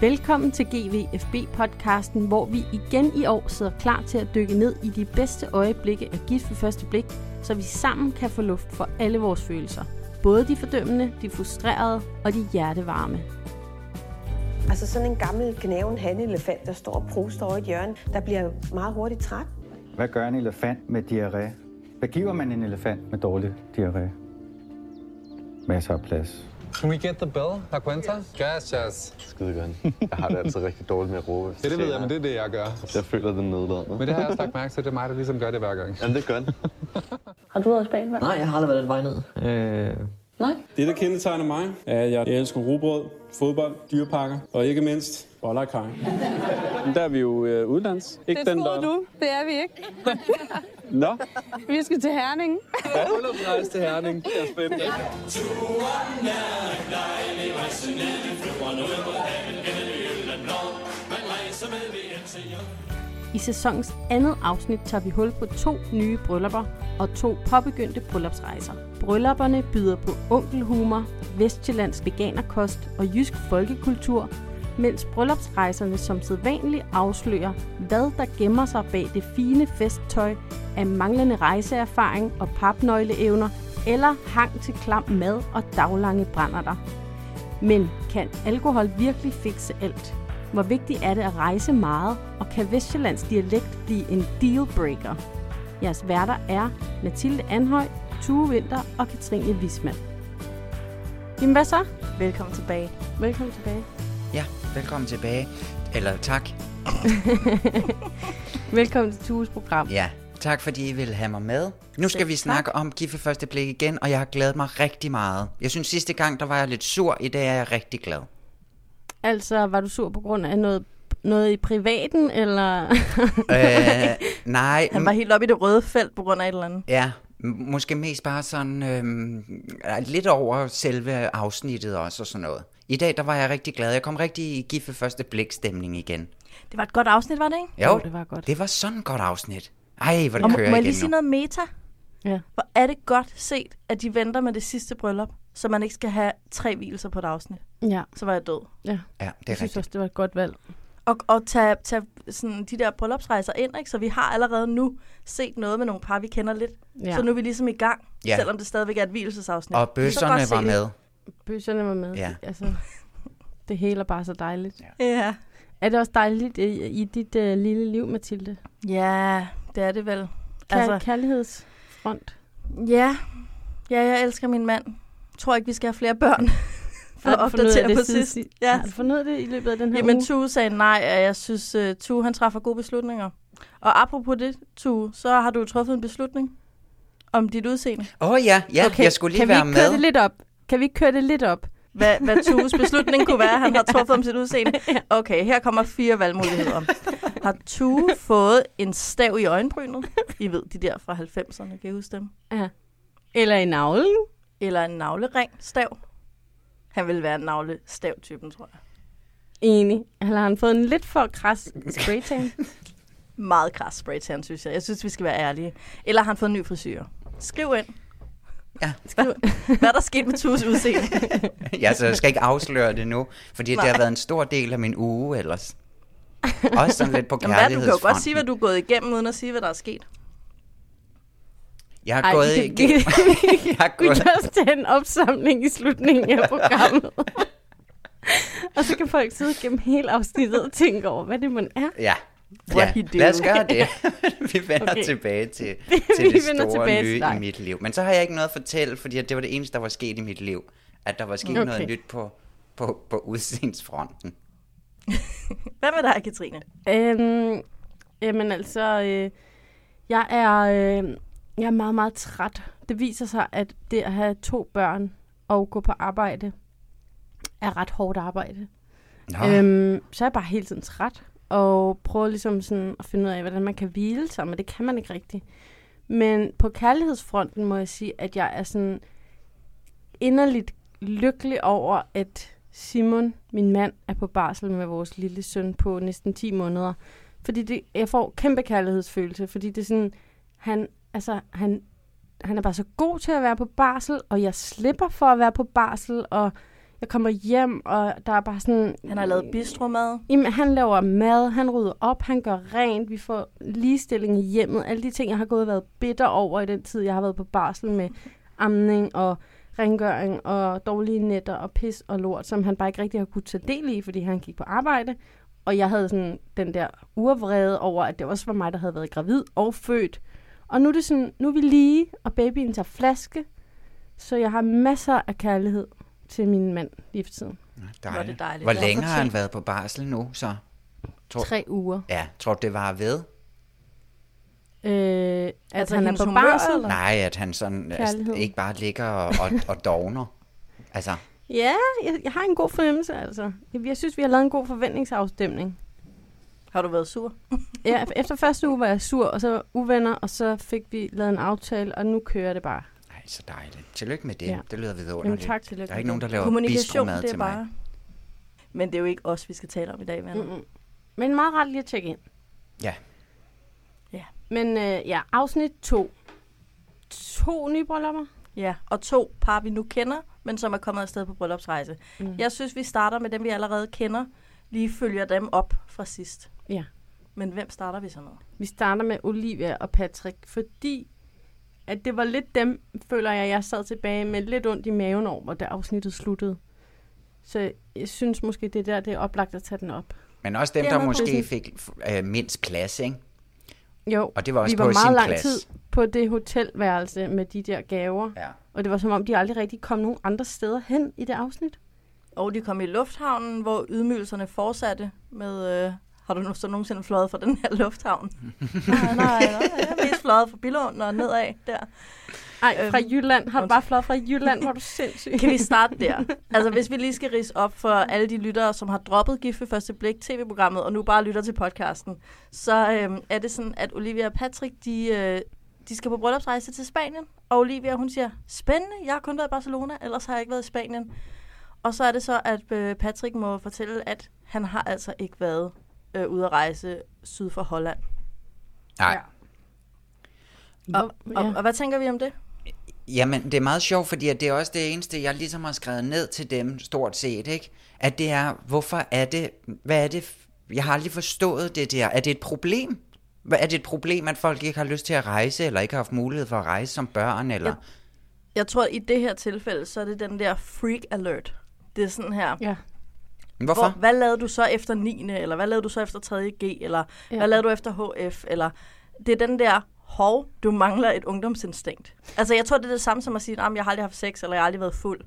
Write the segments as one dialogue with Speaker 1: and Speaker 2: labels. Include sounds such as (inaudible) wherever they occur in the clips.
Speaker 1: Velkommen til GVFB-podcasten, hvor vi igen i år sidder klar til at dykke ned i de bedste øjeblikke af Gift for første blik, så vi sammen kan få luft for alle vores følelser. Både de fordømmende, de frustrerede og de hjertevarme.
Speaker 2: Altså sådan en gammel gnaven hanelefant, der står og proster over et hjørne, der bliver meget hurtigt træt.
Speaker 3: Hvad gør en elefant med diarré? Hvad giver man en elefant med dårlig diarré? Masser af plads.
Speaker 4: Can we get the bell? La cuenta? Gracias.
Speaker 5: Skide gerne. Jeg har det altid rigtig dårligt med at råbe.
Speaker 4: Ja, det ved jeg, men det er det, jeg gør.
Speaker 5: Jeg føler den nedladende.
Speaker 4: Men det har jeg også lagt mærke til. Det er mig, der ligesom gør det hver gang.
Speaker 5: Jamen, det gør den.
Speaker 6: Har du været i Spanien?
Speaker 7: Nej, jeg har aldrig været den vej ned. Øh,
Speaker 6: Nej.
Speaker 8: Det, der kendetegner mig, er, at jeg elsker rugbrød, fodbold, dyrepakker og ikke mindst boller og kaj. Men Der er vi jo øh, udlands. Ikke
Speaker 9: Det troede
Speaker 8: der...
Speaker 10: Mm,
Speaker 9: du. Det er vi
Speaker 7: (laughs)
Speaker 9: ikke.
Speaker 8: Nå,
Speaker 9: Vi skal til Herning.
Speaker 4: Bryllupsrejse til Herning. Det er spændende.
Speaker 1: I sæsonens andet afsnit tager vi hul på to nye bryllupper og to påbegyndte bryllupsrejser. Bryllupperne byder på onkelhumor, vestjyllandsk veganerkost og jysk folkekultur, mens bryllupsrejserne som sædvanligt afslører, hvad der gemmer sig bag det fine festtøj af manglende rejseerfaring og papnøgleevner eller hang til klam mad og daglange brænderter. Men kan alkohol virkelig fikse alt? Hvor vigtigt er det at rejse meget, og kan Vestjyllands dialekt blive en dealbreaker? Jeres værter er Mathilde Anhøj, Tue Vinter og Katrine Wisman. Jamen hvad så? Velkommen tilbage. Velkommen tilbage.
Speaker 7: ja, velkommen tilbage. Eller tak.
Speaker 1: Velkommen til Tues program.
Speaker 7: Ja, tak fordi I ville have mig med. Nu skal vi snakke om Gift ved første blik igen, og jeg har glædet mig rigtig meget. Jeg synes sidste gang, der var jeg lidt sur, i dag er jeg rigtig glad.
Speaker 1: Altså, var du sur på grund af noget, noget i privaten, eller
Speaker 7: Øh, nej,
Speaker 10: Han var helt oppe i det røde felt på grund af et eller andet.
Speaker 7: ja, m- måske mest bare sådan øh, lidt over selve afsnittet også og sådan noget. I dag, der var jeg rigtig glad. Jeg kom rigtig i Gift ved første blik stemning igen.
Speaker 10: Det var et godt afsnit, var det ikke?
Speaker 7: Jo,
Speaker 1: (laughs) det var godt.
Speaker 7: Det var sådan et godt afsnit. Ej, hvor
Speaker 10: Og
Speaker 7: det
Speaker 10: må,
Speaker 7: kører
Speaker 10: må jeg
Speaker 7: igen
Speaker 10: lige
Speaker 7: nu.
Speaker 10: sige noget meta?
Speaker 1: Ja.
Speaker 10: Hvor er det godt set, at de venter med det sidste bryllup, så man ikke skal have tre hvilelser på et afsnit.
Speaker 1: Ja,
Speaker 10: Så var jeg død.
Speaker 7: Ja, det er
Speaker 1: jeg synes
Speaker 7: rigtigt.
Speaker 1: også, det var et godt valg.
Speaker 10: Og, og tage, tage sådan de der bryllupsrejser ind, ikke? så vi har allerede nu set noget med nogle par, vi kender lidt.
Speaker 1: Ja.
Speaker 10: Så nu er vi ligesom i gang,
Speaker 7: Ja.
Speaker 10: selvom det stadigvæk er et hvilelsesafsnit.
Speaker 7: Og bøsserne var med.
Speaker 1: Bøsserne var med.
Speaker 7: Ja.
Speaker 1: Altså, det hele er bare så dejligt. Ja.
Speaker 10: Ja.
Speaker 1: Er det også dejligt øh, i dit øh, lille liv, Mathilde?
Speaker 10: ja, det er det vel.
Speaker 1: Kær- altså, kærlighedsfront.
Speaker 10: Ja. ja, jeg elsker min mand. Tror ikke, vi skal have flere (laughs) børn. for
Speaker 1: Har
Speaker 10: at
Speaker 1: du fundet ud af
Speaker 10: opdatere
Speaker 1: det
Speaker 10: på
Speaker 1: siden
Speaker 10: sidst.
Speaker 1: sidst?
Speaker 10: Ja.
Speaker 1: Har du fundet ud af det i løbet af den her
Speaker 10: Jamen,
Speaker 1: uge?
Speaker 10: Tue sagde nej, og jeg synes, uh, Tue han træffer gode beslutninger. Og apropos det, Tue, så har du truffet en beslutning om dit udseende.
Speaker 7: Åh oh, ja, ja okay. jeg skulle lige
Speaker 1: kan
Speaker 7: være
Speaker 1: vi ikke køre det
Speaker 7: med.
Speaker 1: lidt op? Kan vi ikke køre det lidt op?
Speaker 10: Hvad, hvad Tues beslutning kunne være, han har truffet om sit udseende. Okay, her kommer fire valgmuligheder. Har Tue fået en stav i øjenbrynet? I ved, de der fra 90'erne, kan I huske dem?
Speaker 1: Ja. Eller i navlen?
Speaker 10: Eller en navlering stav? Han ville være en navlestavtypen, tror jeg.
Speaker 1: Enig. Eller har han fået en lidt for kras spraytan?
Speaker 10: Meget kras spraytan, synes jeg. Jeg synes, vi skal være ærlige. Eller har han fået en ny frisyr? Skriv ind.
Speaker 7: Ja. (laughs)
Speaker 10: Skriv, hvad er der sket med Tues udseende?
Speaker 7: Ja, så jeg skal ikke afsløre det nu, fordi Nej. det har været en stor del af min uge ellers. Også sådan lidt på
Speaker 10: Jamen, hvad, du kan jo
Speaker 7: kærlighedsfronten.
Speaker 10: godt sige, hvad du er gået igennem, uden at sige, hvad der er sket.
Speaker 7: Jeg (laughs) har Ej, gået
Speaker 1: vi, kan- vi,
Speaker 7: igennem.
Speaker 1: kan-
Speaker 7: (laughs) Jeg har
Speaker 1: (laughs) vi
Speaker 7: gået...
Speaker 1: kan også tage en opsamling i slutningen af
Speaker 7: (laughs)
Speaker 1: programmet. og så kan folk sidde gennem hele afsnittet og tænke over, hvad det må er.
Speaker 7: Ja.
Speaker 10: What
Speaker 7: Ja,
Speaker 10: he did.
Speaker 7: lad os
Speaker 1: (laughs)
Speaker 7: gøre det. Vi vender
Speaker 1: Okay.
Speaker 7: okay. tilbage til,
Speaker 1: (laughs) Vi
Speaker 7: til det
Speaker 1: vender
Speaker 7: store
Speaker 1: tilbage til
Speaker 7: nye
Speaker 1: dig.
Speaker 7: i mit liv. Men så har jeg ikke noget at fortælle, fordi at det var det eneste, der var sket i mit liv. At der var sket okay.
Speaker 1: Okay.
Speaker 7: noget nyt på, på, på udseendsfronten.
Speaker 10: Hvad med dig, Katrine?
Speaker 1: Øhm, jamen altså, øh, jeg, er, øh, jeg er meget, meget træt. Det viser sig, at det at have to børn og gå på arbejde, er ret hårdt arbejde.
Speaker 7: Nå,
Speaker 1: Oh.
Speaker 7: øhm,
Speaker 1: Øhm, så er jeg bare hele tiden træt, og prøver ligesom sådan at finde ud af, hvordan man kan hvile sig, men det kan man ikke rigtigt. Men på kærlighedsfronten må jeg sige, at jeg er sådan inderligt lykkelig over, at Simon, min mand, er på barsel med vores lille søn på næsten 10 måneder. Fordi det, jeg får kæmpe kærlighedsfølelse, fordi det er sådan, han, altså, han, han er bare så god til at være på barsel, og jeg slipper for at være på barsel, og Jeg kommer hjem, og der er bare sådan...
Speaker 10: Han har lavet bistromad.
Speaker 1: Jamen, han laver mad, han rydder op, han gør rent, vi får ligestilling i hjemmet. Alle de ting, jeg har gået og været bitter over i den tid, jeg har været på barsel med amning og rengøring og dårlige nætter og pis og lort, som han bare ikke rigtig har kunnet tage del i, fordi han gik på arbejde. Og jeg havde sådan den der urvrede over, at det også var mig, der havde været gravid og født. Og nu er det sådan, nu er vi lige, og babyen tager flaske, så jeg har masser af kærlighed til min mand lige for tiden.
Speaker 10: Hvor er det dejligt.
Speaker 7: Hvor
Speaker 10: Det er
Speaker 7: længe har han
Speaker 10: fortjent.
Speaker 7: været på barsel nu, så? Tror,
Speaker 1: Tre uger.
Speaker 7: Ja, tror du, det var ved?
Speaker 1: Øh, at altså, han er
Speaker 10: hendes
Speaker 1: på
Speaker 10: humør,
Speaker 1: barsel?
Speaker 10: eller?
Speaker 7: Nej, at han sådan altså,
Speaker 1: Kærlighed.
Speaker 7: ikke bare ligger og, og,
Speaker 10: (laughs)
Speaker 7: og dogner. Altså,
Speaker 1: Ja, jeg, jeg har en god fornemmelse, altså. Jeg, jeg synes, vi har lavet en god forventningsafstemning.
Speaker 10: Har du været sur?
Speaker 1: (laughs) Ja, efter første uge var jeg sur, og så var jeg uvenner, og så fik vi lavet en aftale, og nu kører det bare.
Speaker 7: nej, så dejligt. Tillykke med det. Ja.
Speaker 1: Ja.
Speaker 7: Det lyder
Speaker 1: Jamen,
Speaker 7: vidunderligt.
Speaker 1: tak til
Speaker 7: Der er ikke nogen, der laver
Speaker 10: Kommunikation,
Speaker 7: bistromad
Speaker 10: det
Speaker 7: til
Speaker 10: er
Speaker 7: mig.
Speaker 10: bare... Men det er jo ikke os, vi skal tale om i dag, venner.
Speaker 1: Mm-mm. Men meget rart lige at tjekke ind.
Speaker 7: Ja.
Speaker 10: Ja.
Speaker 1: Men øh, ja, afsnit 2. To nye bryllupper.
Speaker 10: Ja, og to par, vi nu kender, men som er kommet afsted på bryllupsrejse. Mm. Jeg synes, vi starter med dem, vi allerede kender. Lige følger dem op fra sidst.
Speaker 1: Ja.
Speaker 10: Men hvem starter vi så med?
Speaker 1: Vi starter med Olivia og Patrick, fordi at det var lidt dem, føler jeg, jeg sad tilbage med lidt ondt i maven over, da afsnittet sluttede. Så jeg synes måske, det er der, det er oplagt at tage den op.
Speaker 7: Men også dem,
Speaker 10: Det er
Speaker 7: der
Speaker 10: med
Speaker 7: måske
Speaker 1: prisen.
Speaker 7: fik øh, mindst plads, ikke?
Speaker 1: Jo,
Speaker 7: Og det var også
Speaker 1: vi var
Speaker 7: på
Speaker 1: meget
Speaker 7: sin
Speaker 1: lang
Speaker 7: plads.
Speaker 1: tid på det hotelværelse med de der gaver.
Speaker 7: Ja.
Speaker 1: Og det var som om, de aldrig rigtig kom nogen andre steder hen i det afsnit.
Speaker 10: Og de kom i lufthavnen, hvor ydmygelserne fortsatte med... Øh, har du nu så nogensinde fløjet fra den her
Speaker 1: (laughs)
Speaker 10: lufthavn? Ah, nej, nej, nej. Jeg er mest fløjet fra Billund og nedad der.
Speaker 1: Ej,
Speaker 10: Øhm,
Speaker 1: fra Jylland. Har du bare flot fra Jylland? Var du sindssyg?
Speaker 10: Kan vi starte der? Altså, hvis vi lige skal rise op for alle de lyttere, som har droppet Gift ved første blik tv-programmet, og nu bare lytter til podcasten, så øhm, er det sådan, at Olivia og Patrick, de, øh, de skal på bryllupsrejse til Spanien, og Olivia, hun siger, spændende, jeg har kun været i Barcelona, ellers har jeg ikke været i Spanien. Og så er det så, at øh, Patrick må fortælle, at han har altså ikke været øh, ude at rejse syd for Holland.
Speaker 7: Nej.
Speaker 1: Ja.
Speaker 10: Og,
Speaker 1: Hvor-
Speaker 10: og,
Speaker 1: ja.
Speaker 10: og hvad tænker vi om det?
Speaker 7: Jamen, det er meget sjovt, fordi at det er også det eneste, jeg ligesom har skrevet ned til dem, stort set, ikke? At det er, hvorfor er det, hvad er det, f- jeg har aldrig forstået det der. Er det et problem? Hvad- Er det et problem, at folk ikke har lyst til at rejse, eller ikke har haft mulighed for at rejse som børn, eller...
Speaker 10: Ja. Jeg tror, at i det her tilfælde, så er det den der freak alert. Det er sådan her,
Speaker 1: Ja.
Speaker 7: Men Hvorfor?
Speaker 10: Hvor, hvad lavede du så efter 9. eller hvad lavede du så efter 3. G, eller ja.
Speaker 1: Ja.
Speaker 10: hvad lavede du efter HF, eller det er den der, hov, du mangler et ungdomsinstinkt. Altså jeg tror, det er det samme som at sige, at jeg har aldrig haft sex, eller jeg har aldrig været fuld.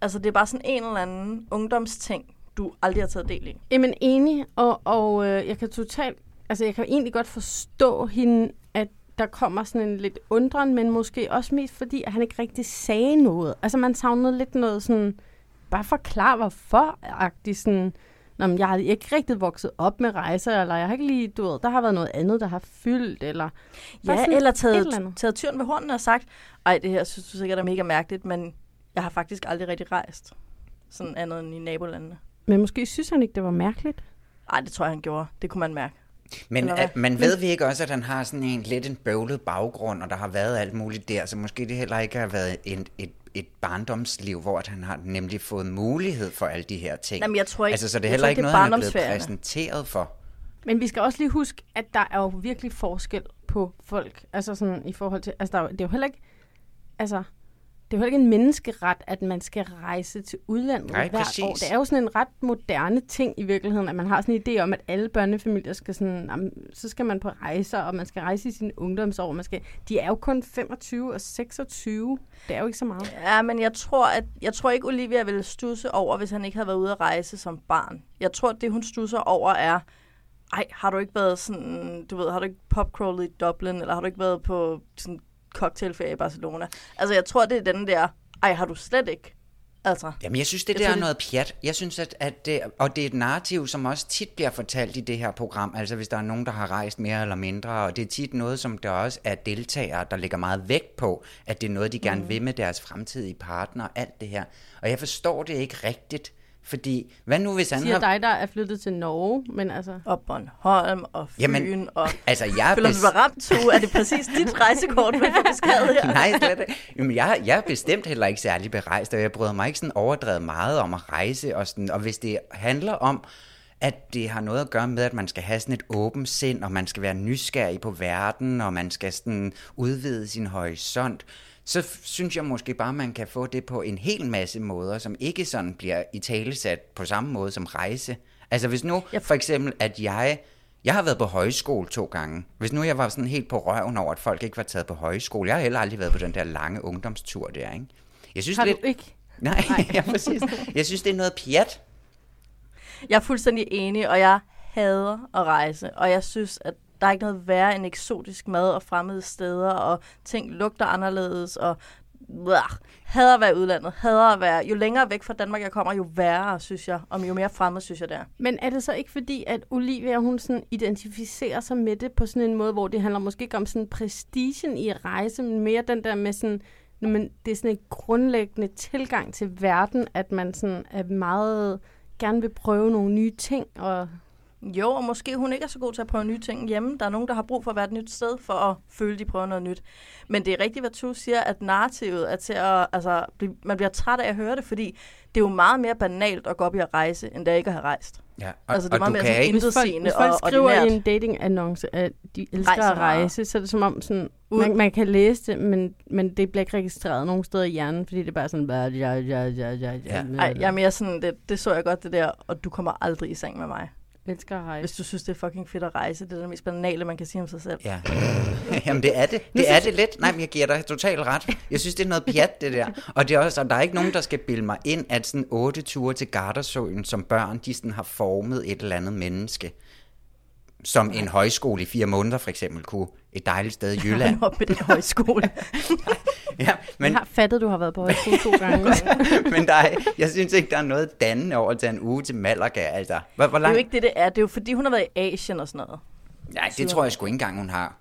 Speaker 10: Altså det er bare sådan en eller anden ungdomsting, du aldrig har taget del i.
Speaker 1: Jamen enig, og, og øh, jeg kan totalt, altså jeg kan egentlig godt forstå hende, at der kommer sådan en lidt undren, men måske også mest fordi, at han ikke rigtig sagde noget. Altså man savnede lidt noget sådan, bare forklar hvorfor-agtigt sådan, Nå, men jeg har ikke rigtig vokset op med rejser, eller jeg har ikke lige, du ved, der har været noget andet, der har fyldt, eller... Bare
Speaker 10: Ja,
Speaker 1: sådan
Speaker 10: eller
Speaker 1: et eller
Speaker 10: taget,
Speaker 1: andet.
Speaker 10: taget tyren ved hornene og sagt, ej, det her synes du sikkert er mega mærkeligt, men jeg har faktisk aldrig rigtig rejst. Sådan andet end i nabolandene.
Speaker 1: Men måske synes han ikke, det var mærkeligt.
Speaker 10: Ej, det tror jeg, han gjorde. Det kunne man mærke.
Speaker 7: Men,
Speaker 10: Eller hvad?
Speaker 7: at, men ved vi ikke også, at han har sådan en lidt en bøvlet baggrund, og der har været alt muligt der, så måske det heller ikke har været en, et, et barndomsliv, hvor at han har nemlig fået mulighed for alle de her ting.
Speaker 10: Jamen, jeg tror ikke-
Speaker 7: altså, så det er
Speaker 10: jeg
Speaker 7: heller
Speaker 10: tror
Speaker 7: ikke
Speaker 10: ikke, det
Speaker 7: noget,
Speaker 10: er
Speaker 7: han er blevet
Speaker 10: barndomsferierne.
Speaker 7: præsenteret for.
Speaker 1: Men vi skal også lige huske, at der er jo virkelig forskel på folk. Altså sådan i forhold til... Altså der, er jo- det er jo heller ikke... Altså, det er jo heller ikke en menneskeret, at man skal rejse til udlandet
Speaker 7: Nej,
Speaker 1: hvert
Speaker 7: præcis.
Speaker 1: år. Det er jo sådan en ret moderne ting i virkeligheden, at man har sådan en idé om, at alle børnefamilier skal sådan, jamen, så skal man på rejser, og man skal rejse i sine ungdomsår. Man skal, de er jo kun 25 og 26. Det er jo ikke så meget.
Speaker 10: Ja, men jeg tror, at, jeg tror ikke, Olivia ville stusse over, hvis han ikke havde været ude at rejse som barn. Jeg tror, at det, hun stusser over, er, ej, har du ikke været sådan, du ved, har du ikke popcrawlet i Dublin, eller har du ikke været på sådan cocktailferie i Barcelona? Altså, jeg tror, det er den der, ej, har du slet ikke? Altså,
Speaker 7: Jamen, jeg synes, det
Speaker 10: Jeg
Speaker 7: jeg der
Speaker 10: tror,
Speaker 7: er
Speaker 10: det-
Speaker 7: noget pjat. Jeg synes, at, at det, og det er et narrativ, som også tit bliver fortalt i det her program. Altså, hvis der er nogen, der har rejst mere eller mindre, og det er tit noget, som der også er deltagere, der lægger meget vægt på, at det er noget, de gerne vil med deres fremtidige partner og alt det her. Og jeg forstår det ikke rigtigt, Fordi, hvad nu hvis han
Speaker 1: Siger
Speaker 7: har...
Speaker 1: dig, der er flyttet til Norge, men altså...
Speaker 10: Og Bornholm og Fyn Jamen, og...
Speaker 7: Altså, jeg
Speaker 10: Føler du
Speaker 7: bes-
Speaker 10: dig ramt, Tue? Er det præcis dit rejsekort, man får (laughs) beskrevet
Speaker 7: (laughs)
Speaker 10: her?
Speaker 7: Nej, slet ikke. Jamen, jeg, jeg er bestemt heller ikke særlig berejst, og jeg bryder mig ikke sådan overdrevet meget om at rejse. Og, sådan, og hvis det handler om, at det har noget at gøre med, at man skal have sådan et åbent sind, og man skal være nysgerrig på verden, og man skal sådan udvide sin horisont, så f- synes jeg måske bare, at man kan få det på en hel masse måder, som ikke sådan bliver i talesat på samme måde som rejse. Altså hvis nu for eksempel, at jeg jeg har været på højskole to gange. Hvis nu jeg var sådan helt på røven over, at folk ikke var taget på højskole. Jeg har heller aldrig været på den der lange ungdomstur der, ikke? Jeg synes
Speaker 1: Har
Speaker 7: lidt...
Speaker 1: du ikke?
Speaker 7: Nej, Nej. (laughs) ja, præcis. Jeg synes, det er noget pjat.
Speaker 10: Jeg er fuldstændig enig, og jeg hader at rejse. Og jeg synes, at der er ikke noget værre end eksotisk mad og fremmede steder, og ting lugter anderledes, og Blah. hader at være i udlandet, hader at være... Jo længere væk fra Danmark jeg kommer, jo værre, synes jeg, og jo mere fremmed, synes jeg, det er.
Speaker 1: Men er det så ikke fordi, at Olivia, hun sådan identificerer sig med det på sådan en måde, hvor det handler måske ikke om sådan prestigen i at rejse, men mere den der med sådan, "Nå, men det er sådan en grundlæggende tilgang til verden, at man sådan er meget gerne vil prøve nogle nye ting, og
Speaker 10: Jo, og måske hun ikke er så god til at prøve nye ting hjemme. Der er nogen, der har brug for at være et nyt sted for at føle, de prøver noget nyt. Men det er rigtigt, hvad du siger, at narrativet er til at... Altså, blive- man bliver træt af at høre det, fordi det er jo meget mere banalt at gå op i at rejse, end det er ikke at have rejst.
Speaker 7: Ja,
Speaker 10: og, altså, det er
Speaker 7: og
Speaker 10: meget
Speaker 7: du
Speaker 10: mere
Speaker 7: kan
Speaker 10: sådan
Speaker 7: ikke-
Speaker 1: hvis folk,
Speaker 10: indudseende
Speaker 1: hvis folk
Speaker 10: og
Speaker 1: skriver
Speaker 10: ordinært.
Speaker 1: i en datingannonce, at de elsker
Speaker 10: Rejser
Speaker 1: at rejse, så er det som om sådan,
Speaker 10: Ud.
Speaker 1: man, man kan læse det, men, men det bliver ikke registreret nogen steder i hjernen, fordi det er bare sådan, ja, ja, ja, ja, ja, ja.
Speaker 10: Ej, jeg er mere sådan, det, det så jeg godt, det der, og du kommer aldrig i seng med mig.
Speaker 1: elsker at rejse.
Speaker 10: Hvis du synes, det er fucking fedt at rejse, det er det mest banale, man kan sige om sig selv.
Speaker 7: Ja. (laughs) Jamen, det er det. Det er det lidt. Nej, men jeg giver dig totalt ret. Jeg synes, det er noget pjat, det der. Og, det er også, og der er ikke nogen, der skal bilde mig ind, at sådan otte ture til Gardersøen som børn, de sådan har formet et eller andet menneske. Som en højskole i fire måneder, for eksempel, kunne et dejligt sted
Speaker 10: (laughs)
Speaker 7: i Jylland.
Speaker 10: op
Speaker 7: (laughs)
Speaker 10: i den højskole.
Speaker 1: (laughs)
Speaker 7: ja,
Speaker 1: Men...
Speaker 7: men,
Speaker 1: Jeg har fattet, du har været på højskole to gange.
Speaker 7: (laughs) men der er, jeg synes ikke, der er noget dannende over at tage en uge til Malaga. Altså. Hvor, hvor
Speaker 10: Det er jo
Speaker 7: langt?
Speaker 10: ikke det, det er. Det er jo fordi, hun har været i Asien og sådan noget.
Speaker 7: Nej, det tror jeg sgu ikke engang, hun har.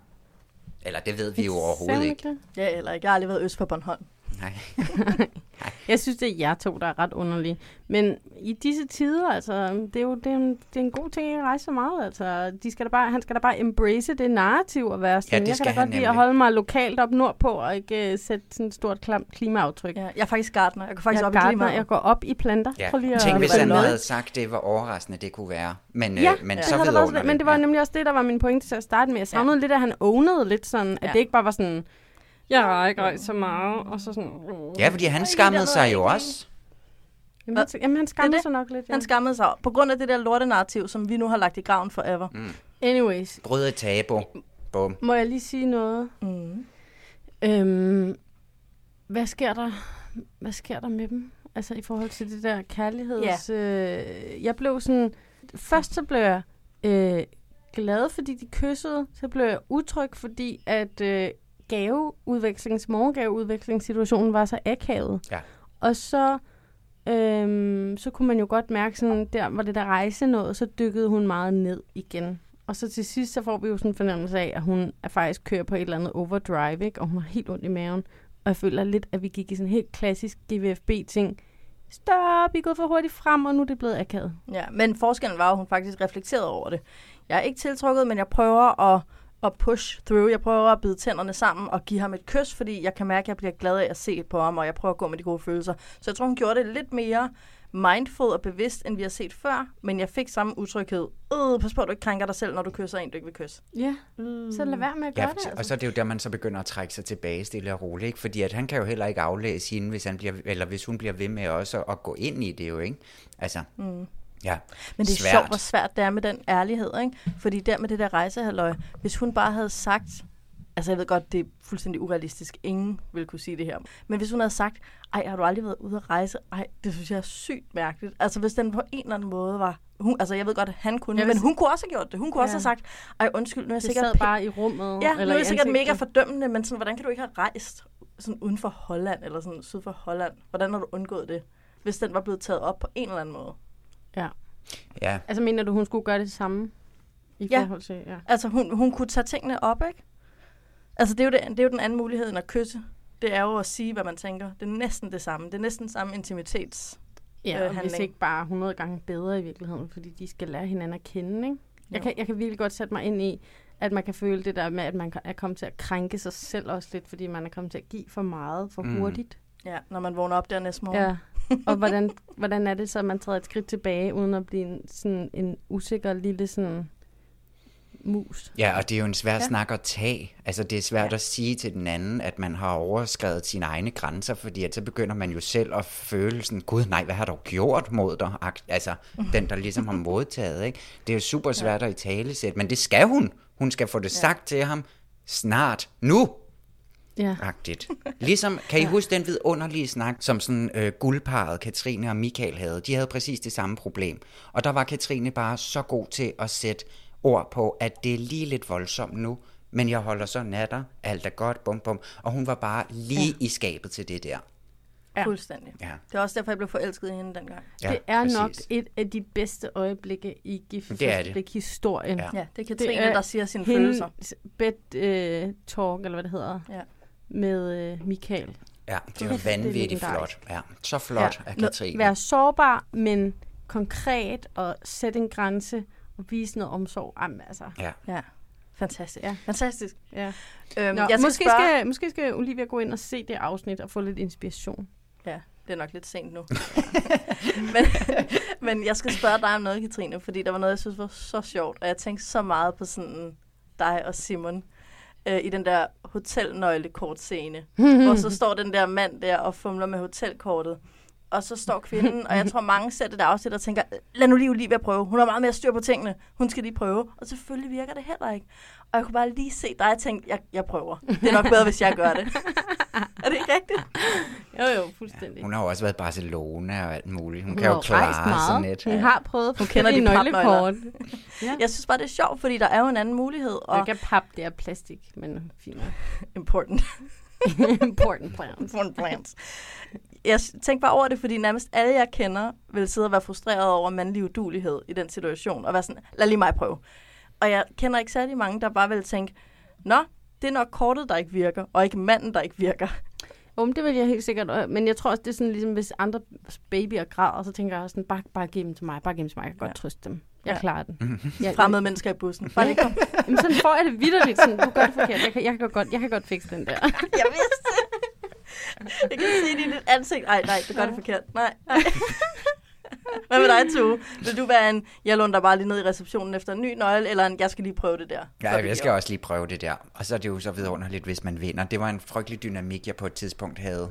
Speaker 7: Eller det ved
Speaker 1: (laughs)
Speaker 7: vi jo overhovedet ikke.
Speaker 10: Ja, eller ikke. Jeg har aldrig været øst på Bornholm.
Speaker 7: Nej.
Speaker 1: Jeg synes, det er jer to, der er ret underlige. Men i disse tider, altså, det er jo det er en, det er en god ting at rejse så meget. Altså, de skal da bare, han skal da bare embrace det narrativ og være sådan.
Speaker 7: det
Speaker 1: jeg
Speaker 7: skal
Speaker 1: kan da
Speaker 7: han
Speaker 1: godt lide at
Speaker 7: nemlig.
Speaker 1: holde mig lokalt op nordpå og ikke uh, sætte sådan et stort klam, klimaaftryk.
Speaker 10: Ja, jeg er faktisk gartner. Jeg går faktisk
Speaker 1: jeg er
Speaker 10: op i
Speaker 1: gartner,
Speaker 10: klimaet.
Speaker 1: jeg går op i planter.
Speaker 7: Ja.
Speaker 1: Prøv lige at
Speaker 7: Tænk, hvis han
Speaker 1: Forløg.
Speaker 7: havde sagt det, hvor overraskende det kunne være. Men,
Speaker 1: Ja,
Speaker 7: øh, men
Speaker 1: ja.
Speaker 7: så
Speaker 1: det havde været,
Speaker 7: vidunderligt.
Speaker 1: men det var
Speaker 7: Ja.
Speaker 1: nemlig også det, der var min pointe til at starte med. Jeg savnede ja. lidt, at han ownede lidt sådan, at
Speaker 10: Ja.
Speaker 1: det ikke bare var sådan, jeg har ikke rejst så meget, og så sådan... Uh.
Speaker 7: Ja, fordi han skammede sig jo også.
Speaker 1: Jamen, han, jamen, han
Speaker 10: Det er
Speaker 1: skammede
Speaker 10: det.
Speaker 1: sig nok lidt. Ja.
Speaker 10: Han skammede sig på grund af det der lortenarrativ, som vi nu har lagt i graven forever. Mm.
Speaker 1: Anyways,
Speaker 7: Brød et tabu. Bum.
Speaker 1: må jeg lige sige noget? Mm. Øhm, hvad sker der? Hvad sker der med dem? Altså i forhold til det der kærligheds... Ja. Øh, jeg blev sådan... Først så blev jeg øh, glad, fordi de kyssede. Så blev jeg utryg, fordi at øh, gaveudvekslings, morgengaveudvekslingssituationen var så akavet.
Speaker 7: Ja.
Speaker 1: Og så, øhm, så kunne man jo godt mærke, sådan, der var det der rejse noget, så dykkede hun meget ned igen. Og så til sidst, så får vi jo sådan en fornemmelse af, at hun er faktisk kører på et eller andet overdrive, ikke? og hun har helt ondt i maven. Og jeg føler lidt, at vi gik i sådan en helt klassisk GVFB-ting. Stop, I er gået for hurtigt frem, og nu er det blevet akavet.
Speaker 10: Ja, men forskellen var, at hun faktisk reflekterede over det. Jeg er ikke tiltrukket, men jeg prøver at, at push through. Jeg prøver at bide tænderne sammen og give ham et kys, fordi jeg kan mærke, at jeg bliver glad af at se på ham, og jeg prøver at gå med de gode følelser. Så jeg tror, hun gjorde det lidt mere mindful og bevidst, end vi har set før, men jeg fik samme utryghed. Øh, pas på, at du ikke krænker dig selv, når du kysser en, du ikke vil kysse.
Speaker 1: Ja, mm. så lad være med at gøre
Speaker 7: Ja,
Speaker 1: ja, det. altså.
Speaker 7: og så er det jo der, man så begynder at trække sig tilbage stille og roligt, ikke? fordi at han kan jo heller ikke aflæse hende, hvis, han bliver, eller hvis hun bliver ved med også at, at gå ind i det jo, ikke? Altså, mm. ja,
Speaker 10: Men det er
Speaker 7: svært.
Speaker 10: svært. sjovt, hvor svært det er med den ærlighed, ikke? Fordi der med det der rejsehalløj, hvis hun bare havde sagt, altså jeg ved godt, det er fuldstændig urealistisk, ingen vil kunne sige det her, men hvis hun havde sagt, ej, har du aldrig været ude at rejse? Ej, det synes jeg er sygt mærkeligt. Altså hvis den på en eller anden måde var, hun, altså jeg ved godt, at han kunne,
Speaker 1: Jeg
Speaker 10: jeg
Speaker 1: vil
Speaker 10: men
Speaker 1: s-
Speaker 10: hun kunne også have gjort det. Hun kunne ja. også
Speaker 1: Ja.
Speaker 10: have sagt, ej, undskyld, nu er jeg
Speaker 1: det
Speaker 10: sikkert...
Speaker 1: sad
Speaker 10: pæ-
Speaker 1: bare i rummet.
Speaker 10: Ja, nu er jeg
Speaker 1: i
Speaker 10: sikkert mega
Speaker 1: ansigtet.
Speaker 10: fordømmende, men sådan, hvordan kan du ikke have rejst sådan uden for Holland, eller sådan syd for Holland? Hvordan har du undgået det, hvis den var blevet taget op på en eller anden måde?
Speaker 1: Ja.
Speaker 7: Ja,
Speaker 1: Altså mener du, hun skulle gøre det samme? I
Speaker 10: Ja.
Speaker 1: forhold til, ja.
Speaker 10: Altså, hun, hun kunne tage tingene op, ikke? Altså, det er, jo det, det er jo den anden mulighed end at kysse. Det er jo at sige, hvad man tænker. Det er næsten det samme. Det er næsten samme intimitets
Speaker 1: Ja, og hvis
Speaker 10: Øh, handling.
Speaker 1: ikke bare 100 gange bedre i virkeligheden, fordi de skal lære hinanden at kende, ikke? Jeg
Speaker 10: Jo.
Speaker 1: kan, jeg kan virkelig godt sætte mig ind i, at man kan føle det der med, at man er kommet til at krænke sig selv også lidt, fordi man er kommet til at give for meget for
Speaker 10: Mm.
Speaker 1: hurtigt.
Speaker 10: Ja, når man vågner op der næste morgen.
Speaker 1: Ja. (laughs) Og hvordan, hvordan er det så, at man træder et skridt tilbage, uden at blive en, sådan en usikker lille sådan mus?
Speaker 7: Ja, og det er jo en svær
Speaker 1: Ja.
Speaker 7: ja. snak at tage. Altså, det er svært ja. at sige til den anden, at man har overskrevet sine egne grænser, fordi at så begynder man jo selv at føle sådan, gud nej, hvad har du gjort mod dig? Akt- (laughs) Altså, den, der ligesom har modtaget, ikke? Det er jo super svært at i tale sætte, men det skal hun. Hun skal få det ja. sagt til ham snart, nu!
Speaker 1: Ja.
Speaker 7: Agtigt. Ligesom,
Speaker 1: (laughs)
Speaker 7: kan I huske den vidunderlige snak, som sådan øh, guldparet Katrine og Michael havde? De havde præcis det samme problem. Og der var Katrine bare så god til at sætte ord på, at det er lige lidt voldsomt nu, men jeg holder så natter, alt er godt, bum bum. Og hun var bare lige ja. i skabet til det der.
Speaker 10: Ja. Fuldstændig.
Speaker 7: Ja.
Speaker 10: Det er også derfor, jeg blev forelsket i hende dengang.
Speaker 7: Ja,
Speaker 1: det er
Speaker 7: præcis.
Speaker 1: nok et af de bedste øjeblikke i gift
Speaker 7: Det er det.
Speaker 1: det. historien.
Speaker 7: Ja.
Speaker 10: Ja, det er Katrine, der siger sine følelser.
Speaker 1: Bed øh, talk, eller hvad det hedder,
Speaker 10: ja.
Speaker 1: med øh, Michael.
Speaker 7: Ja, det
Speaker 1: (laughs)
Speaker 7: var
Speaker 1: Det er
Speaker 7: vanvittigt
Speaker 1: legendarisk.
Speaker 7: flot. Ja, så flot ja. af Katrine.
Speaker 1: Være sårbar, men konkret og sætte en grænse og vise noget omsorg. Jamen, altså.
Speaker 7: Ja.
Speaker 10: ja. Fantastisk. Ja. Fantastisk.
Speaker 1: Ja.
Speaker 10: Øhm,
Speaker 1: Nå,
Speaker 10: jeg skal
Speaker 1: måske,
Speaker 10: spørge-
Speaker 1: skal, måske skal Olivia gå ind og se det afsnit og få lidt inspiration.
Speaker 10: Ja, det er nok lidt sent nu. (laughs) men, men jeg skal spørge dig om noget, Katrine, fordi der var noget, jeg synes var så sjovt, og jeg tænkte så meget på sådan dig og Simon øh, i den der hotelnøglekortscene, hvor så står den der mand der og fumler med hotelkortet, og så står kvinden, og jeg tror mange ser det der afsnit og tænker, lad nu lige Olivia prøve, hun har meget mere styr på tingene, hun skal lige prøve, og selvfølgelig virker det heller ikke. Og jeg kunne bare lige se dig og tænke, jeg, jeg prøver. Det er nok bedre, hvis jeg gør det. er det ikke rigtigt?
Speaker 1: Jo, jo, fuldstændig.
Speaker 7: Hun har jo også været i Barcelona og alt muligt. Hun,
Speaker 1: Hun
Speaker 7: hun kan
Speaker 1: har
Speaker 7: jo
Speaker 1: jo rejst
Speaker 7: klare
Speaker 1: meget.
Speaker 7: sådan lidt.
Speaker 1: Hun
Speaker 7: Ja.
Speaker 1: har prøvet (laughs)
Speaker 10: Hun kender de
Speaker 1: nøglekort.
Speaker 10: papnøgler. Ja. Jeg synes bare, det er sjovt, fordi der er jo en anden mulighed. Og...
Speaker 1: Jeg kan pappe, det er plastik, men fint.
Speaker 10: Important.
Speaker 1: (laughs)
Speaker 10: (laughs)
Speaker 1: Important plans.
Speaker 10: Important plans. Jeg s- tænkte bare over det, fordi nærmest alle, jeg kender, vil sidde og være frustreret over mandlig udulighed i den situation, og være sådan, lad lige mig prøve. Og jeg kender ikke særlig mange, der bare vil tænke, nå, det er nok kortet, der ikke virker, og ikke manden, der ikke virker.
Speaker 1: Um, det vil jeg helt sikkert, øh, men jeg tror også, det er sådan ligesom, hvis andre babyer græder, så tænker jeg også sådan, bare, bare giv dem til mig, bare giv dem til mig, jeg kan godt trøste dem. Jeg
Speaker 10: Ja.
Speaker 1: klarer
Speaker 7: (laughs)
Speaker 1: den. Ja,
Speaker 10: Fremmede mennesker i bussen. Bare lige kom.
Speaker 1: Jamen, sådan får jeg det vidderligt, sådan, du gør det forkert, jeg kan, jeg kan, godt, jeg kan godt fikse den der.
Speaker 10: (laughs) Jeg vidste det. Jeg kan se det i dit ansigt. Nej, nej, du gør det forkert. Nej, nej. (laughs) Hvad med dig, Tue? Vil du være en, jeg lunder bare lige ned i receptionen efter en ny nøgle, eller en, jeg skal lige prøve det der?
Speaker 7: Ja,
Speaker 10: Så vi
Speaker 7: jeg skal
Speaker 10: giver.
Speaker 7: også lige prøve det der. Og så er det jo så vidunderligt, hvis man vinder. Det var en frygtelig dynamik, jeg på et tidspunkt havde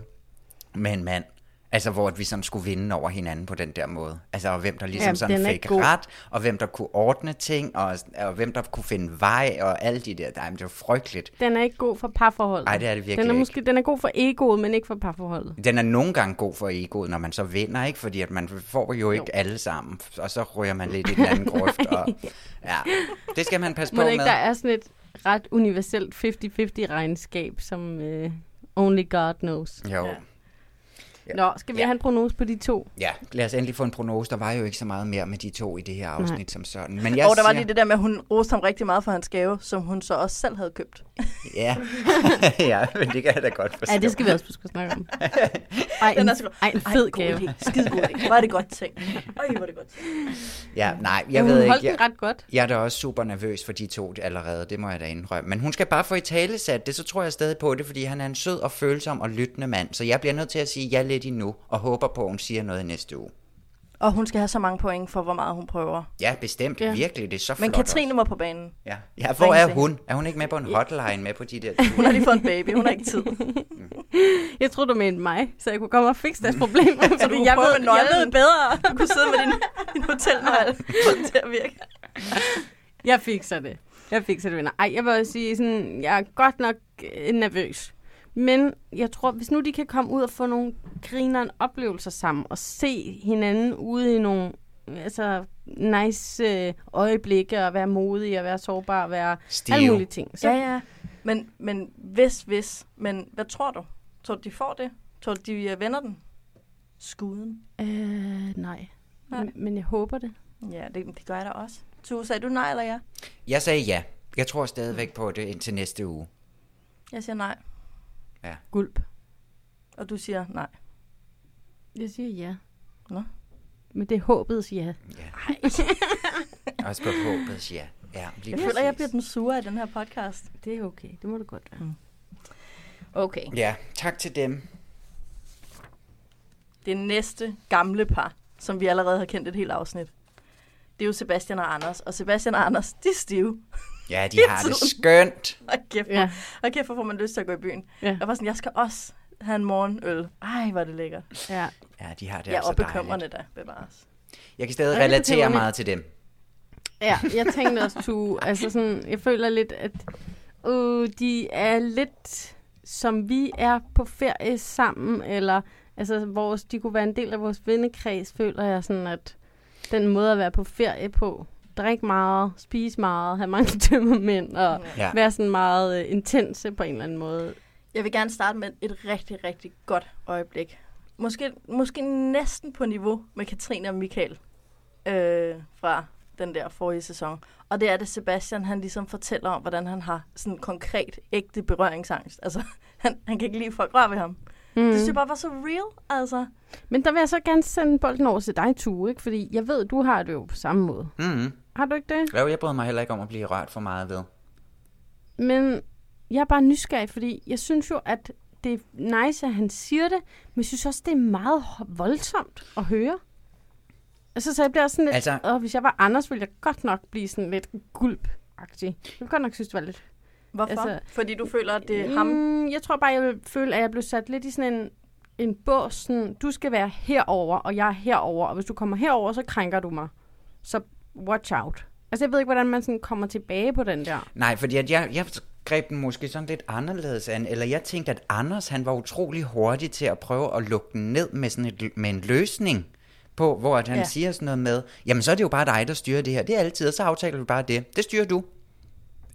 Speaker 7: med en mand. Altså, hvor at vi sådan skulle vinde over hinanden på den der måde. Altså, og hvem der ligesom
Speaker 1: Ja,
Speaker 7: ja,
Speaker 1: den
Speaker 7: sådan
Speaker 1: er
Speaker 7: fik
Speaker 1: god.
Speaker 7: ret, og hvem der kunne ordne ting, og, og hvem der kunne finde vej, og alle de der. Nej, men det var frygteligt.
Speaker 1: Den er ikke god for parforholdet.
Speaker 7: Ej, det er det virkelig
Speaker 1: den er, måske, den er god for egoet, men ikke for parforholdet.
Speaker 7: Den er nogle gange god for egoet, når man så vinder, ikke? Fordi at man får jo ikke jo. alle sammen, og så ryger man lidt i
Speaker 1: (laughs)
Speaker 7: den anden grøft. Og, ja, det skal man passe
Speaker 1: Må
Speaker 7: på
Speaker 1: det ikke,
Speaker 7: med.
Speaker 1: der er sådan et ret universelt 50-50 regnskab, som øh, only God knows.
Speaker 7: Jo.
Speaker 1: Ja.
Speaker 7: Ja.
Speaker 1: Nå, skal vi
Speaker 7: Ja.
Speaker 1: have en prognose på de
Speaker 7: (laughs)
Speaker 1: to?
Speaker 7: Ja, lad os endelig få en prognose. Der var jo ikke så meget mere med de to i det her afsnit
Speaker 1: Nej.
Speaker 7: Nej. som sådan. Men jeg
Speaker 10: Og der var
Speaker 7: siger,
Speaker 10: lige det der med, at hun roste ham rigtig meget for hans gave, som hun så også selv havde købt.
Speaker 7: Ja. (laughs) ja, men det kan jeg da godt forstå.
Speaker 1: Ja, det skal vi også skulle snakke
Speaker 7: (laughs)
Speaker 1: om. Ej, en,
Speaker 10: Den er så god.
Speaker 1: ej, en fed
Speaker 10: god
Speaker 1: gave.
Speaker 10: idé. Skide god idé. Hvor er det godt
Speaker 1: (laughs)
Speaker 10: ting. Øj, hvor er det godt tænkt.
Speaker 7: Ja, nej, jeg
Speaker 1: hun
Speaker 7: ved
Speaker 1: holdt
Speaker 7: ikke. Jeg,
Speaker 1: den ret godt.
Speaker 7: jeg er da også super nervøs for de to allerede, det må jeg da indrømme. Men hun skal bare få i tale sat det, så tror jeg stadig på det, fordi han er en sød og følsom og lyttende mand. Så jeg bliver nødt til at sige ja lidt endnu, og håber på, at hun siger noget i næste uge.
Speaker 10: Og hun skal have så mange point for, hvor meget hun prøver.
Speaker 7: Ja, bestemt.
Speaker 1: Ja.
Speaker 7: Ja. Virkelig, det er så flot
Speaker 10: Men Katrine
Speaker 7: også.
Speaker 10: må på banen.
Speaker 7: Ja. ja, hvor
Speaker 10: Ring
Speaker 7: er
Speaker 10: til
Speaker 7: hun? Er hun ikke med på en hotline med på
Speaker 1: (laughs)
Speaker 7: de der
Speaker 10: Hun
Speaker 7: ture?
Speaker 10: har lige fået en baby. Hun har ikke tid.
Speaker 1: Jeg troede, du mente mig, så jeg kunne komme og fikse deres
Speaker 10: (laughs)
Speaker 1: problemer, fordi
Speaker 10: kunne
Speaker 1: jeg
Speaker 10: prøve
Speaker 1: ved,
Speaker 10: med
Speaker 1: jeg
Speaker 10: nøglen.
Speaker 1: ved bedre.
Speaker 10: Du kunne sidde med din, din
Speaker 1: (laughs)
Speaker 10: hotelnøgle. Få den til at virke.
Speaker 1: Jeg fikser det. Jeg fikser det, venner. Ej, jeg vil også sige, sådan, jeg er godt nok øh, nervøs. Men jeg tror, hvis nu de kan komme ud og få nogle grineren oplevelser sammen, og se hinanden ude i nogle altså, nice øh, øjeblikke, og være modig, og være sårbar, og være
Speaker 7: Stive.
Speaker 1: alle mulige ting. Så,
Speaker 10: ja. Men, men hvis, hvis. Men hvad tror du? Tror du, de får det? Tror du, de øh, vender den? Skuden.
Speaker 1: øh, nej.
Speaker 10: Nej.
Speaker 1: M- Men jeg håber det.
Speaker 10: Ja, det, det gør jeg da også. Tue, sagde du nej eller ja?
Speaker 7: Jeg sagde ja. Jeg tror stadigvæk på det indtil næste uge.
Speaker 10: Jeg siger nej.
Speaker 1: Gulp.
Speaker 10: Og du siger nej.
Speaker 1: Jeg siger ja.
Speaker 10: Nå.
Speaker 1: Men det er håbets ja.
Speaker 7: Også på håbet, ja. ja lige
Speaker 10: Jeg føler, jeg
Speaker 7: præcis.
Speaker 10: bliver den sure i den her podcast.
Speaker 1: Det er okay. Det må du godt være.
Speaker 10: Okay.
Speaker 7: Ja, tak til dem.
Speaker 10: Det næste gamle par, som vi allerede har kendt et helt afsnit, det er jo Sebastian og Anders. Og Sebastian og Anders, de er stive.
Speaker 7: Ja, de
Speaker 10: Hele
Speaker 7: har det
Speaker 10: tiden.
Speaker 7: skønt.
Speaker 10: Og kæft,
Speaker 1: Ja.
Speaker 10: ja. og kæft, hvor får man lyst til at gå i byen.
Speaker 1: Ja.
Speaker 10: Jeg var sådan, jeg skal også have en morgenøl. Ej, hvor er det lækkert.
Speaker 1: ja.
Speaker 7: Ja, de har det
Speaker 10: Ja,
Speaker 7: altså
Speaker 10: og bekymrende
Speaker 7: dejligt.
Speaker 10: da, bevares.
Speaker 7: Jeg kan stadig
Speaker 1: Og det
Speaker 7: relatere
Speaker 1: bekymrende.
Speaker 7: meget til dem.
Speaker 1: Ja, jeg tænkte også, to, altså sådan, jeg føler lidt, at uh, de er lidt som vi er på ferie sammen, eller altså, vores, de kunne være en del af vores vennekreds, føler jeg sådan, at den måde at være på ferie på, drikke meget, spise meget, have mange (laughs) tømmermænd, og
Speaker 7: Ja.
Speaker 1: være sådan meget uh, intense på en eller anden måde.
Speaker 10: Jeg vil gerne starte med et rigtig, rigtig godt øjeblik. Måske, måske næsten på niveau med Katrine og Michael øh, fra den der forrige sæson. Og det er det, Sebastian han ligesom fortæller om, hvordan han har sådan konkret ægte berøringsangst. Altså, (laughs) han, han kan ikke lide, at folk rører ved ham. Mm.
Speaker 1: Mm.
Speaker 10: Det synes jeg bare var så real, altså.
Speaker 1: Men der vil jeg så gerne sende bolden over til dig, Tue, ikke? fordi jeg ved, du har det jo på samme måde.
Speaker 7: Mm-hmm.
Speaker 1: Har du ikke det?
Speaker 7: Jo, jeg bryder mig heller ikke om at blive rørt for meget ved.
Speaker 1: Men jeg er bare nysgerrig, fordi jeg synes jo, at det er nice, at han siger det, men jeg synes også, det er meget ho- voldsomt at høre. Altså, så jeg bliver sådan lidt... Altså,
Speaker 7: Altså-
Speaker 1: åh, hvis jeg var Anders, ville jeg godt nok blive sådan lidt gulp -agtig. Jeg ville godt nok synes, det var lidt...
Speaker 10: Hvorfor?
Speaker 1: Altså-
Speaker 10: Altså, Fordi du føler, at det er ham,
Speaker 1: Mm, jeg tror bare, jeg ville føle, at jeg blev sat lidt i sådan en, en bås. Sådan, du skal være herover og jeg er herover og hvis du kommer herover så krænker du mig. Så watch out. Altså, jeg ved ikke, hvordan man sådan kommer tilbage på den der.
Speaker 7: Nej, fordi at jeg, jeg greb den måske sådan lidt anderledes an, eller jeg tænkte, at Anders han var utrolig hurtig til at prøve at lukke den ned med, sådan et, med en løsning på, hvor at han
Speaker 10: Ja.
Speaker 7: ja. siger sådan noget med, jamen så er det jo bare dig, der styrer det her. Det er altid, og så aftaler vi bare det. Det styrer du.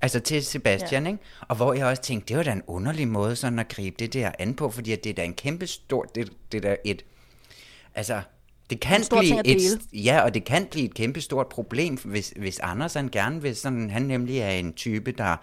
Speaker 7: Altså til Sebastian, ja. ikke? Og hvor jeg også tænkte, det var da en underlig måde sådan at gribe det der an på, fordi at det er da en kæmpe stor, det, det er da et, altså, det kan
Speaker 10: stor ting
Speaker 7: blive
Speaker 10: at
Speaker 7: et, ja, og det kan blive et kæmpe stort problem, hvis, hvis Anders han gerne vil, sådan, han nemlig er en type, der,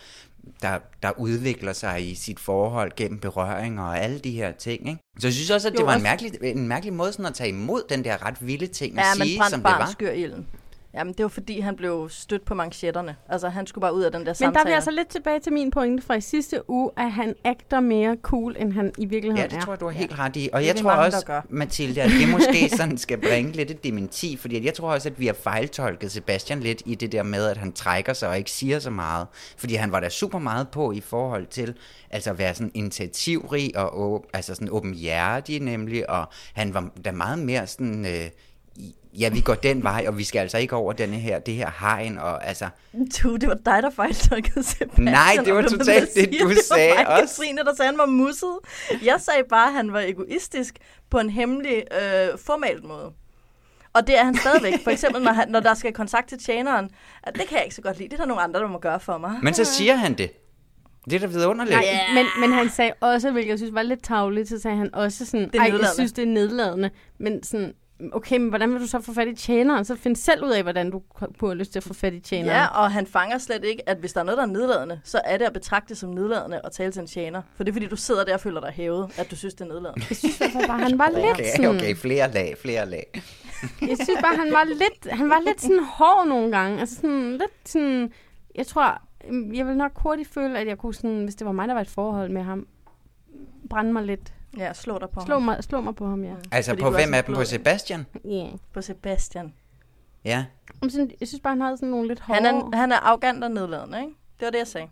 Speaker 7: der, der udvikler sig i sit forhold gennem berøring og alle de her ting, ikke? Så jeg synes også, at det
Speaker 10: Jo,
Speaker 7: var en
Speaker 10: også-
Speaker 7: mærkelig, en mærkelig måde sådan at tage imod den der ret vilde
Speaker 1: Mm.
Speaker 7: ting at
Speaker 10: Ja, man
Speaker 7: sige,
Speaker 10: brændte
Speaker 7: som det
Speaker 10: bare
Speaker 7: var.
Speaker 10: skyr i ilden. Jamen, det var fordi, han blev stødt på manchetterne. Altså, han skulle bare ud af den der
Speaker 1: Men
Speaker 10: samtale.
Speaker 1: der vil jeg så lidt tilbage til min pointe fra i sidste uge, at han agter mere cool, end han i virkeligheden
Speaker 7: Ja, det tror
Speaker 1: er.
Speaker 7: jeg, du har helt ret i. Og
Speaker 10: Det er
Speaker 7: jeg
Speaker 10: vi
Speaker 7: tror
Speaker 10: mange, der
Speaker 7: også,
Speaker 10: gør. (laughs)
Speaker 7: Mathilde, at det måske sådan skal bringe lidt et dementi, fordi at jeg tror også, at vi har fejltolket Sebastian lidt i det der med, at han trækker sig og ikke siger så meget. Fordi han var da super meget på i forhold til altså at være sådan initiativrig og åb- altså sådan åbenhjertig nemlig, og han var da meget mere sådan... Øh, ja, vi går den vej, og vi skal altså ikke over denne her, det her hegn, og altså,
Speaker 10: Du, det var dig, der fejltolkede Sebastian.
Speaker 7: Nej, det var
Speaker 10: og ved
Speaker 7: totalt
Speaker 10: at sige,
Speaker 7: det, du
Speaker 10: det
Speaker 7: sagde
Speaker 10: var mig,
Speaker 7: også.
Speaker 10: Katrine, der sagde, han var musset. Jeg sagde bare, at han var egoistisk på en hemmelig, øh, formalt måde. Og det er han stadigvæk. For eksempel, når, han, når der skal kontakt til tjeneren. At det kan jeg ikke så godt lide. Det er der nogle andre, der må gøre for mig.
Speaker 7: men så siger han det. Det er da vidunderligt.
Speaker 1: Nej, men, men han sagde også, hvilket jeg synes var lidt tavligt, så sagde han også sådan,
Speaker 10: er
Speaker 1: det jeg
Speaker 10: nedladende."
Speaker 1: synes, det er nedladende. Men sådan, okay, men hvordan vil du så få fat i tjeneren? Så find selv ud af, hvordan du kunne have lyst til at få fat i tjeneren.
Speaker 10: Ja, og han fanger slet ikke, at hvis der er noget, der er nedladende, så er det at betragte som nedladende at tale til en tjener. For det er fordi, du sidder der og føler dig hævet, at du synes, det er nedladende.
Speaker 1: Jeg synes bare, bare, han var lidt
Speaker 7: (laughs) Okay,
Speaker 1: sådan,
Speaker 7: okay, flere lag, flere lag.
Speaker 1: jeg synes bare, han var lidt, han var lidt sådan hård nogle gange. Altså sådan lidt sådan, jeg tror, øhm, jeg vil nok hurtigt føle, at jeg kunne sådan, hvis det var mig, der var i et forhold med ham, brænde mig lidt.
Speaker 10: Ja, slå dig på
Speaker 1: Slå
Speaker 10: ham.
Speaker 1: mig, slå mig på ham, ja.
Speaker 7: Altså
Speaker 10: Fordi
Speaker 7: på
Speaker 10: du er
Speaker 7: hvem
Speaker 10: sådan
Speaker 7: af dem? På
Speaker 10: blød.
Speaker 7: Sebastian?
Speaker 1: Yeah.
Speaker 10: På Sebastian.
Speaker 7: Ja.
Speaker 1: Jamen, sådan, jeg synes bare, han havde sådan nogle lidt hårde...
Speaker 10: Han er, han er arrogant og nedladende, ikke? Det var det, jeg sagde.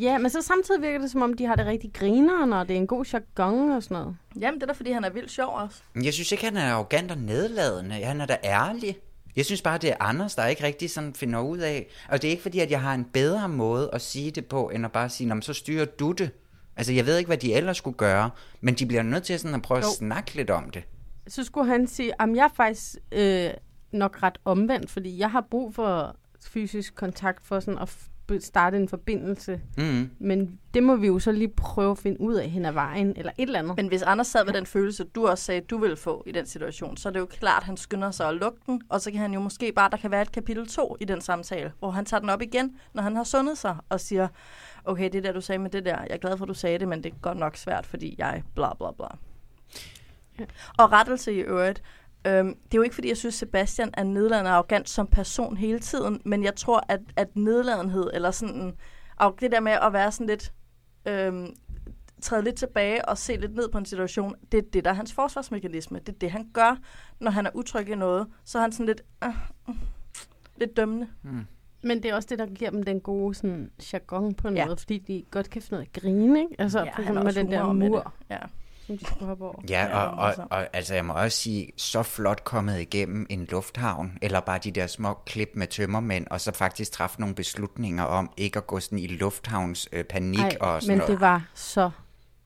Speaker 1: Ja, men så samtidig virker det, som om de har det rigtig grineren, og det er en god jargon og sådan noget.
Speaker 10: Jamen, det er da, fordi han er vildt sjov også.
Speaker 7: Men Jeg synes ikke, han er arrogant og nedladende. Han er da ærlig. Jeg synes bare, det er Anders, der ikke rigtig sådan finder ud af. Og det er ikke fordi, at jeg har en bedre måde at sige det på, end at bare sige, "Nå, men så styrer du det. Altså, jeg ved ikke, hvad de ellers skulle gøre, men de bliver nødt til sådan at prøve at
Speaker 1: Jo.
Speaker 7: snakke lidt om det.
Speaker 1: Så skulle han sige, at jeg er faktisk øh, nok ret omvendt, fordi jeg har brug for fysisk kontakt for sådan at f- be- starte en forbindelse.
Speaker 7: Mm.
Speaker 1: Men det må vi jo så lige prøve at finde ud af hen ad vejen, eller et eller andet.
Speaker 10: Men hvis Anders sad med den følelse, du også sagde, du ville få i den situation, så er det jo klart, at han skynder sig at lukke den, og så kan han jo måske bare, der kan være et kapitel 2 i den samtale, hvor han tager den op igen, når han har sundet sig, og siger, okay, det der, du sagde med det der, jeg er glad for, at du sagde det, men det er godt nok svært, fordi jeg bla bla bla. Og rettelse i øvrigt, Øhm, det er jo ikke, fordi jeg synes, Sebastian er nedladende og arrogant som person hele tiden, men jeg tror, at, at nedladenhed, eller sådan og det der med at være sådan lidt, øhm, træde lidt tilbage og se lidt ned på en situation, det er det, der er hans forsvarsmekanisme. Det er det, han gør, når han er utryg i noget. Så er han sådan lidt, øh, øh, lidt dømmende.
Speaker 7: Hmm.
Speaker 1: Men det er også det, der giver dem den gode sådan, jargon på noget, ja. fordi de godt kan finde noget at grine, ikke? Altså, ja, for
Speaker 10: han
Speaker 1: eksempel
Speaker 10: har
Speaker 1: med
Speaker 10: også
Speaker 1: den der
Speaker 10: humor med det.
Speaker 1: mur,
Speaker 10: Ja. (laughs)
Speaker 1: som de skulle hoppe
Speaker 7: (laughs)
Speaker 1: over.
Speaker 7: Ja,
Speaker 10: Ja,
Speaker 7: og, og,
Speaker 10: altså.
Speaker 7: og, altså jeg må også sige, så flot kommet igennem en lufthavn, eller bare de der små klip med tømmermænd, og så faktisk træffe nogle beslutninger om ikke at gå sådan i lufthavns øh, panik Ej, og sådan
Speaker 1: men
Speaker 7: noget.
Speaker 1: det var så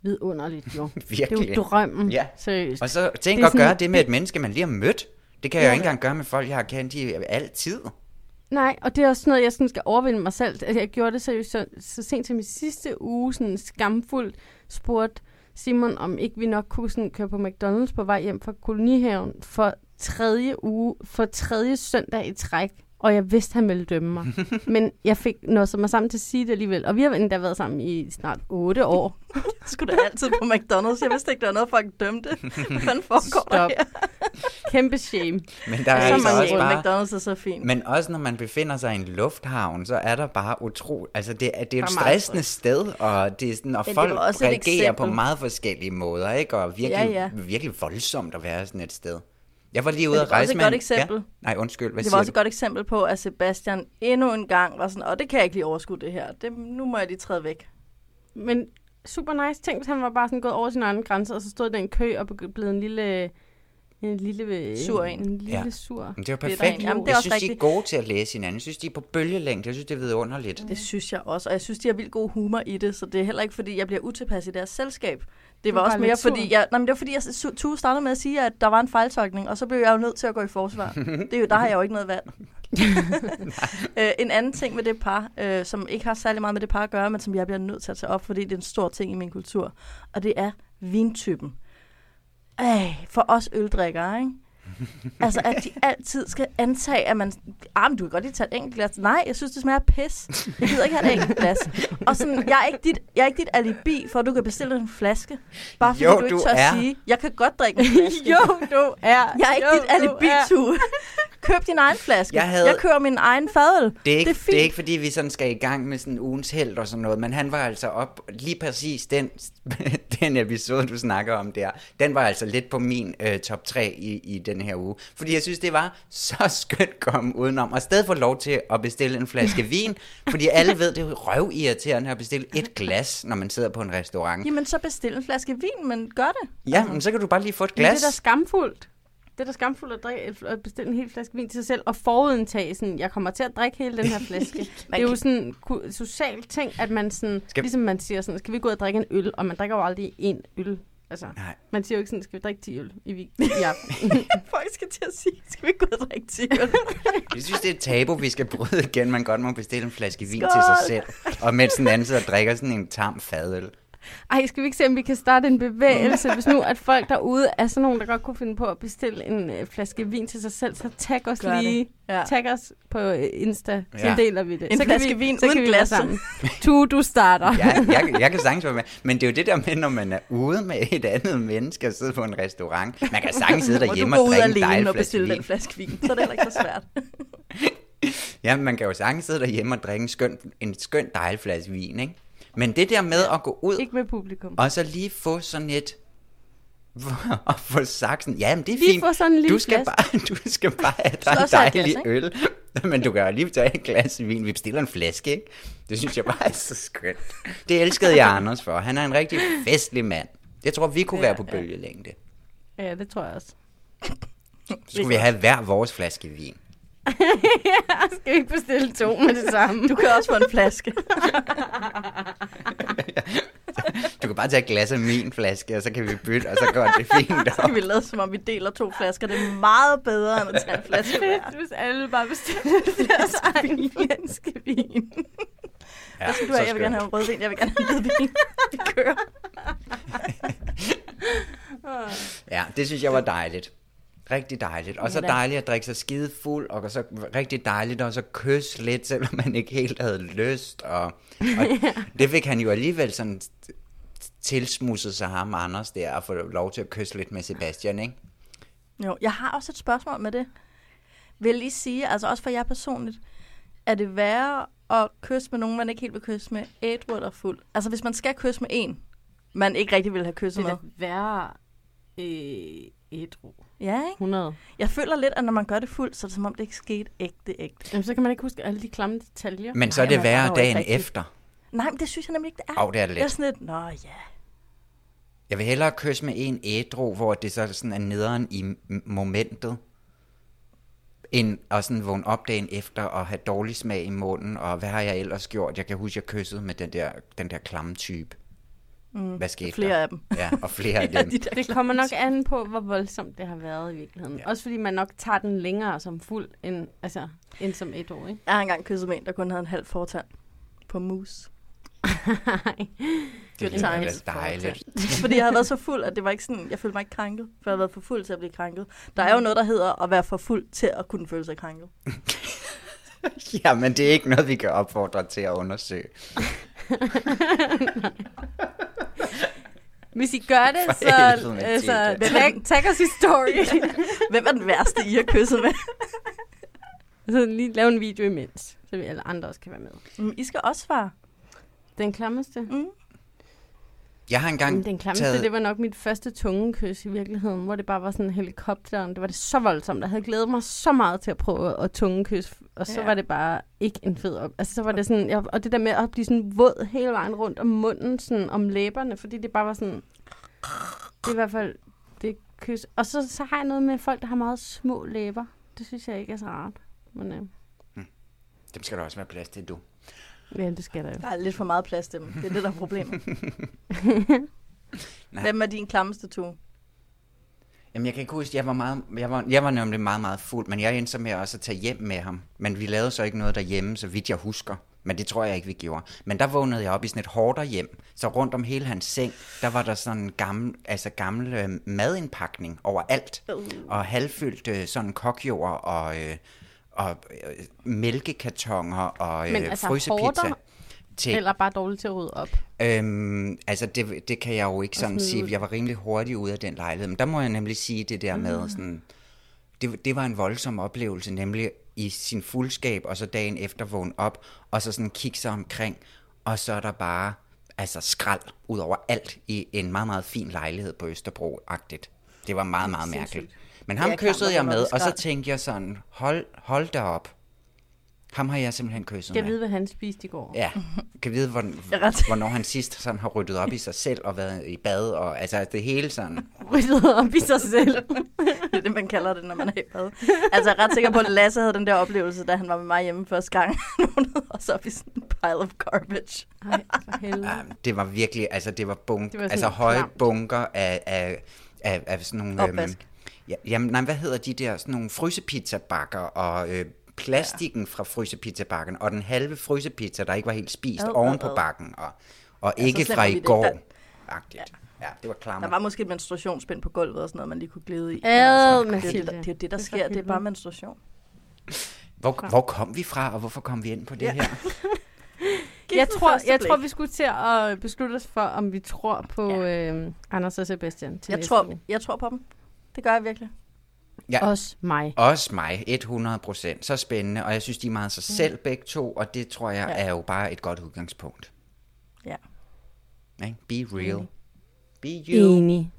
Speaker 1: vidunderligt,
Speaker 7: (laughs)
Speaker 1: jo. det er
Speaker 7: Virkelig.
Speaker 1: jo drømmen,
Speaker 7: Ja.
Speaker 1: seriøst.
Speaker 7: Og så
Speaker 1: Det
Speaker 7: tænk
Speaker 1: er
Speaker 7: at gøre
Speaker 1: sådan-
Speaker 7: det med et menneske, man lige har mødt. Det kan jeg jo ikke engang gøre med folk, jeg har kendt i altid.
Speaker 1: Nej, og det er også sådan noget, jeg sådan skal overvinde mig selv. Altså, jeg gjorde det seriøst så, så sent som i sidste uge, sådan skamfuldt spurgte Simon, om ikke vi nok kunne sådan køre på McDonald's på vej hjem fra kolonihaven for tredje uge, for tredje søndag i træk. Og jeg vidste, han ville dømme
Speaker 7: (laughs)
Speaker 1: mig. Men jeg fik noget mig sammen til at sige det alligevel. Og vi har endda været sammen i snart otte
Speaker 7: (laughs)
Speaker 1: år.
Speaker 10: Det skulle da altid på McDonald's. Jeg vidste ikke, der var noget, folk dømte. Hvad fanden foregår der
Speaker 1: Stop.
Speaker 10: her?
Speaker 1: Kæmpe shame.
Speaker 7: Men der er
Speaker 10: Så
Speaker 7: altså
Speaker 10: mange
Speaker 7: også bare...
Speaker 10: McDonald's er så fint.
Speaker 7: Men også når man befinder sig i en lufthavn, så er der bare utro... Altså det, er- det er jo et
Speaker 1: Der er meget
Speaker 7: stressende sted, og, det er sådan, og
Speaker 10: Men det
Speaker 7: folk
Speaker 10: var også et
Speaker 7: reagerer på
Speaker 10: eksempel.
Speaker 7: meget forskellige måder, ikke? Og virkelig,
Speaker 10: Ja, ja.
Speaker 7: virkelig voldsomt at være sådan et sted. Jeg var lige ude
Speaker 10: det
Speaker 7: at
Speaker 10: var også
Speaker 7: rejse
Speaker 10: et
Speaker 7: med
Speaker 10: godt
Speaker 7: en-
Speaker 10: eksempel.
Speaker 7: Ja? Nej, undskyld, hvad
Speaker 10: Det var
Speaker 7: siger
Speaker 10: også
Speaker 7: du?
Speaker 10: et godt eksempel på, at Sebastian endnu en gang var sådan, og det kan jeg ikke lige overskue det her. Det, nu må jeg lige træde væk.
Speaker 1: Men super nice ting, hvis han var bare sådan gået over sin egen grænse, og så stod den kø og begy- blev en lille... En lille... øh,
Speaker 10: Sur en.
Speaker 1: En lille
Speaker 7: Ja.
Speaker 1: ja. sur.
Speaker 7: Men det
Speaker 10: Det er der
Speaker 7: var perfekt.
Speaker 10: egentlig- Jamen, det er
Speaker 7: jeg
Speaker 10: også
Speaker 7: synes, de er
Speaker 10: rigtigt.
Speaker 7: gode til at læse hinanden. Jeg synes, de er på bølgelængde. Jeg synes, det er vidunderligt.
Speaker 10: Det
Speaker 1: Mm.
Speaker 10: synes jeg også, og jeg synes, de har vildt god humor i det, så det er heller ikke, fordi jeg bliver utilpas i deres selskab. Det var
Speaker 1: var
Speaker 10: også
Speaker 1: bare
Speaker 10: mere,
Speaker 1: lidt sur.
Speaker 10: fordi jeg, nej, men det var, fordi jeg, su- Tue startede med at sige, at der var en fejltolkning, og så blev jeg jo nødt til at gå i
Speaker 1: (laughs)
Speaker 10: forsvar. det er jo, der har jeg jo ikke noget valg. øh, en anden ting med det par, øh, som ikke har særlig meget med det par at gøre, men som jeg bliver nødt til at tage op, fordi det er en stor ting i min kultur, og det er vintypen. Ej, for os øldrikkere,
Speaker 7: (laughs)
Speaker 10: ikke? altså, at de altid skal antage, at man... Ah, men du kan godt lige tage et enkelt glas. Nej, jeg synes, det smager af pis. Jeg gider ikke have et enkelt glas. Og sådan, jeg er ikke dit, jeg er ikke dit alibi for, at du kan bestille en flaske. Bare fordi
Speaker 7: Jo,
Speaker 10: du ikke
Speaker 7: du
Speaker 10: tør
Speaker 7: er.
Speaker 10: sige, jeg kan godt drikke en
Speaker 7: (laughs)
Speaker 10: flaske. jo, du er. Jeg er ikke
Speaker 1: Jo,
Speaker 10: dit
Speaker 1: du
Speaker 10: alibi,
Speaker 1: er.
Speaker 10: Tue. Køb din egen flaske.
Speaker 7: Jeg havde-
Speaker 10: jeg kører min egen fadøl.
Speaker 7: Det er, ikke,
Speaker 10: det er
Speaker 7: det, er
Speaker 10: fint.
Speaker 7: det er ikke, fordi vi sådan skal i gang med sådan ugens held og sådan noget, men han var altså op, lige præcis den, (laughs) den episode, du snakker om der, den var altså lidt på min øh, top 3 i, i den her uge. Fordi jeg synes, det var så (laughs) skønt komme udenom, og i stedet for lov til at bestille en flaske
Speaker 10: (laughs)
Speaker 7: vin, fordi alle ved, det er jo røvirriterende at bestille et glas, når man sidder på en restaurant.
Speaker 10: Jamen, altså, så bestil en flaske vin, men gør det.
Speaker 7: Ja, men så kan du bare lige få et
Speaker 1: Men det er da
Speaker 7: glas.
Speaker 1: skamfuldt. Det er da skamfuldt at, drikke, at bestille en hel flaske vin til sig selv, og forudindtage sådan, jeg kommer til at drikke hele den her
Speaker 10: (laughs)
Speaker 1: flaske. det er jo
Speaker 10: kan-
Speaker 1: sådan en ku- social ting, at man sådan,
Speaker 7: Skal-
Speaker 1: skal... ligesom man siger sådan, skal vi gå ud og drikke en øl, og man drikker jo aldrig en øl. Altså,
Speaker 7: Nej.
Speaker 1: man siger jo ikke sådan, skal vi drikke 10 øl i, week- i aften.
Speaker 10: (laughs)
Speaker 1: (laughs)
Speaker 10: Folk skal til at sige, skal vi ikke gå ud og drikke
Speaker 7: (laughs)
Speaker 10: til?
Speaker 7: Jeg synes, det er et tabu, vi skal bryde igen. Man godt må bestille en flaske vin til sig selv, og mens den anden sidder og drikker sådan en tam fadøl.
Speaker 1: Ej, skal vi ikke se, om vi kan starte en bevægelse, hvis nu at folk derude er sådan nogen, der godt kunne finde på at bestille en øh, flaske vin til sig selv, så tag os
Speaker 10: Gør det.
Speaker 1: lige.
Speaker 10: Ja.
Speaker 1: Tag os på øh, Insta, så
Speaker 7: Ja.
Speaker 1: deler vi det.
Speaker 10: En
Speaker 1: så
Speaker 10: flaske
Speaker 1: kan vi,
Speaker 10: vin
Speaker 1: så
Speaker 10: uden
Speaker 1: kan vi være
Speaker 10: glas.
Speaker 1: sammen. Tu, du starter.
Speaker 7: Ja, jeg, jeg kan sagtens være med. Men det er jo det der med, når man er ude med et andet menneske og sidder på en restaurant. Man kan
Speaker 10: (laughs)
Speaker 7: sagtens sidde
Speaker 10: Må du
Speaker 7: derhjemme
Speaker 10: gå
Speaker 7: og
Speaker 10: ud
Speaker 7: drikke en
Speaker 10: alene
Speaker 7: dejlig
Speaker 10: og
Speaker 7: flaske
Speaker 10: bestille
Speaker 7: vin.
Speaker 10: den flaske vin? Så er det heller ikke så svært.
Speaker 7: Ja, man kan jo sagtens sidde derhjemme og drikke en skøn, en skøn dejlig flaske vin, ikke? Men det der med at gå ud
Speaker 1: Ikke med publikum.
Speaker 7: og så lige få sådan et... (laughs) og få sagt sådan, ja, men det er
Speaker 1: Lige
Speaker 7: fint.
Speaker 1: få sådan en lille
Speaker 7: du, skal
Speaker 1: glas."
Speaker 7: bare, (laughs) du skal bare have dig en
Speaker 10: også have et
Speaker 7: dejlig
Speaker 10: glas,
Speaker 7: øl. (laughs) Men du kan jo lige tage et glas vin. Vi bestiller en flaske, ikke? Det synes jeg bare er så skønt. Det elskede jeg Anders for. Han er en rigtig festlig mand. Jeg tror, vi kunne være på bølgelængde.
Speaker 1: (laughs) Ja, det tror jeg også.
Speaker 7: Så skulle vi have hver vores flaske vin. (laughs)
Speaker 1: ja, skal vi ikke bestille to med det samme?
Speaker 10: Du kan også få en
Speaker 1: (laughs)
Speaker 7: (laughs)
Speaker 10: flaske.
Speaker 7: Du kan bare tage et glas af min flaske, og så kan vi bytte, og så går det fint.
Speaker 10: (laughs) Så kan vi lade, som om vi deler to flasker. Det er meget bedre, end at
Speaker 7: (laughs)
Speaker 10: tage en flaske hver.
Speaker 1: hvis alle bare bestiller deres egen flaske vin.
Speaker 7: Ja,
Speaker 10: Hvad skal du have? Jeg vil gerne have en rødvin. Jeg vil gerne have en
Speaker 7: (laughs)
Speaker 10: hvidvin. Vi kører.
Speaker 7: Ja, det synes jeg var dejligt. Rigtig dejligt. Og så
Speaker 10: Hvordan?
Speaker 7: dejligt at drikke sig skide fuld, og så rigtig dejligt at så kysse lidt, selvom man ikke helt havde lyst. Og,
Speaker 10: (laughs)
Speaker 7: og det fik han jo alligevel sådan t- tilsmusset sig ham, Anders, der, at få lov til at kysse lidt med Sebastian, ikke?
Speaker 10: Jo, jeg har også et spørgsmål med det. Vil I sige, altså også for jer personligt, er det værre at kysse med nogen, man ikke helt vil kysse med, ædru eller fuld? Altså hvis man skal kysse med en, man ikke rigtig vil have kysset
Speaker 1: Det er
Speaker 10: med.
Speaker 1: da værre øh, ædru.
Speaker 10: Ja, ikke?
Speaker 1: 100.
Speaker 10: Jeg føler lidt, at når man gør det fuldt, så er det som om, det ikke skete ægte, ægte.
Speaker 1: Jamen, så kan man ikke huske alle de klamme detaljer.
Speaker 7: Men så er
Speaker 10: Nej,
Speaker 7: det
Speaker 10: men jeg
Speaker 7: værre
Speaker 10: forstår
Speaker 7: dagen
Speaker 10: ikke rigtigt.
Speaker 7: efter.
Speaker 10: Nej, men det synes jeg nemlig ikke, det er.
Speaker 7: Au, det er det
Speaker 10: Jeg er
Speaker 7: lidt.
Speaker 10: sådan lidt, nå ja.
Speaker 7: Jeg vil hellere kysse med en ædru, hvor det så sådan er nederen i m- momentet, end at sådan vågne op dagen efter og have dårlig smag i munden, og hvad har jeg ellers gjort? Jeg kan huske, jeg kyssede med den der, den der klamme type. Mm, hvad skete
Speaker 10: flere
Speaker 7: der?
Speaker 10: af dem.
Speaker 7: (laughs) Ja, og flere af
Speaker 10: Ja,
Speaker 7: dem.
Speaker 10: de der
Speaker 1: Det kommer nok an på, hvor voldsomt det har været i virkeligheden. Ja. Også fordi man nok tager den længere som fuld, end, altså, end som et år,
Speaker 10: (laughs)
Speaker 1: ikke?
Speaker 10: Jeg har engang kysset med en, der kun havde en halv fortand på mus.
Speaker 7: Det
Speaker 10: Good
Speaker 7: lyder
Speaker 10: times.
Speaker 7: da dejligt.
Speaker 10: (laughs) Fordi jeg havde været så fuld, at det var ikke sådan, jeg følte mig ikke krænket. For jeg havde været for fuld til at blive krænket. Der er jo noget, der hedder at være for fuld til at kunne føle sig krænket.
Speaker 7: Jamen, det er ikke noget, vi kan opfordre til at undersøge.
Speaker 1: Hvis I gør det,
Speaker 7: For
Speaker 1: så,
Speaker 7: helvede, Mathilde.
Speaker 1: øh, så tag, tag os i story.
Speaker 10: Hvem er den værste, I har kysset
Speaker 7: (laughs)
Speaker 10: med?
Speaker 1: (laughs) så lige lave en video imens, så vi alle andre også kan være med.
Speaker 10: Mm, I skal også svare.
Speaker 1: Den klammeste?
Speaker 10: Mm.
Speaker 7: Jeg har
Speaker 1: Jamen,
Speaker 7: engang
Speaker 1: den klammeste,
Speaker 7: taget...
Speaker 1: det var nok mit første tungekys i virkeligheden, hvor det bare var sådan helikopteren. Det var det så voldsomt. Jeg havde glædet mig så meget til at prøve at tungekys, og så
Speaker 10: Ja.
Speaker 1: ja. var det bare ikke en fed op. Altså, så var det sådan, jeg, og det der med at blive sådan våd hele vejen rundt om munden, sådan om læberne, fordi det bare var sådan, det er i hvert fald det kys. Og så, så har jeg noget med folk, der har meget små læber. Det synes jeg ikke er så rart. Men øh,
Speaker 7: Dem skal der også være plads til, du.
Speaker 1: ja, det skal der jo.
Speaker 10: Der er lidt for meget plads til dem. Det er det, der er
Speaker 7: (laughs)
Speaker 10: problemet.
Speaker 7: Nej.
Speaker 10: Hvem er din klammeste to?
Speaker 7: Jamen, jeg kan ikke huske, jeg var, meget, jeg var, jeg var nemlig meget, meget fuld, men jeg endte så med også at tage hjem med ham. Men vi lavede så ikke noget derhjemme, så vidt jeg husker. Men det tror jeg ikke, vi gjorde. Men der vågnede jeg op i sådan et hårdere hjem, så rundt om hele hans seng, der var der sådan en gammel, altså gammel øh, madindpakning overalt.
Speaker 1: Uh.
Speaker 7: Og halvfyldt øh, sådan kokjord og, øh, og øh, mælkekartoner og øh,
Speaker 1: Men altså
Speaker 7: frysepizza.
Speaker 1: hoarder,
Speaker 7: til
Speaker 1: Eller bare dårligt til at rydde op.
Speaker 7: Øhm, altså, det, det kan jeg jo ikke sådan
Speaker 1: smide ud.
Speaker 7: sige. Jeg var rimelig hurtig ud af den lejlighed. Men der må jeg nemlig sige det der
Speaker 1: Mm.
Speaker 7: med sådan... Det, det var en voldsom oplevelse, nemlig i sin fuldskab, og så dagen efter vågne op, og så sådan kigge sig omkring, og så er der bare altså skrald ud over alt i en meget, meget fin lejlighed på Østerbro-agtigt. Det var meget, meget mærkeligt. Men ham
Speaker 10: Ja, klart,
Speaker 7: kyssede
Speaker 10: der
Speaker 7: jeg
Speaker 10: var noget
Speaker 7: med, og så
Speaker 10: skrald.
Speaker 7: tænkte jeg sådan, hold, hold da op. Ham har jeg simpelthen kysset
Speaker 1: Skal jeg
Speaker 7: med.
Speaker 1: vide, hvad han spiste i går? (laughs)
Speaker 10: (laughs)
Speaker 7: Ja, kan vide, hvor,
Speaker 10: Jeg er ret-
Speaker 7: hvornår han sidst sådan har ryddet op i sig selv og været i bad, og altså det
Speaker 10: (laughs)
Speaker 7: hele sådan.
Speaker 1: ryddet op i sig selv.
Speaker 10: Det er det, man kalder det, når man er i bad. Altså, jeg er ret sikker på, at Lasse havde den der oplevelse, da han var med mig hjemme første gang. (laughs) Hun havde også op i sådan en pile of garbage.
Speaker 1: Ej, for helvede.
Speaker 7: Ah, Det var virkelig, altså det var, bunk,
Speaker 1: Det var sådan
Speaker 7: altså høje
Speaker 1: klamt.
Speaker 7: bunker af, af, af, af sådan nogle... øhm,
Speaker 10: Opvask.
Speaker 7: ja, jamen, nej, hvad hedder de der, sådan nogle frysepizzabakker og øh, plastikken ja. fra frysepizzabakken, og den halve frysepizza, der ikke var helt spist,
Speaker 10: Ad, ad,
Speaker 7: oven på
Speaker 10: ad.
Speaker 7: bakken, og, og ikke
Speaker 10: slemt
Speaker 7: fra
Speaker 10: var vi
Speaker 7: i
Speaker 10: det ikke.
Speaker 7: går.
Speaker 10: Der-
Speaker 7: Agtigt. Ja. ja, det var klammer.
Speaker 10: Der var måske et menstruationsbind på gulvet og sådan noget, man lige kunne glide i. altså,
Speaker 1: Ad,
Speaker 10: det, er jo det,
Speaker 1: Mathilde.
Speaker 10: der- det er jo det,
Speaker 1: Det
Speaker 10: der
Speaker 1: er for
Speaker 10: sker. Det er bare
Speaker 1: helvede.
Speaker 10: menstruation.
Speaker 7: Hvor, hvor kom vi fra, og hvorfor kom vi ind på det ja. her?
Speaker 1: Jeg tror, jeg tror, vi skulle til at øh, beslutte os for, om vi tror på ja. øh, Anders og Sebastian til
Speaker 10: jeg
Speaker 1: næste
Speaker 10: tror,
Speaker 1: uge.
Speaker 10: jeg tror på dem. Det gør jeg virkelig.
Speaker 7: Ja.
Speaker 1: Også mig.
Speaker 7: Også mig, 100 procent. Så spændende, og jeg synes, de er meget sig selv begge to, og det tror jeg
Speaker 10: Ja.
Speaker 7: ja. er jo bare et godt udgangspunkt.
Speaker 10: Ja.
Speaker 7: Ikke? Be
Speaker 10: Mm.
Speaker 7: real. Be you.
Speaker 1: Enig.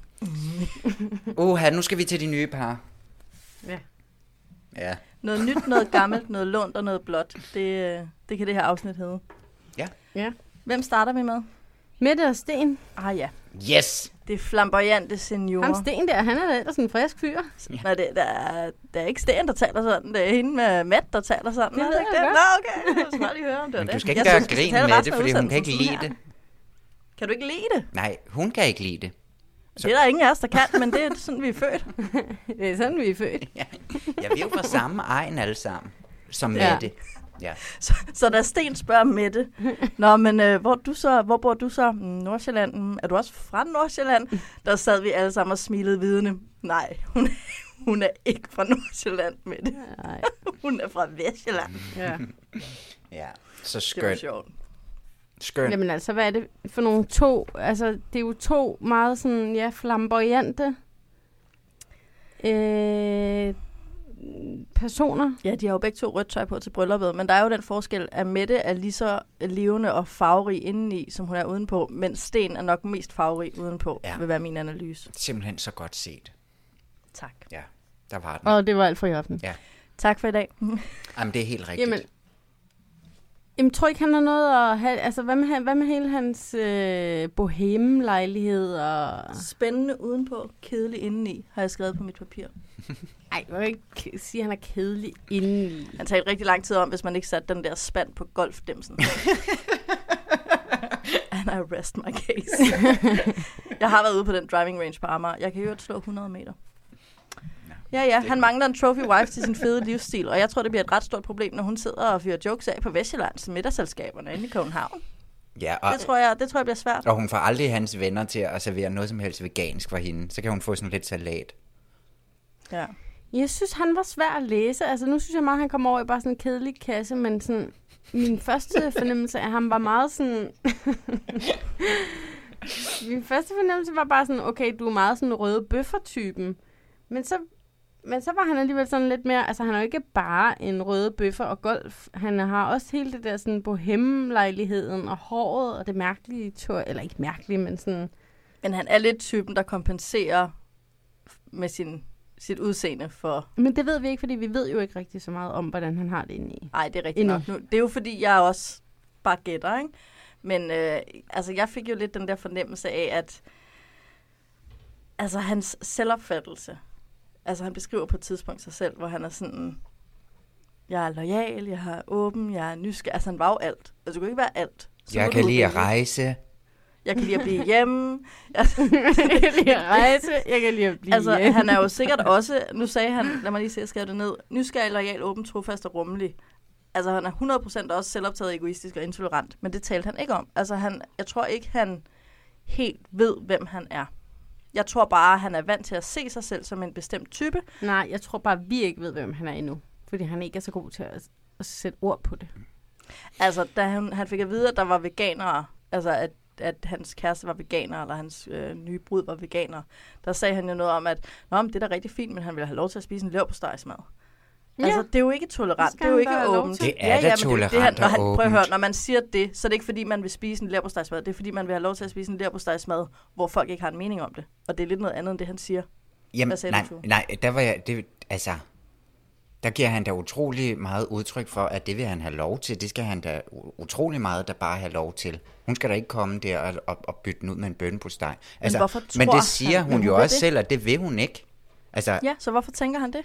Speaker 7: Uha, nu skal vi til de nye par.
Speaker 1: Ja.
Speaker 7: Ja.
Speaker 10: Noget nyt, noget gammelt, noget lånt og noget blåt. Det, øh, det kan det her afsnit hedde.
Speaker 7: Ja.
Speaker 1: Ja.
Speaker 10: Hvem starter vi med?
Speaker 1: Mette og Sten.
Speaker 10: Ah ja,
Speaker 7: Yes!
Speaker 10: det er flamboyante seniorer.
Speaker 1: Ham Sten der, han er da ellers en frisk fyr.
Speaker 10: Nej, det, der, er, der er ikke Sten, der taler sådan. Det er hende med Matt, der taler sådan.
Speaker 1: Det
Speaker 10: Er
Speaker 1: ved
Speaker 10: ikke
Speaker 1: jeg
Speaker 10: det?
Speaker 1: godt.
Speaker 10: Nå, okay. Det var snart, I hører om det var
Speaker 7: Men du
Speaker 10: det.
Speaker 7: skal ikke
Speaker 10: Jeg
Speaker 7: gøre
Speaker 10: synes, vi skal
Speaker 7: grin
Speaker 10: tale
Speaker 7: med
Speaker 10: resten
Speaker 7: det,
Speaker 10: af
Speaker 7: fordi hun kan
Speaker 10: udsendelsen
Speaker 7: ikke lide
Speaker 10: sådan
Speaker 7: det.
Speaker 10: her. Kan du ikke lide det?
Speaker 7: Nej, hun kan ikke lide det.
Speaker 10: Det er der ingen af os, der kan, men det er sådan, vi er født. (laughs)
Speaker 1: Det er sådan, vi er født.
Speaker 7: Ja, vi er jo fra samme egen alle sammen, som
Speaker 1: Ja.
Speaker 7: Mette. Ja.
Speaker 10: Så, så da Sten spørger Mette, Nå, men øh, hvor, du så, hvor bor du så? "Mm, Nordsjælland. "Mm, Er du også fra
Speaker 1: (laughs)
Speaker 10: Nordsjælland? Der sad vi alle sammen og smilede vidende. Nej, hun, hun er ikke fra Nordsjælland, Mette.
Speaker 1: Nej.
Speaker 10: Hun er fra Vestjylland.
Speaker 1: Ja.
Speaker 7: ja.
Speaker 10: Det
Speaker 7: Så
Speaker 10: var
Speaker 7: skønt.
Speaker 10: sjovt.
Speaker 1: (laughs)
Speaker 7: Skønt.
Speaker 1: Jamen altså, hvad er det for nogle to? Altså, det er jo to meget sådan, ja, flamboyante Øh, personer.
Speaker 10: Ja, de har jo begge to rødt tøj på til brylluppet, men der er jo den forskel, at Mette er lige så levende og farverig indeni, som hun er udenpå, mens Sten er nok mest farverig udenpå,
Speaker 7: Ja.
Speaker 10: ja. vil være min analyse.
Speaker 7: Simpelthen så godt set.
Speaker 10: Tak.
Speaker 7: Ja, der var den.
Speaker 1: Og det var alt for i aften.
Speaker 7: Ja,
Speaker 10: Tak for i dag.
Speaker 7: Jamen, det er helt rigtigt.
Speaker 1: Jamen, jamen, tror I ikke, han har noget at have... Altså, hvad med, han- hvad med hele hans øh, boheme-lejlighed og...
Speaker 10: (laughs) Spændende udenpå, kedelig indeni, har jeg skrevet på mit papir.
Speaker 1: Ej, man kan ikke sige, at han er kedelig indeni.
Speaker 10: Han talte rigtig lang tid om, hvis man ikke satte den der spand på golfdemsen. And I rest my case. jeg har været ude på den driving range på Amager. Jeg kan jo slå 100 meter. Ja, ja, han mangler en trophy wife til sin fede livsstil, og jeg tror, det bliver et ret stort problem, når hun sidder og fyrer jokes af på Vestjylland til middagsselskaberne inde i København.
Speaker 7: ja, og,
Speaker 10: Det tror jeg, det tror jeg bliver svært.
Speaker 7: og hun får aldrig hans venner til at servere noget som helst vegansk for hende. Så kan hun få sådan lidt salat.
Speaker 10: Ja.
Speaker 1: Jeg synes, han var svær at læse. Altså, nu synes jeg meget, han kommer over i bare sådan en kedelig kasse, men sådan... Min første fornemmelse af ham var meget sådan... min første fornemmelse var bare sådan, okay, du er meget sådan røde bøffer-typen. Men så, men så var han alligevel sådan lidt mere... Altså, han er jo ikke bare en røde bøffer og golf. Han har også hele det der sådan bohemlejligheden og håret og det mærkelige tøj. Eller ikke mærkelige, men sådan...
Speaker 10: Men han er lidt typen, der kompenserer med sin, sit udseende for
Speaker 1: Men det ved vi ikke, fordi vi ved jo ikke rigtig så meget om, hvordan han har det inde i.
Speaker 10: Nej, det er rigtigt
Speaker 1: Endnu.
Speaker 10: nok. Nu, det er jo fordi, jeg også bare gætter, ikke? Men øh, altså, jeg fik jo lidt den der fornemmelse af, at altså, hans selvopfattelse, altså han beskriver på et tidspunkt sig selv, hvor han er sådan, jeg er lojal, jeg er åben, jeg er nysgerrig. Altså han var jo alt. Altså du kunne ikke være alt. Så må
Speaker 7: Jeg
Speaker 10: du
Speaker 7: kan lide at
Speaker 10: vælge.
Speaker 7: rejse.
Speaker 10: Jeg kan lide at blive hjemme. (laughs)
Speaker 1: (laughs)
Speaker 10: Altså,
Speaker 1: jeg kan lide at rejse, jeg kan lide at blive
Speaker 10: altså,
Speaker 1: hjemme.
Speaker 10: han er jo
Speaker 1: (laughs)
Speaker 10: sikkert også, nu sagde han, lad mig lige se, jeg skrev det ned, nysgerrig, lojal, åben, trofast og rummelig. Altså, han er 100% også selvoptaget, egoistisk og intolerant, men det talte han ikke om. Altså, han, jeg tror ikke, han helt ved, hvem han er. Jeg tror bare, han er vant til at se sig selv som en bestemt type.
Speaker 1: Nej, jeg tror bare, vi ikke ved, hvem han er endnu. Fordi han ikke er så god til at, at sætte ord på det.
Speaker 10: Altså, da han, han fik at vide, at der var veganere, altså at, at hans kæreste var veganer, eller hans øh, nye brud var veganer, der sagde han jo noget om, at Nå, men det er da rigtig fint, men han ville have lov til at spise en leverpostejsmad. Ja. Altså, det er jo ikke
Speaker 1: Det
Speaker 10: tolerant,
Speaker 1: skal
Speaker 10: det er jo
Speaker 1: han
Speaker 10: ikke
Speaker 1: da have lov
Speaker 10: åbent.
Speaker 1: til.
Speaker 7: Det er da
Speaker 10: men jo
Speaker 7: tolerant
Speaker 10: han- når
Speaker 7: og
Speaker 10: han, Prøv at høre,
Speaker 7: åbent.
Speaker 10: når man siger det, så er det ikke fordi, man vil spise en leverpostejsmad, det er fordi, man vil have lov til at spise en leverpostejsmad, hvor folk ikke har en mening om det. Og det er lidt noget andet, end det han siger.
Speaker 7: Jamen,
Speaker 10: Hvad sagde du,
Speaker 7: nej,
Speaker 10: Tue?
Speaker 7: nej, der var jeg, det, altså, der giver han da utrolig meget udtryk for, at det vil han have lov til. Det skal han da u- utrolig meget, der bare have lov til. Hun skal da ikke komme der og, og, og bytte den ud med en bønne på steg. Altså,
Speaker 10: hvorfor
Speaker 7: men
Speaker 10: tror
Speaker 7: det siger
Speaker 10: han,
Speaker 7: hun
Speaker 10: at
Speaker 7: jo
Speaker 10: hun vil
Speaker 7: også
Speaker 10: det?
Speaker 7: selv, at det vil hun ikke. Altså, ja.
Speaker 10: Ja, så hvorfor tænker han det?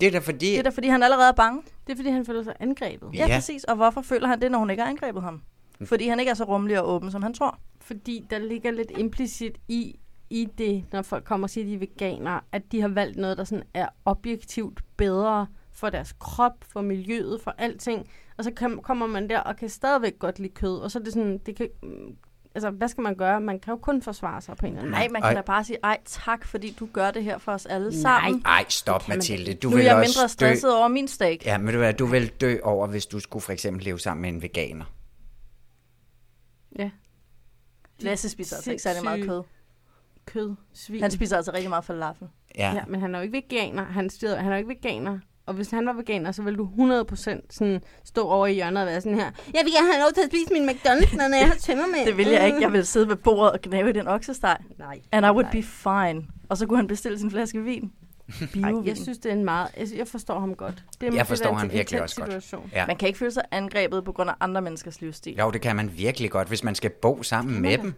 Speaker 7: det er da fordi...
Speaker 10: Det er da fordi, han allerede er bange.
Speaker 1: Det er, fordi han føler sig angrebet.
Speaker 10: Ja,
Speaker 7: Ja. Mm.
Speaker 10: ja, præcis. Og hvorfor føler han det, når hun ikke har angrebet ham? Fordi han ikke er så rummelig og åben, som han tror.
Speaker 1: Fordi der ligger lidt implicit i, i det, når folk kommer og siger, at de er veganere, at de har valgt noget, der sådan er objektivt bedre for deres krop, for miljøet, for alting. Og så kom, kommer man der og kan stadigvæk godt lide kød. Og så er det sådan, det kan, mm, altså, hvad skal man gøre? Man kan jo kun forsvare sig på en eller anden måde.
Speaker 10: Nej, man kan
Speaker 7: Mm. Ej.
Speaker 10: da bare sige, ej tak, fordi du gør det her for os alle sammen.
Speaker 7: Ej, stop,
Speaker 1: man
Speaker 7: Mathilde. Du
Speaker 10: nu er
Speaker 7: vil
Speaker 10: jeg
Speaker 7: også
Speaker 10: mindre stresset
Speaker 7: dø.
Speaker 10: over min steak. Ja.
Speaker 7: Ja, men du, du vil dø over, hvis du skulle for eksempel leve sammen med en veganer.
Speaker 1: Ja.
Speaker 10: Lasse spiser altså ikke særlig meget kød.
Speaker 1: Kød, svin.
Speaker 10: Han spiser altså rigtig meget falafel.
Speaker 7: Ja.
Speaker 1: Ja, men han er jo ikke veganer. Han, styrer, han er jo ikke veganer. Og hvis han var veganer, så ville du 100% sådan stå over i hjørnet og være sådan her. Jeg vil gerne have lov til at spise min McDonald's, når jeg har tømmer med.
Speaker 10: Det vil jeg ikke. Jeg vil sidde ved bordet og gnave i den oksesteg.
Speaker 1: Nej.
Speaker 10: And I would
Speaker 1: Nej.
Speaker 10: be fine. Og så kunne han bestille sin flaske vin.
Speaker 1: (laughs) Ej, jeg
Speaker 10: Biovin.
Speaker 1: synes, det er en meget... Jeg, jeg forstår ham godt. Det er
Speaker 7: Jeg forstår
Speaker 1: det er en
Speaker 7: ham virkelig
Speaker 1: intens
Speaker 7: også godt.
Speaker 1: situation.
Speaker 7: Ja.
Speaker 10: Man kan ikke føle sig angrebet på grund af andre menneskers livsstil.
Speaker 7: Jo, det kan man virkelig godt, hvis man skal bo sammen med dem.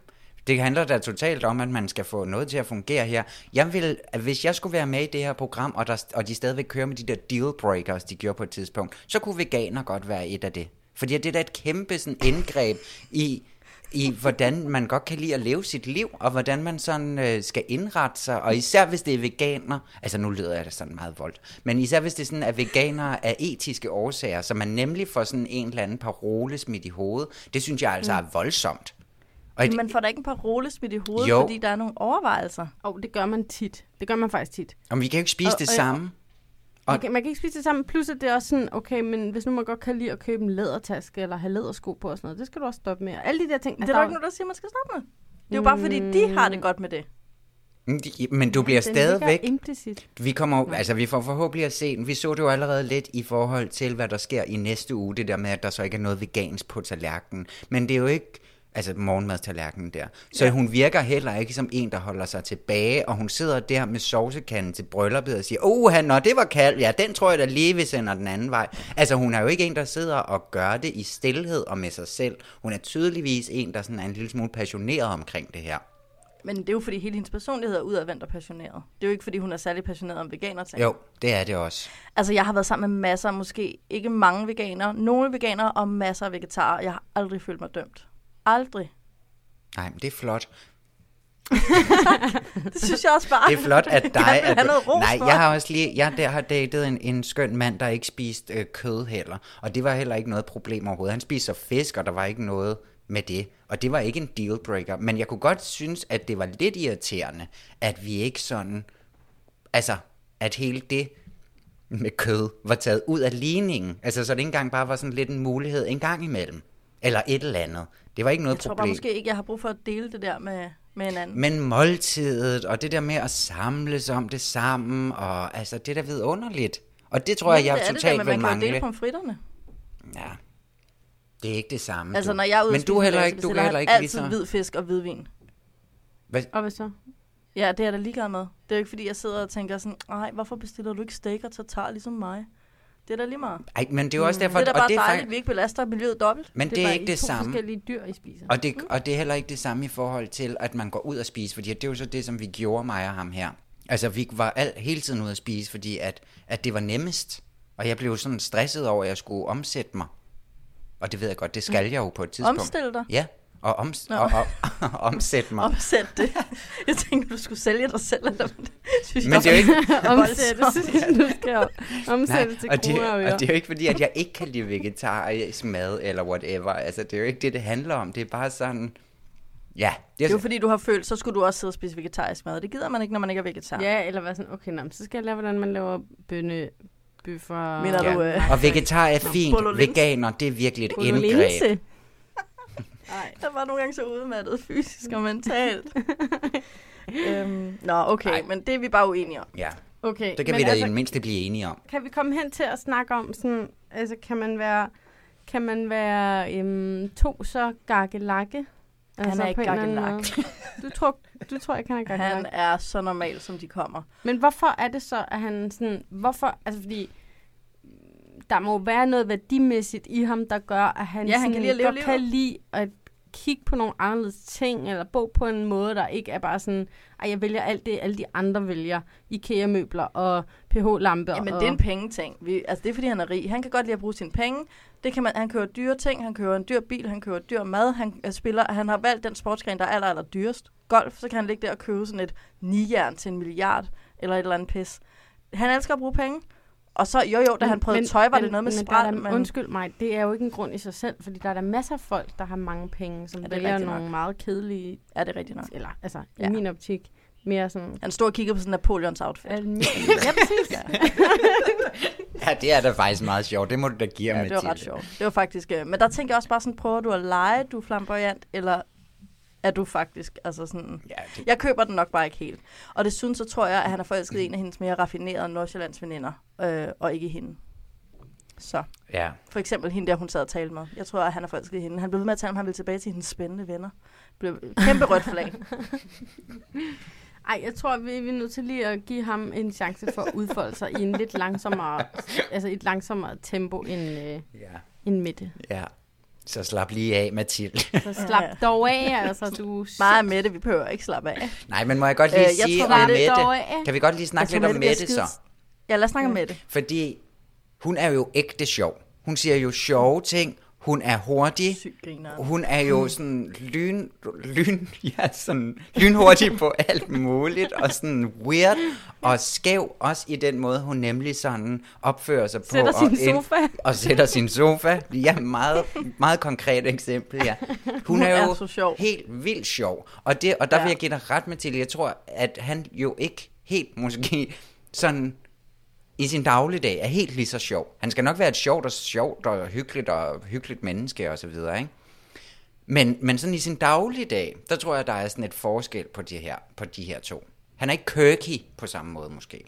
Speaker 7: Det handler da totalt om, at man skal få noget til at fungere her. Jeg vil, at hvis jeg skulle være med i det her program, og, der, og de stadigvæk kører med de der dealbreakers, de gjorde på et tidspunkt, så kunne veganer godt være et af det. Fordi det er da et kæmpe sådan, indgreb i, i, hvordan man godt kan lide at leve sit liv, og hvordan man sådan øh, skal indrette sig. Og især hvis det er veganer, altså nu lyder jeg da sådan meget voldt, men især hvis det er sådan, at veganere af etiske årsager, så man nemlig får sådan en eller anden parole smidt i hovedet, det synes jeg
Speaker 1: Mm.
Speaker 7: altså er voldsomt. Og et,
Speaker 10: Men man får da ikke en parole smidt i hovedet,
Speaker 7: Jo.
Speaker 10: fordi der er nogle overvejelser.
Speaker 1: Og det gør man tit. Det gør man faktisk tit.
Speaker 7: om vi kan jo ikke spise
Speaker 1: Og-
Speaker 7: det
Speaker 1: og-
Speaker 7: samme. Og-
Speaker 1: Okay, man kan ikke spise det sammen. Plus, at det er også sådan, okay, men hvis nu man godt kan lide at købe en lædertaske eller have lædersko på og sådan noget, det skal du også stoppe med. Og alle de der Mm. ting.
Speaker 10: Det er der jo ikke nogen, der siger, man skal stoppe med. Det er jo bare fordi, de har det godt med det.
Speaker 7: Men du bliver
Speaker 1: Den
Speaker 7: stadigvæk...
Speaker 1: ligger implicit.
Speaker 7: Vi, kommer, jo- altså, vi får forhåbentlig at se den. Vi så det jo allerede lidt i forhold til, hvad der sker i næste uge. Det der med, at der så ikke er noget vegansk på tallerkenen. Men det er jo ikke altså morgenmadstallerkenen der. Så ja. hun virker heller ikke som en, der holder sig tilbage, og hun sidder der med sovsekanden til brylluppet og siger, åh, nå, det var kald, ja, den tror jeg da lige, vi sender den anden vej. Altså, hun er jo ikke en, der sidder og gør det i stillhed og med sig selv. Hun er tydeligvis en, der sådan er en lille smule passioneret omkring det her.
Speaker 10: Men det er jo fordi hele hendes personlighed er udadvendt og passioneret. Det er jo ikke fordi hun er særlig passioneret om veganer ting.
Speaker 7: Jo, det er det også.
Speaker 10: Altså jeg har været sammen med masser, måske ikke mange veganere, nogle veganere og masser af vegetarer. Jeg har aldrig følt mig dømt. Aldrig.
Speaker 7: Nej, men det er flot.
Speaker 10: Det synes jeg også bare.
Speaker 7: Det er flot, at dig...
Speaker 10: Jeg vil have noget ros
Speaker 7: nej,
Speaker 10: for.
Speaker 7: jeg har også lige... Jeg der har datet en, en skøn mand, der ikke spiste øh, kød heller. Og det var heller ikke noget problem overhovedet. Han spiste så fisk, og der var ikke noget med det. Og det var ikke en dealbreaker. Men jeg kunne godt synes, at det var lidt irriterende, at vi ikke sådan... Altså, at hele det med kød var taget ud af ligningen. Altså, så det ikke engang bare var sådan lidt en mulighed en gang imellem. Eller et eller andet. Det var ikke noget
Speaker 10: Jeg tror
Speaker 7: problem.
Speaker 10: bare måske ikke, jeg har brug for at dele det der med, med en anden.
Speaker 7: Men måltidet, og det der med at samles om det sammen, og altså, det er da vidunderligt. Og det tror jeg,
Speaker 10: Men
Speaker 7: jeg
Speaker 10: det er det der,
Speaker 7: totalt
Speaker 10: men
Speaker 7: vil
Speaker 10: man kan jo
Speaker 7: mangle.
Speaker 10: dele pomfritterne.
Speaker 7: Ja, det er ikke det samme.
Speaker 10: Altså
Speaker 7: du.
Speaker 10: når jeg er ude
Speaker 7: Men
Speaker 10: at
Speaker 7: du
Speaker 10: spise
Speaker 7: er
Speaker 10: middag,
Speaker 7: heller ikke,
Speaker 10: så
Speaker 7: du
Speaker 10: bestiller
Speaker 7: kan heller
Speaker 10: jeg
Speaker 7: ikke ligesom- lige
Speaker 10: altid
Speaker 7: så...
Speaker 10: hvid fisk og hvidvin.
Speaker 7: Hvad?
Speaker 1: Og hvad så?
Speaker 10: Ja, det er jeg da ligeglad med. Det er jo ikke fordi, jeg sidder og tænker sådan, nej, hvorfor bestiller du ikke steak og tartar ligesom mig? Det er da lige meget.
Speaker 7: Ej, men det er jo også derfor...
Speaker 10: det er da
Speaker 7: og
Speaker 10: bare
Speaker 7: det
Speaker 10: dejligt,
Speaker 7: er
Speaker 10: at vi ikke belaster miljøet dobbelt.
Speaker 7: Men det,
Speaker 1: bare
Speaker 7: er ikke
Speaker 1: I
Speaker 7: det
Speaker 1: to
Speaker 7: samme.
Speaker 1: forskellige dyr, I spiser.
Speaker 7: Og det, og det er heller ikke det samme i forhold til, at man går ud og spiser, fordi det er jo så det, som vi gjorde mig og ham her. Altså, vi var al, hele tiden ude at spise, fordi at, at det var nemmest, og jeg blev jo sådan stresset over, at jeg skulle omsætte mig. Og det ved jeg godt, det
Speaker 10: Mm.
Speaker 7: skal jeg jo på et tidspunkt.
Speaker 10: Omstille dig?
Speaker 7: Ja, og, oms-
Speaker 10: Nå.
Speaker 7: og, og, og (laughs) omsætte mig.
Speaker 10: Omsæt det. (laughs) Jeg tænkte, du skulle sælge dig selv. Eller, hvad? (laughs) synes
Speaker 7: Men
Speaker 10: jeg
Speaker 7: det er jo
Speaker 10: (laughs)
Speaker 7: ikke-
Speaker 10: var
Speaker 1: (laughs) Omsættes. (laughs)
Speaker 10: voldsomt.
Speaker 1: nu skal jeg omsættes til
Speaker 7: og, det,
Speaker 1: kroner og øre.
Speaker 7: og det er jo ikke fordi, at jeg ikke kan lide vegetarisk mad eller whatever. Altså, det er jo ikke det, det handler om. Det er bare sådan... Ja, det er,
Speaker 10: Det er jo fordi, du har følt, så skulle du også sidde og spise vegetarisk mad. Det gider man ikke, når man ikke er vegetar.
Speaker 1: Ja, eller være sådan, okay, nå, men så skal jeg lære, hvordan man laver bønne, bøffer.
Speaker 10: Mener du, øh,
Speaker 7: Og vegetar er fint,
Speaker 10: bolognese.
Speaker 7: veganer, det er virkelig et indgreb.
Speaker 1: Bolognese.
Speaker 10: Jeg var nogle gange så udmattet fysisk og mentalt. øhm, nå, okay,
Speaker 7: Ej.
Speaker 10: men det er vi bare uenige om.
Speaker 7: Ja,
Speaker 1: Okay,
Speaker 7: det kan
Speaker 1: men
Speaker 7: vi da altså... i
Speaker 1: altså,
Speaker 7: det mindste blive enige om.
Speaker 1: kan vi komme hen til at snakke om sådan, altså kan man være, kan man være øhm, to så gakkelakke?
Speaker 10: Han er ikke
Speaker 1: på en eller anden
Speaker 10: gakkelak.
Speaker 1: måde. Du tror, du tror ikke, (laughs) han er gakkelak.
Speaker 10: Han er så normal, som de kommer.
Speaker 1: Men hvorfor er det så, at han sådan... Hvorfor... Altså, fordi der må jo være noget værdimæssigt i ham, der gør, at han,
Speaker 10: Ja, han
Speaker 1: sådan,
Speaker 10: kan lide at leve
Speaker 1: godt
Speaker 10: livet.
Speaker 1: kan lide at kigge på nogle anderledes ting, eller bo på en måde, der ikke er bare sådan, at jeg vælger alt det, alle de andre vælger. IKEA-møbler og pH-lamper.
Speaker 10: Jamen,
Speaker 1: og...
Speaker 10: det er en pengeting. Vi, altså, det er, fordi han er rig. Han kan godt lide at bruge sine penge. Det kan man, han kører dyre ting, han kører en dyr bil, han kører dyr mad. Han, øh, spiller, han har valgt den sportsgren, der er aller, aller dyrest. Golf, så kan han ligge der og købe sådan et nijern til en milliard, eller et eller andet pis. Han elsker at bruge penge. Og så, jo jo, da han prøvede tøj, var det noget med
Speaker 1: men, der er
Speaker 10: spræl.
Speaker 1: da- Undskyld mig, det er jo ikke en grund i sig selv, fordi der er der masser af folk, der har mange penge, som
Speaker 10: Ja, det er
Speaker 1: vælger
Speaker 10: rigtigt
Speaker 1: nogle
Speaker 10: nok.
Speaker 1: meget kedelige,
Speaker 10: Ja, det er rigtigt nok.
Speaker 1: eller altså ja.
Speaker 10: Ja.
Speaker 1: i min optik, mere sådan...
Speaker 10: Han stod og kiggede på sådan Napoleons outfit.
Speaker 1: almindelige- ja, præcis.
Speaker 7: Ja, det er da faktisk meget sjovt. Det må du da give ham,
Speaker 10: Ja, det var ret
Speaker 7: Mathilde.
Speaker 10: sjovt. Det var faktisk... Øh, men der tænker jeg også bare sådan, prøver du at lege, du er flamboyant, eller er du faktisk altså sådan...
Speaker 7: Ja, det,
Speaker 10: Jeg køber den nok bare ikke helt. Og desuden så tror jeg, at han er forelsket i en af hendes mere raffinerede Nordsjællands veninder, øh, og ikke i hende. Så.
Speaker 7: ja.
Speaker 10: For eksempel hende der, hun sad og talte med. Jeg tror, at han er forelsket i hende. Han blev ved med at tale om, at han ville tilbage til hendes spændende venner. Blev kæmpe rødt
Speaker 7: (laughs)
Speaker 10: flag.
Speaker 1: Ej, jeg tror, vi vi er nødt til lige at give ham en chance for at udfolde sig i en lidt langsommere,
Speaker 7: (laughs)
Speaker 1: altså i et langsommere tempo end, øh,
Speaker 7: ja,
Speaker 1: end Mette.
Speaker 7: ja. Så slap lige af, Mathilde. (laughs)
Speaker 1: Så slap dog af, altså du...
Speaker 10: Meget med det, vi behøver ikke slappe af.
Speaker 7: Nej, men må jeg godt lige
Speaker 10: Øh,
Speaker 7: øh,
Speaker 10: jeg
Speaker 7: sige
Speaker 10: tror,
Speaker 7: om
Speaker 10: det er
Speaker 1: det dog
Speaker 7: Mette?
Speaker 1: af.
Speaker 7: Kan vi godt lige
Speaker 10: Jeg
Speaker 7: snakke
Speaker 10: tror,
Speaker 7: lidt om
Speaker 10: bliver
Speaker 7: Mette så?
Speaker 10: skide- Ja, lad os snakke om Mette.
Speaker 7: Fordi hun er jo ægte sjov. Hun siger jo sjove ting. Hun er hurtig.
Speaker 10: Sygt grineren.
Speaker 7: Hun er jo sådan lyn, lyn, (laughs) ja, sådan lynhurtig på alt muligt, og sådan weird og skæv, også i den måde, hun nemlig sådan opfører sig på.
Speaker 1: Sætter
Speaker 7: og
Speaker 1: sin sofa.
Speaker 7: Og sætter sin sofa. Ja, meget, meget konkret eksempel, ja. Hun, hun er,
Speaker 10: er
Speaker 7: jo
Speaker 10: så sjov.
Speaker 7: helt vildt sjov. Og, det, og der ja. vil
Speaker 10: Ja.
Speaker 7: jeg give dig ret med til, jeg tror, at han jo ikke helt måske sådan i sin dagligdag er helt lige så sjov. Han skal nok være et sjovt og sjovt og hyggeligt og hyggeligt menneske og så videre, ikke? Men, men sådan i sin dagligdag, der tror jeg, der er sådan et forskel på de her, på de her to. Han er ikke quirky på samme måde måske.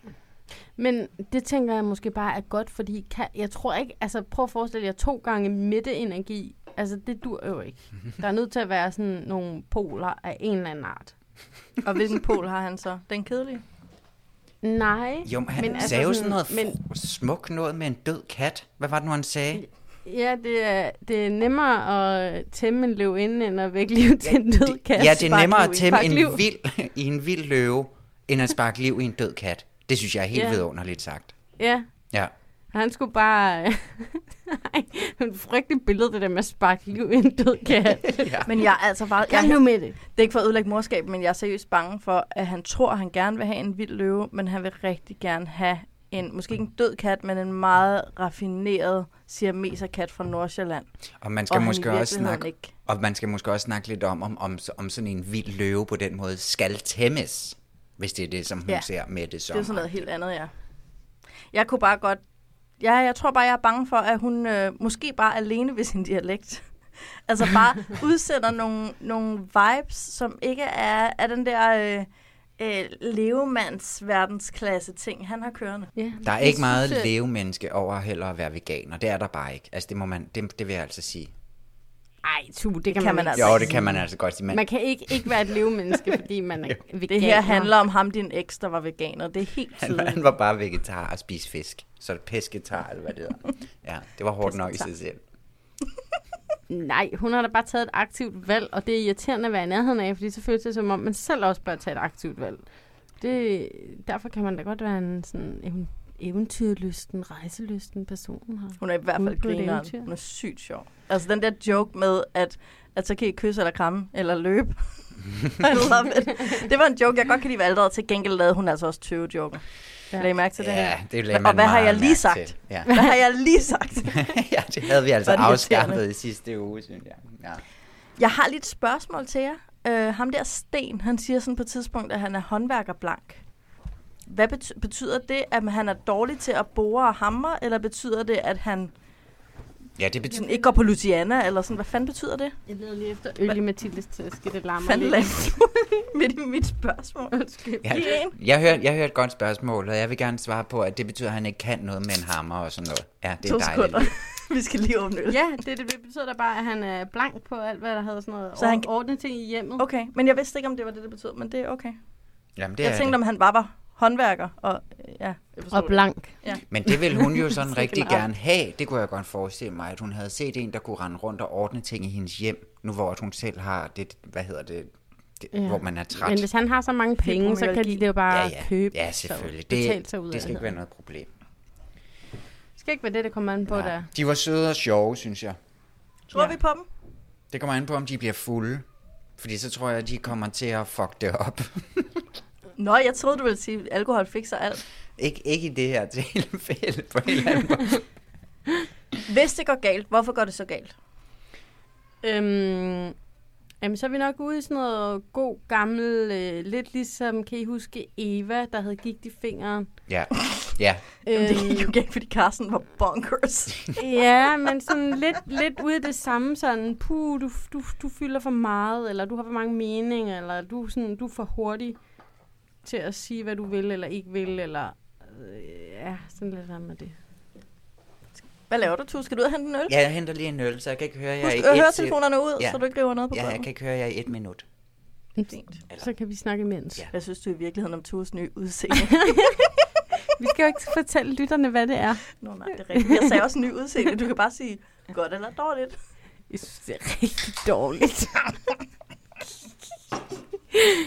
Speaker 1: Men det tænker jeg måske bare er godt, fordi kan, jeg tror ikke, altså prøv at forestille jer to gange midteenergi. Altså det dur jo
Speaker 7: (laughs)
Speaker 1: ikke. Der er nødt til at være sådan nogle poler af en eller anden art.
Speaker 10: Og hvilken pol har han så? Den kedelige?
Speaker 1: Nej. altså
Speaker 7: Jo, men han men sagde jo sådan noget men... smuk noget med en død kat. Hvad var det nu, han sagde?
Speaker 1: Ja, det er, det er nemmere at tæmme en løv inden, end at vække liv til en død kat.
Speaker 7: ja, det er
Speaker 1: Spark
Speaker 7: nemmere
Speaker 1: liv
Speaker 7: at
Speaker 1: i-
Speaker 7: tæmme
Speaker 1: spark
Speaker 7: en
Speaker 1: liv.
Speaker 7: vild, (laughs) i en vild løve, end at sparke liv i en død kat. Det synes jeg er helt
Speaker 1: Ja.
Speaker 7: vidunderligt sagt.
Speaker 1: Ja,
Speaker 7: Ja.
Speaker 1: han skulle bare... (laughs) Ej, en frygtelig billede, det der med at sparke liv i en død kat.
Speaker 7: (laughs)
Speaker 10: Men jeg er altså bare... Jeg,
Speaker 1: Kom nu med det.
Speaker 10: det er ikke for at ødelægge morskab, men jeg er seriøst bange for, at han tror, at han gerne vil have en vild løve, men han vil rigtig gerne have en, måske ikke en død kat, men en meget raffineret siameserkat fra Nordsjælland.
Speaker 7: Og man skal,
Speaker 10: Og han i
Speaker 7: måske også
Speaker 10: virkeligheden
Speaker 7: snakke,
Speaker 10: ikke.
Speaker 7: og man skal måske også snakke lidt om, om, om, om sådan en vild løve på den måde skal tæmmes, hvis det er det, som hun
Speaker 10: Ja.
Speaker 7: ja. ser med det
Speaker 10: Det
Speaker 7: som.
Speaker 10: er jo sådan noget helt andet, ja. Jeg kunne bare godt... Ja, jeg tror bare, jeg er bange for, at hun øh, måske bare er alene ved sin dialekt. (laughs) altså bare udsender nogle, nogle vibes, som ikke er af den der øh, øh, levemands verdensklasse ting, han har kørende.
Speaker 1: Ja.
Speaker 7: Der er ikke meget levemenneske over heller at være veganer. Det er der bare ikke. Altså, det, må man, det, det vil jeg altså sige.
Speaker 1: Ej, tu, det kan,
Speaker 10: kan man
Speaker 1: man
Speaker 10: altså
Speaker 1: ikke.
Speaker 7: Jo, det kan man altså godt sige.
Speaker 1: Man
Speaker 7: Men,
Speaker 1: kan ikke, ikke være et
Speaker 10: (laughs)
Speaker 1: levemenneske, fordi man er veganer.
Speaker 10: Det her handler om ham, din eks, der var veganer. Det er helt
Speaker 7: han,
Speaker 10: tydeligt.
Speaker 7: han var bare vegetar og spiste fisk. Så pesketar, eller hvad det hedder. Ja, det var hårdt nok i sig selv.
Speaker 1: Nej, hun har da bare taget et aktivt valg, og det er irriterende at være i nærheden af, fordi så føles det som om, man selv også bør tage et aktivt valg. Det, derfor kan man da godt være en sådan even- eventyrlysten, rejselysten person her.
Speaker 10: Hun er i hvert
Speaker 1: Hun
Speaker 10: fald
Speaker 1: på et
Speaker 10: grineren.
Speaker 1: eventyr.
Speaker 10: Hun er sygt sjov. Altså den der joke med, at, at så kan I kysse eller kramme eller løbe. I love it. Det var en joke, jeg godt kan lide ved alderet. Til gengæld lavede hun altså også 20 joker. Ja.
Speaker 1: Ja.
Speaker 10: Lagde I mærke til det?
Speaker 7: Ja, det lagde
Speaker 10: Og
Speaker 7: man
Speaker 10: hvad har
Speaker 7: meget
Speaker 10: jeg lige
Speaker 7: mærke
Speaker 10: sagt?
Speaker 7: til. Ja. (laughs)
Speaker 10: Hvad har jeg lige sagt?
Speaker 7: ja, det havde vi altså
Speaker 10: Var det
Speaker 7: afskaffet
Speaker 10: irriterende?
Speaker 7: i sidste uge, synes jeg. Ja.
Speaker 10: Jeg har lige et spørgsmål til jer. Uh, ham der Sten, han siger sådan på et tidspunkt, at han er håndværkerblank. Hvad bety- betyder det, at han er dårlig til at bore og hamre, eller betyder det, at han
Speaker 7: ja, det betyder...
Speaker 10: sådan, ikke går på Luciana, eller sådan, hvad fanden betyder det?
Speaker 1: Jeg leder lige efter øl i Mathildes taske, det larmer
Speaker 10: fanden
Speaker 1: lidt.
Speaker 10: lagde du midt i (laughs) mit spørgsmål?
Speaker 1: Undskyld.
Speaker 7: Ja,
Speaker 10: Giv en.
Speaker 7: jeg, hører, jeg hører et godt spørgsmål, og jeg vil gerne svare på, at det betyder, at han ikke kan noget med en hammer og sådan noget. Ja, det
Speaker 10: To
Speaker 7: er dejligt.
Speaker 10: sekunder. (laughs) Vi skal lige åbne øl.
Speaker 1: Ja, det, det betyder da bare, at han er blank på alt, hvad der havde sådan noget
Speaker 10: Så
Speaker 1: Så
Speaker 10: han-
Speaker 1: han... ordne ting i hjemmet.
Speaker 10: Okay, men jeg vidste ikke, om det var det, det betød, men det er okay.
Speaker 7: Jamen, det
Speaker 10: Det jeg
Speaker 7: er
Speaker 10: tænkte,
Speaker 7: det.
Speaker 10: om han bare var håndværker, og øh, ja, jeg forstod
Speaker 1: Og blank.
Speaker 7: Men det ville hun
Speaker 10: (laughs)
Speaker 7: jo sådan rigtig
Speaker 1: generelt.
Speaker 7: gerne have. Det kunne jeg godt forestille mig, at hun havde set en, der kunne rende rundt og ordne ting i hendes hjem, nu hvor at hun selv har det, hvad hedder det, det ja.
Speaker 1: Ja.
Speaker 7: hvor man er træt.
Speaker 1: Men hvis han har så mange penge, så kan de
Speaker 10: Fibromyalgi.
Speaker 1: det jo bare
Speaker 7: ja, ja.
Speaker 1: købe.
Speaker 7: ja, selvfølgelig.
Speaker 1: Så betalt
Speaker 7: Det,
Speaker 1: sig ud
Speaker 7: det skal
Speaker 1: af
Speaker 7: ikke være noget problem.
Speaker 1: det. skal ikke være det, der kommer an på
Speaker 7: Nej.
Speaker 1: der.
Speaker 7: De var søde og sjove, synes jeg.
Speaker 10: det. Tror
Speaker 1: Ja.
Speaker 10: vi på dem?
Speaker 7: Det kommer an på, om de bliver fulde. Fordi så tror jeg, at de kommer til at fuck det op. (laughs)
Speaker 10: Nå, jeg troede, du ville sige, at alkohol fikser alt.
Speaker 7: ikke, ikke i det her (laughs) tilfælde på en eller anden måde.
Speaker 10: Hvis det går galt, hvorfor går det så galt?
Speaker 1: Øhm, jamen, så er vi nok ude i sådan noget god, gammel, øh, lidt ligesom, kan I huske Eva, der havde gigt i fingeren?
Speaker 7: Ja, ja.
Speaker 10: Øhm. Det gik jo
Speaker 1: Øhm,
Speaker 10: galt, fordi Carsten var bonkers.
Speaker 1: ja, men sådan lidt, lidt ude af det samme, sådan, puh, du, du, du fylder for meget, eller du har for mange meninger, eller du, er sådan, du er for hurtig til at sige, hvad du vil eller ikke vil, eller øh, ja, sådan lidt sammen med det.
Speaker 10: Hvad laver du, Tu? Skal du ud og hente en øl?
Speaker 7: Ja, jeg henter lige en øl, så jeg kan ikke høre, jeg er i
Speaker 10: Husk, øh,
Speaker 7: et
Speaker 10: hør
Speaker 7: til-
Speaker 10: telefonerne ud,
Speaker 7: Ja.
Speaker 10: så du ikke river noget på
Speaker 7: Ja, jeg
Speaker 10: gulvet.
Speaker 7: kan ikke høre, jeg er i et minut.
Speaker 10: Fint.
Speaker 1: Så kan vi snakke imens.
Speaker 7: Ja.
Speaker 10: Hvad synes du i virkeligheden om Tues nye udseende? (laughs)
Speaker 1: Vi skal jo ikke fortælle lytterne, hvad det er.
Speaker 10: Nå nej, det er rigtigt. Jeg sagde også ny udseende. Du kan bare sige godt eller dårligt.
Speaker 1: Jeg synes, det er rigtig (laughs) dårligt.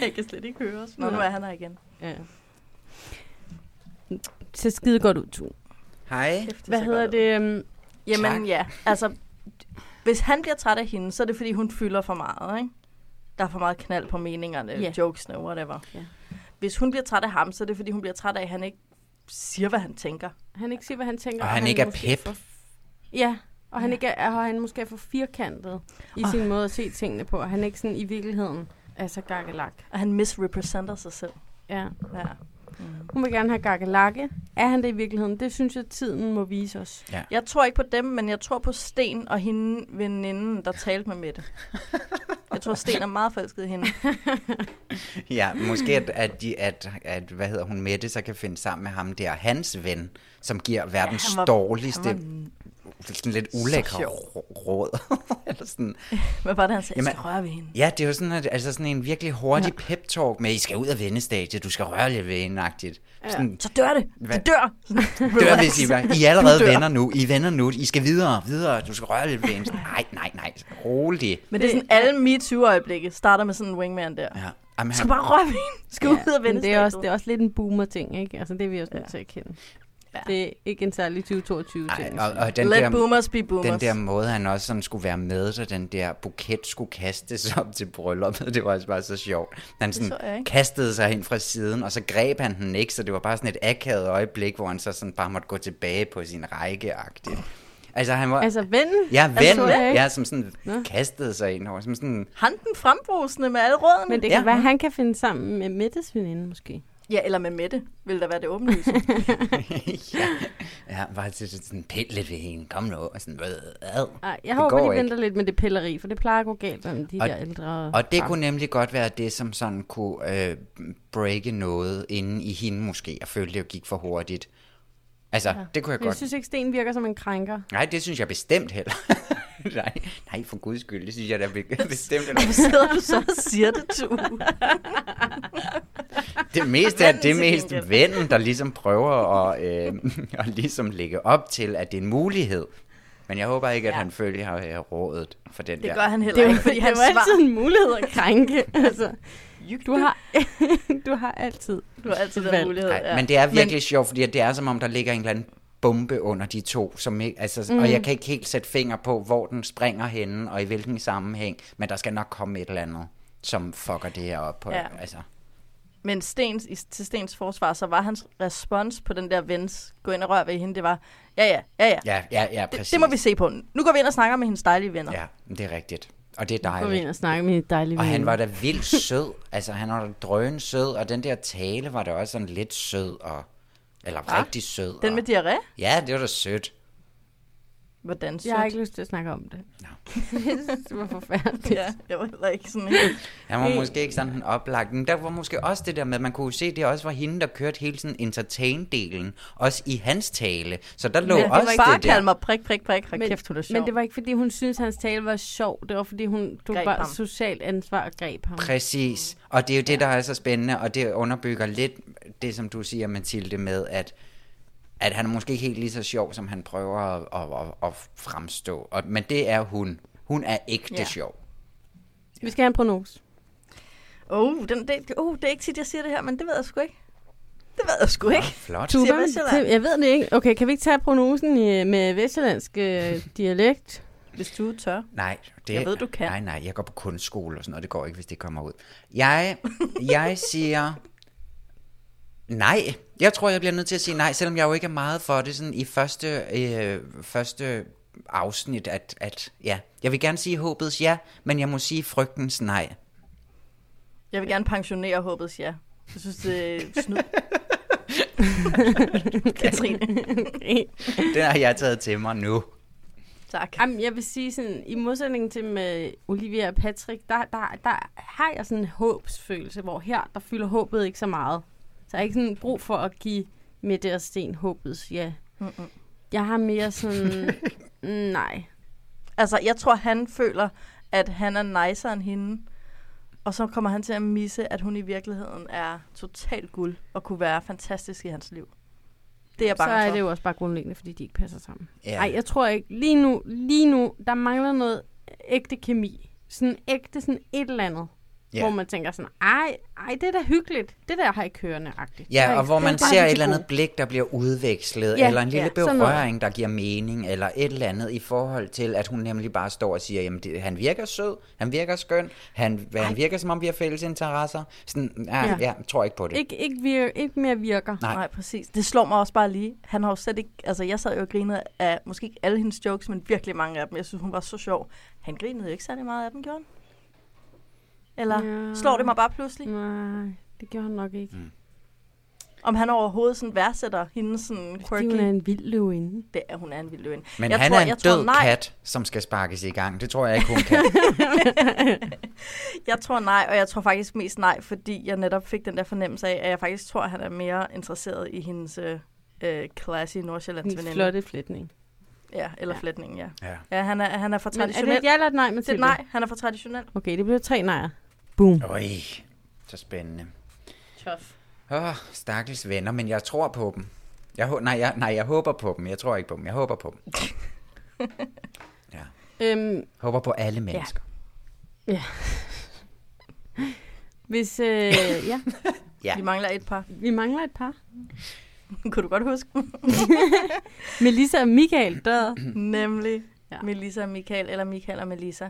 Speaker 10: Jeg kan slet ikke høre os. Nå, nu
Speaker 1: Nej.
Speaker 10: er han her igen.
Speaker 1: Ja. Så skide godt ud, Tue.
Speaker 7: Hej.
Speaker 1: Hvad hedder det? øhm,
Speaker 10: Jamen
Speaker 7: Tak.
Speaker 10: ja, altså, hvis han bliver træt af hende, så er det, fordi hun fylder for meget, ikke? Der er for meget knald på meningerne,
Speaker 1: Ja.
Speaker 10: yeah. jokesene, whatever.
Speaker 1: Ja.
Speaker 10: Hvis hun bliver træt af ham, så er det, fordi hun bliver træt af, at han ikke siger, hvad han tænker.
Speaker 1: Han ikke siger, hvad han tænker.
Speaker 7: Og han ikke er
Speaker 1: måske
Speaker 7: pep.
Speaker 1: for- Ja, og han, ikke er, og han måske er for firkantet i
Speaker 10: Og-
Speaker 1: sin måde at se tingene på. Og han ikke sådan i virkeligheden er så gakkelak.
Speaker 10: Og han misrepresenter sig selv.
Speaker 1: Ja.
Speaker 10: Ja.
Speaker 1: Hun vil gerne have gakkelakke. Er han det i virkeligheden? Det synes jeg, tiden må vise os.
Speaker 10: Jeg tror ikke på dem, men jeg tror på Sten og hende veninden, der talte med Mette. Jeg tror, Sten er meget forelsket i hende.
Speaker 7: Ja, måske at, at, de, at, at, hvad hedder hun, Mette, så kan finde sammen med ham der, hans ven, som giver verdens
Speaker 10: han
Speaker 7: ja,
Speaker 10: var-
Speaker 7: dårligste,
Speaker 10: han
Speaker 7: sådan lidt ulækre rå- råd. (laughs) Eller sådan.
Speaker 10: Hvad var det, han sagde? Jamen,
Speaker 7: Jamen-
Speaker 10: jeg skal røre ved hende.
Speaker 7: Ja, det er jo sådan, at, altså sådan en virkelig hurtig ja. pep-talk med, I skal ud af vendestadiet, du skal røre lidt ved hende-agtigt. Sådan,
Speaker 10: Så dør det.
Speaker 7: Hvad?
Speaker 10: Det dør.
Speaker 7: dør, hvis I, var- I er
Speaker 10: (laughs)
Speaker 7: allerede
Speaker 10: Du dør.
Speaker 7: venner nu, I er venner nu, I skal videre, videre, du skal røre lidt ved hende. Sådan, Nej, nej, nej, rolig.
Speaker 10: Men det er sådan, alle MeToo-øjeblikke starter med sådan en wingman der.
Speaker 7: Ja. Jamen,
Speaker 10: Du
Speaker 7: han,
Speaker 10: skal bare røre ved hende. Skal ud af
Speaker 1: Men det er, også, det
Speaker 10: det
Speaker 1: er også lidt en boomer-ting, ikke? Altså, det er vi også nødt til at kende. Ja. Det er ikke en særlig 2022-ting.
Speaker 7: Ej, og, og den
Speaker 10: Let
Speaker 7: der,
Speaker 10: boomers be boomers.
Speaker 7: Den der måde, han også sådan skulle være med, så den der buket skulle kastes (laughs) op til brylluppet, det var også bare så sjovt. Han sådan
Speaker 10: så jeg ikke.
Speaker 7: kastede sig hen fra siden, og så greb han den ikke, så det var bare sådan et akavet øjeblik, hvor han så sådan bare måtte gå tilbage på sin række -agtigt. Altså han var... Altså,
Speaker 1: Altså, vennen?
Speaker 7: ja, ven,
Speaker 1: altså, så jeg ikke.
Speaker 7: ja, som sådan kastede sig ind over,
Speaker 1: (laughs)
Speaker 7: som sådan... (laughs)
Speaker 10: Han den frembrusende med alle rådene.
Speaker 1: Men det kan ja. være, at han kan finde sammen med Mettes veninde, måske.
Speaker 10: Ja, eller med Mette, vil der være det åbenlyse. (laughs)
Speaker 7: ja, ja, bare til sådan, pil lidt ved hende, kom nu, og sådan... Øh, øh.
Speaker 1: Ej, jeg
Speaker 7: Det
Speaker 1: håber,
Speaker 7: går
Speaker 1: de
Speaker 7: ikke.
Speaker 1: venter lidt med det pilleri, for det plejer at gå galt med de
Speaker 7: Og-
Speaker 1: der ældre.
Speaker 7: Og det kunne nemlig godt være det, som sådan kunne øh, breake noget inde i hende måske. Jeg følte, det jo gik for hurtigt. Altså, ja. det kunne jeg
Speaker 1: Men jeg
Speaker 7: godt...
Speaker 1: synes ikke, Sten virker som en krænker.
Speaker 7: Nej, det synes jeg bestemt heller. (laughs) nej, nej, for guds skyld, det synes jeg da be- bestemt heller.
Speaker 10: Hvorfor sidder du så og siger det, du?
Speaker 7: Det meste er
Speaker 10: Vennen
Speaker 7: det
Speaker 10: til
Speaker 7: mest
Speaker 10: gengæld.
Speaker 7: vennen, der ligesom prøver at, øh, (laughs) at ligesom lægge op til, at det er en mulighed. Men jeg håber ikke, at ja. han følger øh, rådet for den
Speaker 10: Det
Speaker 7: der.
Speaker 10: gør han heller ikke,
Speaker 1: (laughs)
Speaker 10: fordi
Speaker 1: det
Speaker 10: han
Speaker 1: var altid
Speaker 10: svarer.
Speaker 1: en mulighed at (laughs) krænke. altså, du, har, (laughs) du har altid.
Speaker 10: Du har altid
Speaker 1: valg.
Speaker 10: den mulighed.
Speaker 7: Nej, ja. men det er virkelig men... sjovt, fordi det er som om, der ligger en eller anden bombe under de to, som ikke, altså, mm. og jeg kan ikke helt sætte finger på, hvor den springer henne, og i hvilken sammenhæng, men der skal nok komme et eller andet, som fucker det her op på.
Speaker 10: Ja.
Speaker 7: Ja. Altså.
Speaker 10: Men Stens, i- til Stens forsvar, så var hans respons på den der vens, gå ind og rør ved hende, det var, ja, ja, ja, ja.
Speaker 7: Ja, ja, ja, præcis.
Speaker 10: Det, det må vi se på. Nu går vi ind og snakker med hendes dejlige venner.
Speaker 7: Ja, men det er rigtigt. Og det er
Speaker 1: Kom ind
Speaker 7: dejligt.
Speaker 1: og snakke med en dejlig
Speaker 7: Og han
Speaker 1: veninde.
Speaker 7: var da vildt sød. (laughs) altså, han var da drøn sød, og den der tale var da også sådan lidt sød, og, eller rigtig sød.
Speaker 10: Den med
Speaker 7: og,
Speaker 10: diarré?
Speaker 7: Ja, det var da sødt.
Speaker 10: Hvordan sødt?
Speaker 1: Jeg har ikke lyst til at snakke om det. (laughs)
Speaker 7: Nå.
Speaker 1: det var forfærdeligt.
Speaker 10: (laughs) Ja, jeg var heller ikke sådan helt.
Speaker 7: Han var måske ikke sådan en oplagt, men der var måske også det der med, at man kunne jo se, at det også var hende, der kørte hele sådan entertain-delen, også i hans tale. Så der lå
Speaker 10: Men
Speaker 7: også
Speaker 10: det var bare
Speaker 7: det der.
Speaker 10: kalde mig prik, prik, prik. Hold
Speaker 1: Men-
Speaker 10: kæft, hun er sjov.
Speaker 1: Men det var ikke, fordi hun syntes, hans tale var sjov. Det var, fordi hun tog
Speaker 10: Greb
Speaker 1: bare
Speaker 10: ham.
Speaker 1: socialt ansvar og greb ham.
Speaker 7: Præcis, og det er jo det, der er så spændende, og det underbygger lidt det, som du siger, Mathilde, med at, at han er måske ikke helt lige så sjov, som han prøver at, at, at, at fremstå. Og, men det er hun. Hun er ægte
Speaker 10: Ja.
Speaker 7: ja. sjov.
Speaker 1: Vi skal have en prognose.
Speaker 10: Oh, den, det, oh, det er ikke tit, jeg siger det her, men det ved jeg sgu ikke. Det ved jeg sgu ikke.
Speaker 7: Flot.
Speaker 10: Siger
Speaker 1: Tuba,
Speaker 10: Vestsjælland.
Speaker 1: jeg ved det ikke. Okay, kan vi ikke tage prognosen i, med vestjyllandsk øh, dialekt?
Speaker 10: Hvis du tør.
Speaker 7: Nej, det,
Speaker 10: Jeg ved, du kan.
Speaker 7: Nej, nej, jeg går på kunstskole og sådan noget. Det går ikke, hvis det kommer ud. Jeg,
Speaker 10: (laughs)
Speaker 7: jeg siger... Nej, jeg tror, jeg bliver nødt til at sige nej, selvom jeg jo ikke er meget for det sådan i første, øh, første afsnit, at, at ja. Jeg vil gerne sige håbets ja, men jeg må sige frygtens nej.
Speaker 10: Jeg vil gerne pensionere håbets ja. Jeg synes, det (laughs) er snyd.
Speaker 1: (laughs)
Speaker 10: Katrine,
Speaker 7: Det har jeg taget til mig nu.
Speaker 10: tak.
Speaker 1: Jamen, jeg vil sige sådan, i modsætning til med Olivia og Patrick, der, der, der har jeg sådan en håbsfølelse, hvor her, der fylder håbet ikke så meget. Så jeg har ikke sådan brug for at give Mette og Sten håbets ja. Mm-mm. Jeg har mere sådan, mm, nej.
Speaker 10: Altså, jeg tror, han føler, at han er nicer end hende. Og så kommer han til at misse, at hun i virkeligheden er totalt guld og kunne være fantastisk i hans liv. Det er jeg
Speaker 1: Så
Speaker 10: bange
Speaker 1: er
Speaker 10: for.
Speaker 1: det jo også bare grundlæggende, fordi de ikke passer sammen.
Speaker 7: Ja.
Speaker 1: Nej, jeg tror ikke. Lige nu, lige nu, der mangler noget ægte kemi. Sådan ægte sådan et eller andet.
Speaker 7: Ja.
Speaker 1: Hvor man tænker sådan, ej, ej, det er da hyggeligt. Det der har I kørende-agtigt.
Speaker 7: Ja, og hvor man ser et eller andet
Speaker 1: god.
Speaker 7: blik, der bliver udvekslet,
Speaker 1: Ja,
Speaker 7: ja, eller en lille
Speaker 1: ja,
Speaker 7: ja,
Speaker 1: sådan noget.
Speaker 7: berøring, der giver mening, eller et eller andet i forhold til, at hun nemlig bare står og siger, jamen det, han virker sød, han virker skøn, han, hvad, han virker som om vi har fælles interesser. Sådan,
Speaker 1: Ja.
Speaker 7: ja, ja. ja tror ikke på det.
Speaker 1: Ikke, ikke, vir- ikke mere virker.
Speaker 7: Nej.
Speaker 10: Nej, præcis. Det slår mig også bare lige. Han har jo slet ikke... Altså, jeg sad jo og grinede af måske ikke alle hendes jokes, men virkelig mange af dem. Jeg synes, hun var så sjov. Han grinede jo ikke særlig meget af dem, gjorde han? Eller
Speaker 1: Ja. Mm.
Speaker 10: ja. slår det mig bare pludselig? Mm.
Speaker 1: Nej, det gjorde han nok ikke.
Speaker 10: om han overhovedet sådan værdsætter hende sådan quirky.
Speaker 1: hun er en vild løvinde.
Speaker 10: Det er, hun er en vild løvinde.
Speaker 7: Men
Speaker 10: jeg
Speaker 7: han
Speaker 10: tror,
Speaker 7: er en
Speaker 10: jeg
Speaker 7: død
Speaker 10: tror, nej.
Speaker 7: kat, som skal sparkes i gang. Det tror jeg ikke, hun
Speaker 10: (laughs)
Speaker 7: kan.
Speaker 10: Jeg tror nej, og jeg tror faktisk mest nej, fordi jeg netop fik den der fornemmelse af, at jeg faktisk tror, at han er mere interesseret i hendes øh, classy
Speaker 1: Hendes
Speaker 10: nordsjællandsveninde.
Speaker 1: flotte flætning.
Speaker 10: Ja, eller ja. flætningen, ja.
Speaker 7: ja.
Speaker 10: Ja, han er, han er for
Speaker 1: Men er
Speaker 10: traditionel.
Speaker 1: det et ja eller et nej,
Speaker 10: det er
Speaker 1: Mathilde?
Speaker 10: et nej, han er for traditionel.
Speaker 1: Okay, det bliver tre nejer. Boom.
Speaker 7: Øj, så spændende.
Speaker 10: Tough.
Speaker 7: Åh, stakkels venner, men jeg tror på dem. Jeg, hå- nej, jeg, nej, jeg håber på dem. Jeg tror ikke på dem. Jeg håber på dem.
Speaker 1: Øhm,
Speaker 7: Håber på alle mennesker.
Speaker 1: hvis, øh,
Speaker 10: (laughs)
Speaker 1: ja,
Speaker 7: Ja.
Speaker 10: Vi mangler et par. (laughs)
Speaker 1: vi mangler et par.
Speaker 10: Kunne du godt huske?
Speaker 1: Melissa og Michael
Speaker 10: (clears throat)
Speaker 1: dør.
Speaker 10: Nemlig
Speaker 1: Ja.
Speaker 10: ja. Melissa og Michael, eller Michael og Melissa.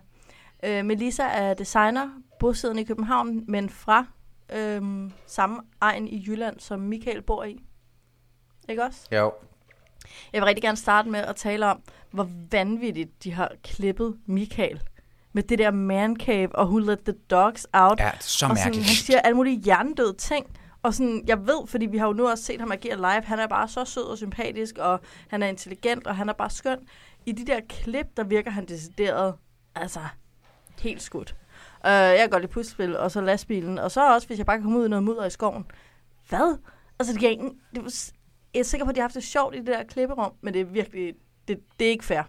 Speaker 10: Øh, Melissa er designer, bosiddende i København, men fra øhm, samme egen i Jylland, som Michael bor i. Ikke også?
Speaker 7: Jo.
Speaker 10: Jeg vil rigtig gerne starte med at tale om, hvor vanvittigt de har klippet Michael. Med det der man cave og who let the dogs out.
Speaker 7: Ja, så
Speaker 10: og sådan, han
Speaker 7: mærkeligt.
Speaker 10: siger alle mulige hjernedøde ting. Og sådan, jeg ved, fordi vi har jo nu også set ham agere live, han er bare så sød og sympatisk, og han er intelligent, og han er bare skøn. I de der klip, der virker han decideret, altså, helt skudt. Uh, jeg kan godt lide puslespil, og så lastbilen, og så også, hvis jeg bare kan komme ud i noget mudder i skoven. Hvad? Altså, det kan jeg, ikke, det var, s- jeg er sikker på, at de har haft det sjovt i det der klipperum, men det er virkelig, det, det er ikke fair.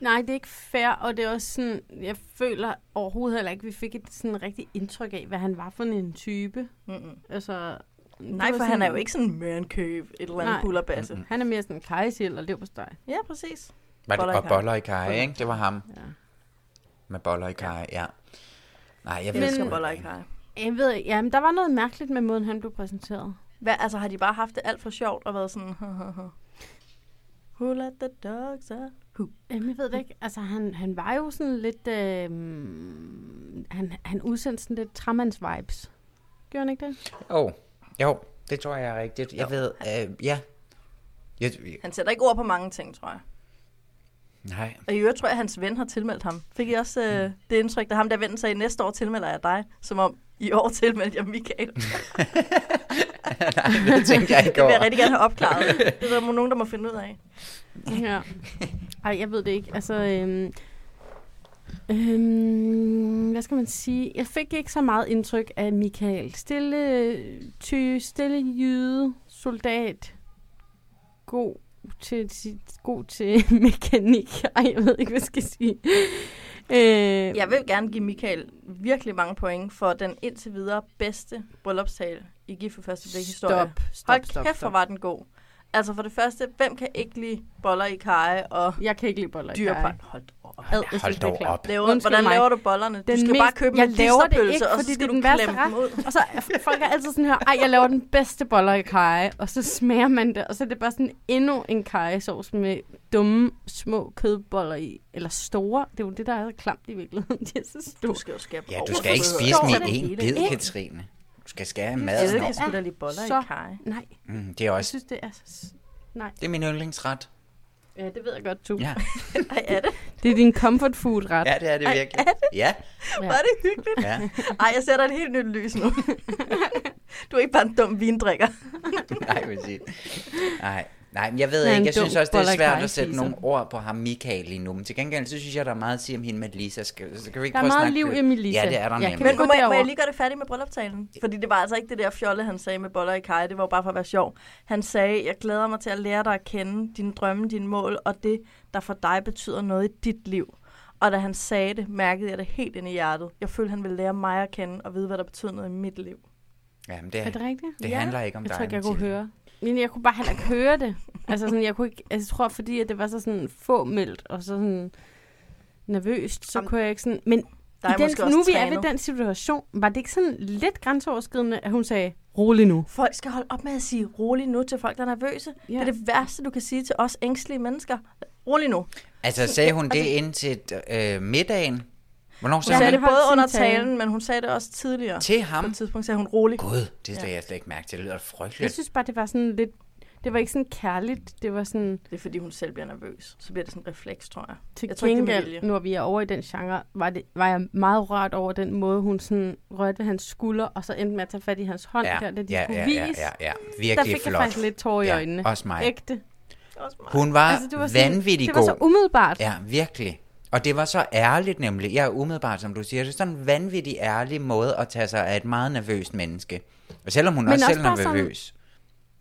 Speaker 1: Nej, det er ikke fair, og det er også sådan, jeg føler overhovedet heller ikke, vi fik et sådan rigtigt indtryk af, hvad han var for en type.
Speaker 10: Mm-mm.
Speaker 1: Altså,
Speaker 10: Nej, for han er jo ikke sådan en man cave, et eller andet
Speaker 1: Nej.
Speaker 10: bullerbasse.
Speaker 1: Han er mere sådan kajsel og leverpostej.
Speaker 10: Ja, præcis.
Speaker 7: Var det,
Speaker 10: Boller i
Speaker 7: og
Speaker 10: kaj.
Speaker 7: boller i kaj, ikke? Det var ham
Speaker 1: Ja.
Speaker 7: med boller i kaj, ja. Nej, jeg
Speaker 10: Jeg
Speaker 7: ved sgu
Speaker 10: elsker
Speaker 7: ikke.
Speaker 10: boller i kaj.
Speaker 1: Jeg ved ikke, jamen, der var noget mærkeligt med måden, han blev præsenteret.
Speaker 10: Hvad, altså har de bare haft det alt for sjovt og været sådan... Who let the dogs out?
Speaker 1: Jamen, jeg ved det ikke. Altså, han, han var jo sådan lidt... Øh, han, han udsendte sådan lidt tramands-vibes. Gjorde han ikke det?
Speaker 7: Åh, oh, jo, det tror jeg er rigtigt. Jeg ved, øh, ja. Jeg,
Speaker 10: Han sætter ikke ord på mange ting, tror jeg.
Speaker 7: nej, (laughs)
Speaker 10: Og i øvrigt tror jeg, at hans ven har tilmeldt ham. Fik I også øh,
Speaker 7: Mm.
Speaker 10: det indtryk, da ham der vennen sagde, næste år tilmelder jeg dig, som om i år tilmeldte jeg Michael.
Speaker 7: (laughs) nej, det tænkte jeg ikke
Speaker 10: (laughs) Det vil jeg
Speaker 7: over.
Speaker 10: rigtig gerne have opklaret.
Speaker 7: (laughs)
Speaker 10: Det er der nogen, der må finde ud af.
Speaker 1: Ja. Ej, jeg ved det ikke. Altså, øhm, øhm, hvad skal man sige? Jeg fik ikke så meget indtryk af Michael. Stille øh, ty, stille jyde, soldat, god til, sit- god til (laughs) mekanik. Ej, jeg ved ikke, hvad jeg skal sige. Øh,
Speaker 10: Jeg vil gerne give Michael virkelig mange point for den indtil videre bedste bryllupstale i Gift for første blik historie.
Speaker 1: Stop, stop,
Speaker 10: Hold
Speaker 1: stop,
Speaker 10: kæft,
Speaker 1: stop.
Speaker 10: hvor var den god. Altså for det første, hvem kan ikke lide boller i kaj og
Speaker 1: Jeg kan ikke lide boller i
Speaker 10: dyrepej?
Speaker 1: kaj.
Speaker 10: Hold da op.
Speaker 1: Ad, jeg
Speaker 7: Hold
Speaker 1: synes, det er
Speaker 7: dog
Speaker 1: klart.
Speaker 7: op.
Speaker 10: Laver,
Speaker 1: Undskyld
Speaker 10: hvordan
Speaker 1: mig.
Speaker 10: laver du bollerne? Du
Speaker 1: Den
Speaker 10: skal bare
Speaker 1: mest-
Speaker 10: købe
Speaker 1: jeg
Speaker 10: en
Speaker 1: laver det
Speaker 10: listerpølse,
Speaker 1: ikke,
Speaker 10: og
Speaker 1: fordi
Speaker 10: så
Speaker 1: det er
Speaker 10: skal du
Speaker 1: den værste
Speaker 10: klemme dem ud.
Speaker 1: Og så folk er altid sådan her, ej, jeg laver den bedste boller i kaj, og så smager man det, og så er det bare sådan endnu en kajesauce med dumme, små kødboller i, eller store. Det er jo det, der er så klamt i virkeligheden. (laughs) De er så
Speaker 10: Du
Speaker 1: store.
Speaker 10: skal jo skære
Speaker 7: Ja,
Speaker 10: over.
Speaker 7: du skal ikke
Speaker 10: Hvorfor
Speaker 7: spise
Speaker 10: hedder
Speaker 7: med
Speaker 10: det?
Speaker 7: en bid, Katrine. Du skal skære i
Speaker 10: Jeg
Speaker 7: maden
Speaker 10: ved,
Speaker 7: over.
Speaker 10: jeg skulle da lige boller
Speaker 1: Så-
Speaker 10: i kaj.
Speaker 1: Nej,
Speaker 7: Mm, det er
Speaker 1: jeg
Speaker 7: også,
Speaker 1: synes, det er så... Nej,
Speaker 7: det er min yndlingsret.
Speaker 1: ja, det ved jeg godt, du. (laughs)
Speaker 7: Ja,
Speaker 10: Ej, er det?
Speaker 1: Det er din comfort food ret.
Speaker 7: ja det er det virkelig. Ja,
Speaker 10: Var det hyggeligt?
Speaker 7: ja.
Speaker 10: Ej, jeg sætter et helt nyt
Speaker 1: (laughs)
Speaker 10: lys nu. Du er ikke bare en dum vindrikker.
Speaker 7: (laughs) Nej, præcis. Nej, nej, men jeg ved
Speaker 1: Han er
Speaker 7: ikke.
Speaker 1: en
Speaker 7: Jeg synes
Speaker 1: dum
Speaker 7: også, det
Speaker 1: boller
Speaker 7: er
Speaker 1: i
Speaker 7: svært
Speaker 1: kaj,
Speaker 7: at sætte
Speaker 1: spiser.
Speaker 7: nogle ord på ham, Michael, lige nu. Men til gengæld, så synes jeg, der er meget at sige om hende med Lisa. Skal, så kan vi ikke
Speaker 1: Der er
Speaker 7: prøve at
Speaker 1: meget
Speaker 7: snakke
Speaker 1: liv
Speaker 7: lidt?
Speaker 1: i Melissa.
Speaker 7: Ja, det er der
Speaker 1: Ja,
Speaker 7: nemlig.
Speaker 1: kan vi
Speaker 10: Men
Speaker 1: gå
Speaker 10: må, jeg- må
Speaker 1: derover?
Speaker 10: jeg lige gøre det færdigt med brylluptalen? Fordi det var altså ikke det der fjolle, han sagde med boller i kaj. Det var jo bare for at være sjov. Han sagde, jeg glæder mig til at lære dig at kende dine drømme, dine mål, og det, der for dig betyder noget i dit liv. Og da han sagde det, mærkede jeg det helt ind i hjertet. Jeg følte, han ville lære mig at kende og vide, hvad der betyder noget i mit liv.
Speaker 7: Jamen,
Speaker 1: Er det
Speaker 7: det,
Speaker 1: rigtigt?
Speaker 7: det handler ikke om
Speaker 1: Jeg
Speaker 7: dig.
Speaker 1: tror ikke, jeg kunne
Speaker 7: Mathilde.
Speaker 1: høre. Men jeg kunne bare heller ikke høre det. Altså sådan, jeg kunne ikke, altså, jeg tror, fordi at det var så sådan få meldt og så sådan nervøst, så
Speaker 10: Jamen,
Speaker 1: kunne jeg ikke sådan... Men
Speaker 10: Der
Speaker 1: i
Speaker 10: er
Speaker 1: den,
Speaker 10: måske også
Speaker 1: nu vi er
Speaker 10: trænet.
Speaker 1: ved den situation, var det ikke sådan lidt grænseoverskridende, at hun sagde, rolig nu?
Speaker 10: Folk skal holde op med at sige rolig nu til folk, der er nervøse.
Speaker 1: Ja.
Speaker 10: Ja. Det er det værste, du kan sige til os ængstelige mennesker. Rolig nu.
Speaker 7: Altså, sagde
Speaker 1: (laughs)
Speaker 7: hun det ind til øh, middagen? Hvornår
Speaker 10: Hun
Speaker 7: sagde
Speaker 10: sagde
Speaker 7: hun
Speaker 10: det
Speaker 1: holdt
Speaker 10: både
Speaker 1: sin
Speaker 10: under
Speaker 1: tale.
Speaker 10: talen, men hun sagde det også tidligere.
Speaker 7: det? Til
Speaker 10: På
Speaker 7: ham?
Speaker 10: et tidspunkt sagde hun rolig.
Speaker 7: Gud, det lagde jeg slet ikke mærke til. Det lyder
Speaker 1: Jeg
Speaker 7: frygteligt.
Speaker 1: synes bare, det var sådan lidt... Det var ikke sådan kærligt, det var sådan...
Speaker 10: Det er fordi, hun selv bliver nervøs. Så bliver det sådan en refleks, tror jeg.
Speaker 1: Til
Speaker 10: jeg tror ikke, det er med vilje.
Speaker 1: gengæld, når vi er over i den genre, var, det, var jeg meget rørt over den måde, hun sådan rørte ved hans skulder, og så endte med at tage fat i hans hånd,
Speaker 7: Ja,
Speaker 1: der, da de
Speaker 7: ja,
Speaker 1: skulle
Speaker 7: ja,
Speaker 1: vise.
Speaker 7: ja, ja, ja.
Speaker 1: der
Speaker 7: Virkelig
Speaker 1: fik jeg
Speaker 7: flot.
Speaker 1: faktisk lidt tårer i
Speaker 7: Ja,
Speaker 1: øjnene.
Speaker 7: også mig.
Speaker 1: Ægte.
Speaker 7: Hun var,
Speaker 1: Altså, det var sådan-
Speaker 7: Ah, vanvittig
Speaker 1: det var
Speaker 7: god.
Speaker 1: så umiddelbart.
Speaker 7: Ja, virkelig. Og det var så ærligt nemlig. Ja, umiddelbart, som du siger. Det er sådan en vanvittig ærlig måde at tage sig af et meget nervøst menneske. Og selvom hun
Speaker 1: Men
Speaker 7: også
Speaker 1: også
Speaker 7: selv er
Speaker 1: bare sådan-
Speaker 7: nervøs.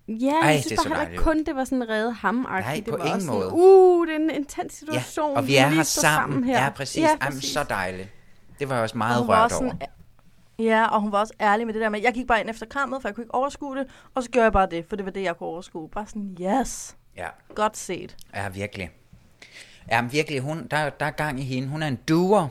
Speaker 1: Ja,
Speaker 7: Ej,
Speaker 1: jeg
Speaker 7: det er
Speaker 1: synes bare
Speaker 7: så
Speaker 1: heller
Speaker 7: dejligt
Speaker 1: ikke kun, det var sådan redde ham
Speaker 7: Nej,
Speaker 1: det
Speaker 7: på
Speaker 1: var
Speaker 7: ingen
Speaker 1: også
Speaker 7: måde.
Speaker 1: Sådan, uh, det er en intens
Speaker 7: Ja,
Speaker 1: situation.
Speaker 7: og vi
Speaker 1: lige
Speaker 7: er her
Speaker 1: står sammen,
Speaker 7: sammen.
Speaker 1: her.
Speaker 7: Ja, præcis.
Speaker 1: Ja,
Speaker 7: Ja, Jamen,
Speaker 1: præcis.
Speaker 7: så dejligt. Det var jeg også meget
Speaker 10: Og hun var
Speaker 7: rørt
Speaker 10: også
Speaker 7: over.
Speaker 10: sådan, Ja, og hun var også ærlig med det der med, jeg gik bare ind efter krammet, for jeg kunne ikke overskue det, og så gjorde jeg bare det, for det var det, jeg kunne overskue. Bare sådan, yes,
Speaker 7: Ja,
Speaker 10: godt set.
Speaker 7: ja, virkelig. Ja, men virkelig, hun, der, der er gang i hende. Hun er en duer,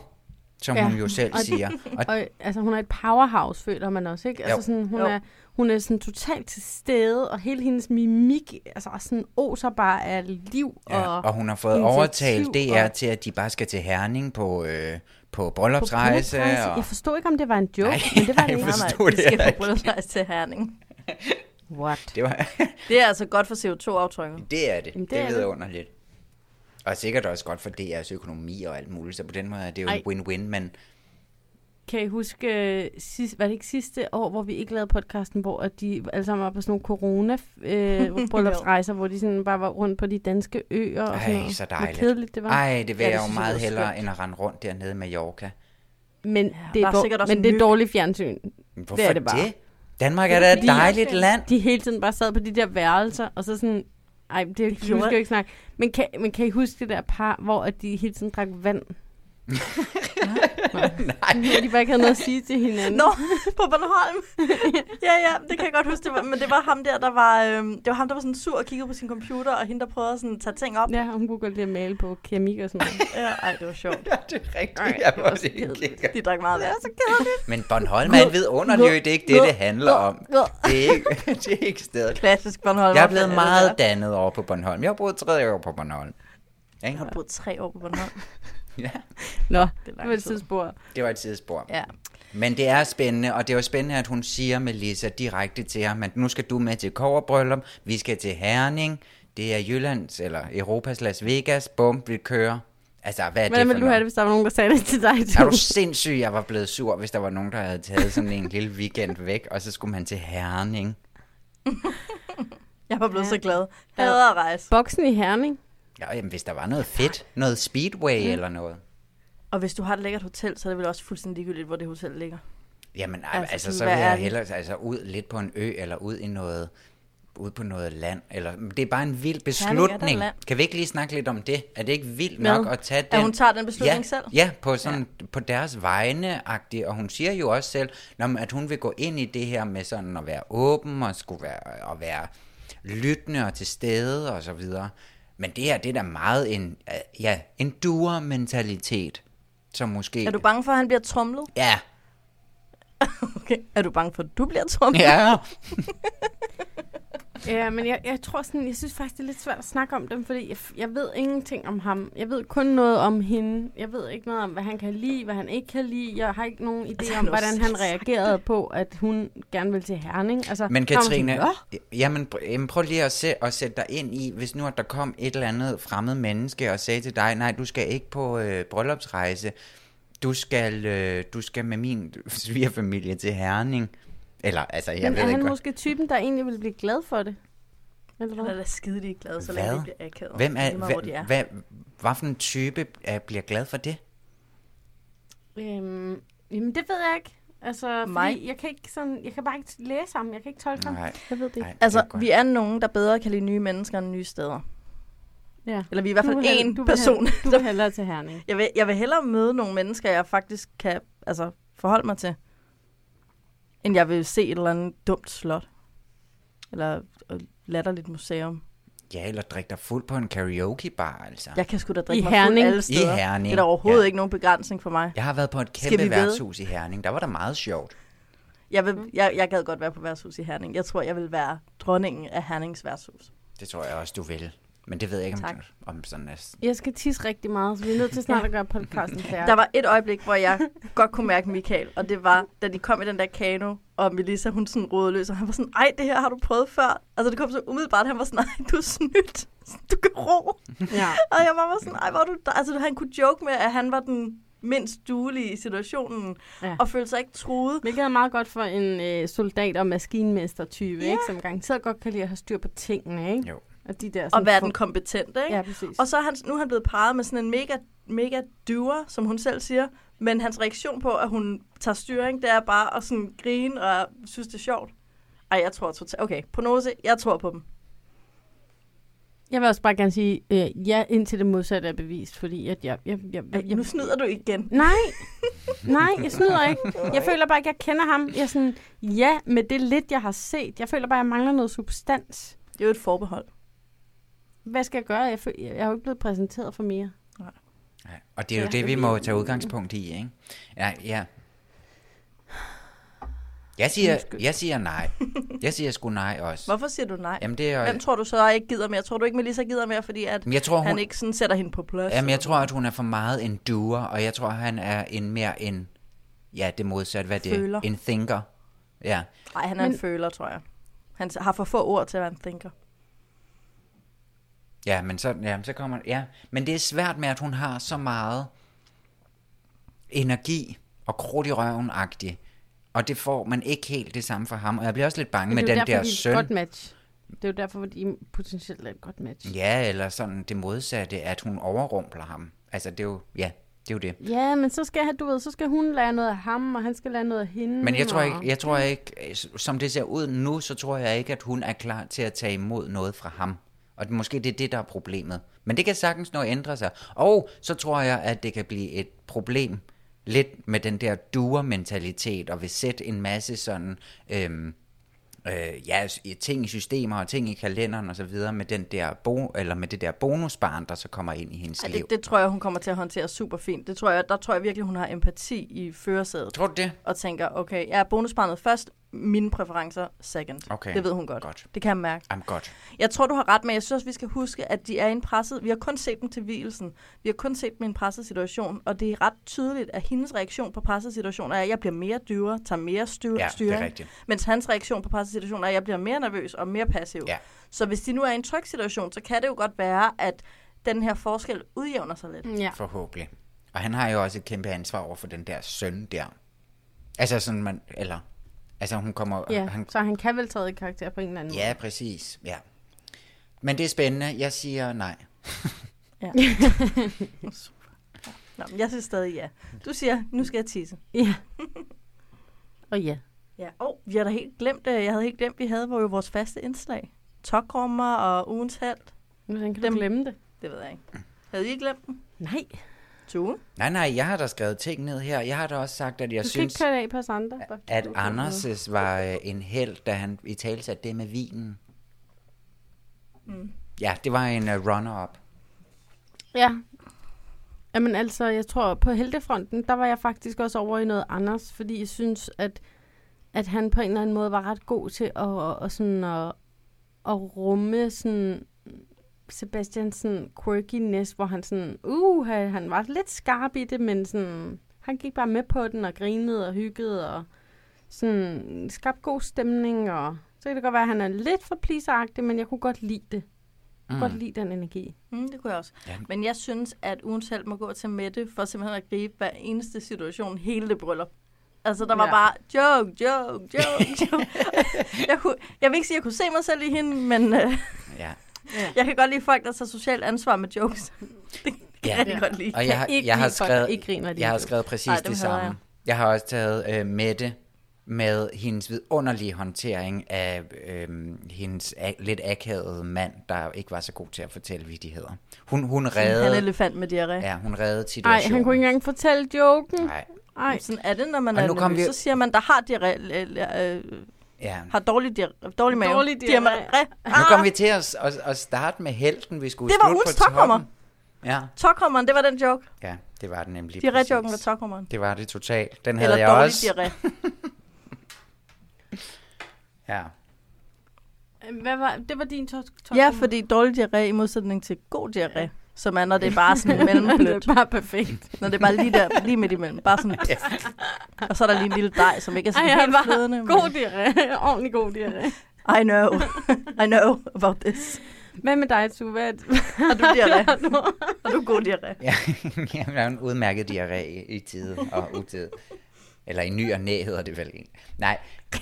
Speaker 7: som ja. hun jo selv
Speaker 1: og,
Speaker 7: siger. Og,
Speaker 1: Og, (laughs) altså, hun er et powerhouse, føler man også, ikke?
Speaker 7: Jo.
Speaker 1: Altså, sådan, hun,
Speaker 10: Jo.
Speaker 1: er, hun er sådan totalt til stede, og hele hendes mimik, altså sådan oser bare af liv.
Speaker 7: ja,
Speaker 1: og,
Speaker 7: og hun har fået
Speaker 1: initiativ
Speaker 7: overtalt DR
Speaker 1: og-
Speaker 7: til, at de bare skal til Herning på, øh, på
Speaker 1: på
Speaker 7: bryllupsrejse.
Speaker 1: bryllupsrejse.
Speaker 7: og...
Speaker 1: Jeg forstod ikke, om det var en joke,
Speaker 7: Nej,
Speaker 1: men det var
Speaker 7: nej,
Speaker 1: det
Speaker 7: (laughs) jeg
Speaker 1: ikke.
Speaker 7: forstod-
Speaker 10: Nej,
Speaker 7: Stod
Speaker 10: nej,
Speaker 7: det
Speaker 10: det skal
Speaker 7: heller
Speaker 10: på
Speaker 7: ikke.
Speaker 10: bryllupsrejse til Herning.
Speaker 1: What?
Speaker 7: Det, var,
Speaker 10: Det er altså godt for CO2-aftrykket.
Speaker 7: det er det.
Speaker 1: Jamen, det
Speaker 7: det, det
Speaker 1: er det.
Speaker 7: lyder underligt. Og sikkert også godt for DR's økonomi og alt muligt, så på den måde er det jo
Speaker 1: Ej.
Speaker 7: en win-win, men
Speaker 1: Kan I huske, øh, sidst, var det ikke sidste år, hvor vi ikke lavede podcasten, hvor at de alle sammen var på sådan nogle corona
Speaker 7: (laughs)
Speaker 1: øh, bryllupsrejser, hvor de sådan bare var rundt på de danske øer og sådan
Speaker 7: ej,
Speaker 1: noget.
Speaker 7: så
Speaker 1: Hvor
Speaker 7: dejligt.
Speaker 1: kedeligt det var.
Speaker 7: Ej, det
Speaker 10: Ja,
Speaker 7: vil ja,
Speaker 10: det
Speaker 7: jeg jo
Speaker 10: synes jeg
Speaker 7: meget
Speaker 10: var
Speaker 7: hellere,
Speaker 10: skønt.
Speaker 7: end at rende rundt dernede i Mallorca.
Speaker 1: Men, det
Speaker 10: der
Speaker 1: er,
Speaker 10: er sikkert
Speaker 1: dår,
Speaker 10: også
Speaker 1: men det er
Speaker 10: myg.
Speaker 1: dårligt fjernsyn.
Speaker 7: Men
Speaker 1: Det
Speaker 7: Hvorfor
Speaker 1: er det bare.
Speaker 7: Danmark er da et
Speaker 1: Fordi-
Speaker 7: dejligt land. (laughs)
Speaker 1: de hele tiden bare sad på de der værelser, og så sådan, ej, det kan vi
Speaker 10: gjorde-
Speaker 1: måske ikke snakke. Men kan, men kan I huske det der par, hvor at de hele tiden drak
Speaker 7: (laughs)
Speaker 1: vand?
Speaker 7: Nej.
Speaker 1: Hvor de bare ikke havde noget at sige til hinanden.
Speaker 10: Nå, på Bornholm. ja, ja, det kan jeg godt huske. Det var, men det var ham der, der var, øhm, det var ham, der var sådan sur og kiggede på sin computer, og hende, der prøvede at sådan, tage ting op.
Speaker 1: Ja, hun kunne godt lide at male på keramik og sådan noget.
Speaker 10: Ja, ej, det var sjovt.
Speaker 7: Ja, det er rigtigt.
Speaker 1: Ej,
Speaker 7: (laughs) Jeg
Speaker 1: det
Speaker 7: var
Speaker 1: var så
Speaker 7: det ikke
Speaker 1: kedeligt.
Speaker 7: lækker.
Speaker 10: De drak meget vand.
Speaker 7: Men Bornholm er en vidunderlig ø. Det er ikke det, det handler om. Det er ikke, (laughs) det er ikke stedet.
Speaker 10: Klassisk Bornholm.
Speaker 7: Jeg er blevet meget dannet over på Bornholm. Jeg har boet tre år på Bornholm.
Speaker 10: Jeg
Speaker 7: Ikke?
Speaker 10: har boet tre år på Bornholm.
Speaker 7: Ja,
Speaker 1: Nå,
Speaker 10: Det er
Speaker 1: det var et
Speaker 10: lang tid.
Speaker 1: tidsspor.
Speaker 7: det var et sidespor.
Speaker 10: Ja.
Speaker 7: Men det er spændende, og det er jo spændende, at hun siger Melissa direkte til ham, at nu skal du med til Koverbryllup, vi skal til Herning, det er Jyllands eller Europas Las Vegas, bum, vi kører. Altså, hvad er det
Speaker 1: Hvordan
Speaker 7: for
Speaker 1: ville du
Speaker 7: noget?
Speaker 1: have det, hvis der var nogen, der sagde det til dig?
Speaker 7: Er du
Speaker 1: Troels?
Speaker 7: sindssyg, jeg var blevet sur, hvis der var nogen, der havde taget sådan en lille weekend væk, og så skulle man til Herning.
Speaker 10: Jeg var blevet
Speaker 1: Ja.
Speaker 10: så glad. Hader at rejse.
Speaker 1: Boksen i Herning?
Speaker 7: Ja, jamen, hvis der var noget fedt, noget speedway mm. eller noget.
Speaker 10: Og hvis du har et lækkert hotel, så er det vel også fuldstændig ligegyldigt, hvor det hotel ligger.
Speaker 7: Jamen, altså,
Speaker 10: Altså,
Speaker 7: altså
Speaker 10: sådan,
Speaker 7: så vil
Speaker 10: hvad er
Speaker 7: jeg
Speaker 10: det?
Speaker 7: hellere altså, ud lidt på en ø, eller ud i noget ud på noget land. Eller, men det er bare en vild beslutning.
Speaker 10: land.
Speaker 7: kan vi ikke lige snakke lidt om det? Er det ikke vildt
Speaker 1: Hvad?
Speaker 7: nok at tage den?
Speaker 10: At hun tager den beslutning
Speaker 7: ja,
Speaker 10: selv?
Speaker 7: Ja, på, sådan, ja. på deres vegne -agtigt. Og hun siger jo også selv, nå, men at hun vil gå ind i det her med sådan at være åben og skulle være, at være lyttende og til stede og så videre. Men det her, det er da meget en, øh, ja, en duer-mentalitet, som måske...
Speaker 10: Er du bange for, at han bliver tromlet? (laughs)
Speaker 7: Ja,
Speaker 10: Okay. Er du bange for, at du bliver tromlet?
Speaker 7: ja.
Speaker 1: Ja, men jeg, jeg tror sådan, jeg synes faktisk, det er lidt svært at snakke om dem, fordi jeg, f- jeg ved ingenting om ham. Jeg ved kun noget om hende. Jeg ved ikke noget om, hvad han kan lide, hvad han ikke kan lide. Jeg har ikke nogen idé
Speaker 10: Altså,
Speaker 1: altså,
Speaker 10: han
Speaker 1: om,
Speaker 10: har jo
Speaker 1: hvordan han
Speaker 10: selv sagt
Speaker 1: reagerede på, at hun gerne vil til Herning. Altså,
Speaker 7: Men
Speaker 1: der var man
Speaker 7: Katrine,
Speaker 1: sådan, "Nå,
Speaker 7: jamen, pr- jamen, prøv lige at, se, at sætte dig ind i, hvis nu at der kom et eller andet fremmed menneske og sagde til dig, nej, du skal ikke på øh, bryllupsrejse, du skal, øh, du skal med min svigerfamilie til Herning. Eller, altså, jeg
Speaker 1: Men
Speaker 7: ved
Speaker 1: er
Speaker 7: ikke,
Speaker 1: han
Speaker 7: hvad-
Speaker 1: måske typen, der egentlig ville blive glad for det? Eller
Speaker 10: Han er
Speaker 1: hvad?
Speaker 10: da skide lige glad, så længe
Speaker 7: Hvad?
Speaker 10: det bliver akavet.
Speaker 7: hvem er,
Speaker 10: Lige meget, hvor de
Speaker 7: hvad, hvad, hvad for en type er, bliver glad for det?
Speaker 1: Øhm, jamen, det ved jeg ikke. Altså,
Speaker 10: Mig?
Speaker 1: fordi jeg kan ikke sådan, jeg kan bare ikke læse ham, jeg kan ikke tolke ham.
Speaker 7: Nej.
Speaker 1: Jeg ved det ikke.
Speaker 7: Nej, det
Speaker 10: Altså,
Speaker 7: er godt.
Speaker 10: vi er nogen, der bedre kan lide nye mennesker end nye steder.
Speaker 1: Ja.
Speaker 10: Eller vi er i hvert fald
Speaker 1: vil hell-
Speaker 10: én
Speaker 1: du vil
Speaker 10: person.
Speaker 1: hell- Du vil hellere til Herning.
Speaker 10: Jeg vil, jeg vil hellere møde nogle mennesker, jeg faktisk kan altså, forholde mig til, end jeg vil se et eller andet dumt slot. Eller et latterligt museum.
Speaker 7: Ja, eller drikke dig fuld på en karaokebar, altså.
Speaker 10: Jeg kan sgu da drikke
Speaker 1: I
Speaker 10: mig fuld
Speaker 1: Herning.
Speaker 10: alle steder.
Speaker 7: I Herning.
Speaker 10: Det er der overhovedet
Speaker 7: Ja.
Speaker 10: ja. ikke nogen begrænsning for mig.
Speaker 7: Jeg har været på et
Speaker 10: Skal
Speaker 7: kæmpe
Speaker 10: vi ved?
Speaker 7: værtshus i Herning, der var der meget sjovt.
Speaker 10: Jeg,
Speaker 1: Mm.
Speaker 10: vil, jeg, jeg gad godt være på værtshus i Herning. Jeg tror, jeg vil være dronningen af Hernings værtshus.
Speaker 7: Det tror jeg også, du vil. Men det ved jeg ikke, om,
Speaker 10: Tak.
Speaker 7: om sådan er
Speaker 1: Jeg skal tisse rigtig meget, så vi er nødt til snart at gøre podcasten færdig.
Speaker 10: Der var et øjeblik, hvor jeg godt kunne mærke Michael, og det var, da de kom i den der kano, og Melissa, hun sådan rådede løs, og han var sådan, ej, det her har du prøvet før. Altså, det kom så umiddelbart, han var sådan, ej, du er snydt. Du kan ro.
Speaker 1: Ja.
Speaker 10: Og jeg var bare sådan, ej, hvor er du... dej-" Altså, han kunne joke med, at han var den mindst duelige i situationen,
Speaker 1: Ja.
Speaker 10: ja. og følte sig ikke truet.
Speaker 1: Hvilket er meget godt for en øh, soldat- og maskinmester-type,
Speaker 10: Ja.
Speaker 1: ikke? som garanteret godt kan lide at have styr på tingene. Ikke?
Speaker 7: Jo.
Speaker 1: Og, de der,
Speaker 10: Og
Speaker 1: sådan
Speaker 10: være
Speaker 1: få-
Speaker 10: den kompetente, ikke?
Speaker 1: Ja, præcis.
Speaker 10: Og så er han, nu er han blevet parret med sådan en mega, mega dyver, som hun selv siger. Men hans reaktion på, at hun tager styring, det er bare at sådan grine og synes, det er sjovt. Ej, jeg tror totalt... Okay, prognose, jeg tror på dem.
Speaker 1: Jeg vil også bare gerne sige, øh, ja, indtil det modsatte er bevist, fordi at jeg... jeg, jeg, jeg,
Speaker 10: Ej,
Speaker 1: jeg
Speaker 10: nu snyder du igen.
Speaker 1: Nej, nej, jeg snyder ikke. Jeg føler bare ikke, jeg kender ham. Jeg er sådan, ja, med det lidt, jeg har set. Jeg føler bare, jeg mangler noget substans.
Speaker 10: Det er jo et forbehold.
Speaker 1: Hvad skal jeg gøre? Jeg, føl- jeg er jo ikke blevet præsenteret for mere.
Speaker 7: Ja, Og det er jo
Speaker 1: Ja,
Speaker 7: det, vi
Speaker 1: fordi-
Speaker 7: må tage udgangspunkt i, ikke? Ja, ja. Jeg siger, jeg siger nej. Jeg siger sgu nej også.
Speaker 10: Hvorfor siger du nej?
Speaker 7: Jamen, det er,
Speaker 10: Hvem tror du så ikke gider mere? Tror du ikke, Melissa gider mere, fordi at
Speaker 7: Jamen, jeg tror,
Speaker 10: han
Speaker 7: hun,
Speaker 10: ikke sådan sætter hende på plads?
Speaker 7: jamen, jeg tror, at hun er for meget en doer, og jeg tror, han er en mere en, ja, det modsatte, hvad det er,
Speaker 10: Føler.
Speaker 7: en thinker. Ja,
Speaker 10: Nej, han er en føler, tror jeg. Han har for få ord til, hvad han tænker.
Speaker 7: ja, men så, ja, så kommer, ja. Men det er svært med, at hun har så meget energi og krudt i røven -agtig. Og det får man ikke helt det samme for ham. Og jeg bliver også lidt bange med
Speaker 1: det er jo
Speaker 7: den
Speaker 1: derfor,
Speaker 7: der
Speaker 1: de er et
Speaker 7: søn.
Speaker 1: godt match. Det er jo derfor, at de potentielt er et godt match.
Speaker 7: Ja, eller sådan det modsatte, at hun overrumpler ham. Altså, det er jo, ja, det er jo det.
Speaker 1: Ja, men så skal, han- du ved, så skal hun lære noget af ham, og han skal lære noget af hende.
Speaker 7: Men jeg tror
Speaker 1: og-
Speaker 7: ikke, jeg tror ikke øh, s- som det ser ud nu, så tror jeg ikke, at hun er klar til at tage imod noget fra ham. Og det- måske det er det, der er problemet. Men det kan sagtens nå at ændre sig. Og så tror jeg, at det kan blive et problem lidt med den der duer-mentalitet, og vil sætte en masse sådan, øhm, øh, ja, s- i- ting i systemer og ting i kalenderen og så videre med den der bo, eller med det der bonusbarn, der så kommer ind i hendes
Speaker 10: Ej,
Speaker 7: liv.
Speaker 10: det, det, tror jeg, hun kommer til at håndtere super fint. Det tror jeg, der tror jeg virkelig, hun har empati i førersædet.
Speaker 7: Tror du det?
Speaker 10: og tænker, okay, jeg er bonusbarnet først, mine præferencer second.
Speaker 7: Okay.
Speaker 10: Det ved hun godt.
Speaker 7: Godt.
Speaker 10: Det kan jeg mærke.
Speaker 7: Jamen godt.
Speaker 10: Jeg tror, du har ret, men jeg synes også, vi skal huske, at de er i en presset... Vi har kun set dem til hvilelsen. Vi har kun set dem i en presset situation, og det er ret tydeligt, at hendes reaktion på presset situationer er, at jeg bliver mere dyre, tager mere styr,
Speaker 7: Ja, det er
Speaker 10: styring,
Speaker 7: rigtigt.
Speaker 10: mens hans reaktion på presset situationer er, at jeg bliver mere nervøs og mere passiv.
Speaker 7: Ja.
Speaker 10: Så hvis de nu er i en tryg situation, så kan det jo godt være, at den her forskel udjævner sig lidt.
Speaker 1: Ja.
Speaker 7: Forhåbentlig. Og han har jo også et kæmpe ansvar over for den der søn der. Altså sådan man, eller, altså hun kommer,
Speaker 1: Ja,
Speaker 7: han,
Speaker 1: så han kan vel træde i karakter på en eller anden
Speaker 7: ja præcis, ja. Men det er spændende, jeg siger nej.
Speaker 10: Ja. Nå, men jeg synes stadig ja. Du siger, nu skal jeg tisse.
Speaker 1: måde.
Speaker 7: (laughs)
Speaker 1: Ja. Og ja.
Speaker 10: Ja, og vi har da helt glemt, øh, jeg havde helt glemt, vi havde hvor jo vores faste indslag. Tokrummer og ugens halvt.
Speaker 1: Hvordan kan
Speaker 10: Dem-
Speaker 1: du glemme det?
Speaker 10: Det ved jeg ikke.
Speaker 7: Mm.
Speaker 10: Havde I glemt dem?
Speaker 1: Nej,
Speaker 10: Tue?
Speaker 7: Nej, nej, jeg har da skrevet ting ned her. Jeg har da også sagt, at jeg
Speaker 1: du skal
Speaker 7: synes,
Speaker 1: ikke køre det af på os andre. Bare fordi
Speaker 7: at
Speaker 1: du-
Speaker 7: Anders' var øh, en held, da han i tale satte det med vinen.
Speaker 1: Mm.
Speaker 7: Ja, det var en uh, runner-up.
Speaker 1: Ja. Jamen altså, jeg tror på heltefronten, der var jeg faktisk også over i noget Anders, fordi jeg synes, at, at han på en eller anden måde var ret god til at, at, at, sådan at, at rumme sådan Sebastians sådan quirkiness, hvor han sådan, uh, han var lidt skarp i det, men sådan, han gik bare med på den og grinede og hyggede og sådan skabte god stemning, og så kan det godt være, at han er lidt for pleaseragtig, men jeg kunne godt lide det. Mm. Godt lide den energi.
Speaker 10: Mm, det kunne jeg også.
Speaker 7: Ja.
Speaker 10: Men jeg synes, at ugens halvt må gå til Mette, for simpelthen at gribe hver eneste situation, hele det bryllup. Altså, der var
Speaker 1: Ja.
Speaker 10: ja. bare joke, joke,
Speaker 7: (laughs)
Speaker 10: joke, joke. jeg, kunne, jeg vil ikke sige, at jeg kunne se mig selv i hende, men øh,
Speaker 7: Ja.
Speaker 10: jeg kan godt lide folk, der tager socialt ansvar med jokes. (laughs) det kan
Speaker 7: Ja.
Speaker 10: jeg rigtig godt lide.
Speaker 7: Og jeg, har-
Speaker 1: ikke
Speaker 7: jeg har
Speaker 1: lide folk, der
Speaker 7: skrevet,
Speaker 1: ikke griner af dine
Speaker 7: jeg har
Speaker 1: jokes.
Speaker 7: skrevet præcis
Speaker 10: Ej,
Speaker 7: Ej,
Speaker 10: dem
Speaker 7: det
Speaker 10: hader
Speaker 7: samme. Jeg.
Speaker 10: jeg.
Speaker 7: har også taget øh, Mette med hendes vidunderlige håndtering af øh, hendes a- lidt akavede mand, der ikke var så god til at fortælle vittigheder. Hun, hun
Speaker 10: Han er
Speaker 7: reddede,
Speaker 10: elefant med diarré. Ja.
Speaker 7: ja, hun reddede
Speaker 1: Nej,
Speaker 7: situationen.
Speaker 1: han kunne ikke engang fortælle joken.
Speaker 7: Nej,
Speaker 1: Nej.
Speaker 10: Sådan er det, når man
Speaker 7: Og
Speaker 10: er
Speaker 7: nu kom
Speaker 10: nervøs. Så
Speaker 7: vi-
Speaker 10: siger man, der har diarré, øh, øh,
Speaker 7: ja.
Speaker 10: har dårlig, diar- dårlig mave.
Speaker 1: Dårlig diarré.
Speaker 10: Diarré.
Speaker 7: Nu kom vi til at, at, at starte med helten, vi skulle
Speaker 10: Ah! Det var
Speaker 7: slutte
Speaker 10: ugens
Speaker 7: på
Speaker 10: topnummer.
Speaker 7: toppen. Ja,
Speaker 10: Tokrummeren, det var den joke.
Speaker 7: ja, det var den nemlig.
Speaker 10: Diarré-joken var
Speaker 7: præcis.
Speaker 10: tokrummeren.
Speaker 7: Det var det totalt. Den havde
Speaker 10: Eller
Speaker 7: jeg
Speaker 10: dårlig (laughs)
Speaker 7: også.
Speaker 10: diarré.
Speaker 7: Ja.
Speaker 1: Hvad var, det var din top, top
Speaker 10: Ja, fordi dårlig diarré i modsætning til god diarré. som er, når det er bare
Speaker 1: (laughs)
Speaker 7: (laughs)
Speaker 10: sådan mellemblødt.
Speaker 1: det er bare perfekt.
Speaker 10: Når det er bare lige der, lige midt imellem. Bare sådan. Og så er der lige en lille dej, som ikke er sådan
Speaker 1: Ej, jeg
Speaker 10: helt
Speaker 1: var
Speaker 10: flydende. men-
Speaker 1: god diarré. (laughs) Ordentlig god diarré.
Speaker 10: I know. (laughs) I know about this.
Speaker 1: Hvad med dig, Tue? Hvad er det?
Speaker 10: Har du (laughs) diarré? Har du god diarré?
Speaker 7: Ja, (laughs) jamen, der er en udmærket diarré i- i tide og utid. Eller i ny og næ hedder det vel egentlig. Nej,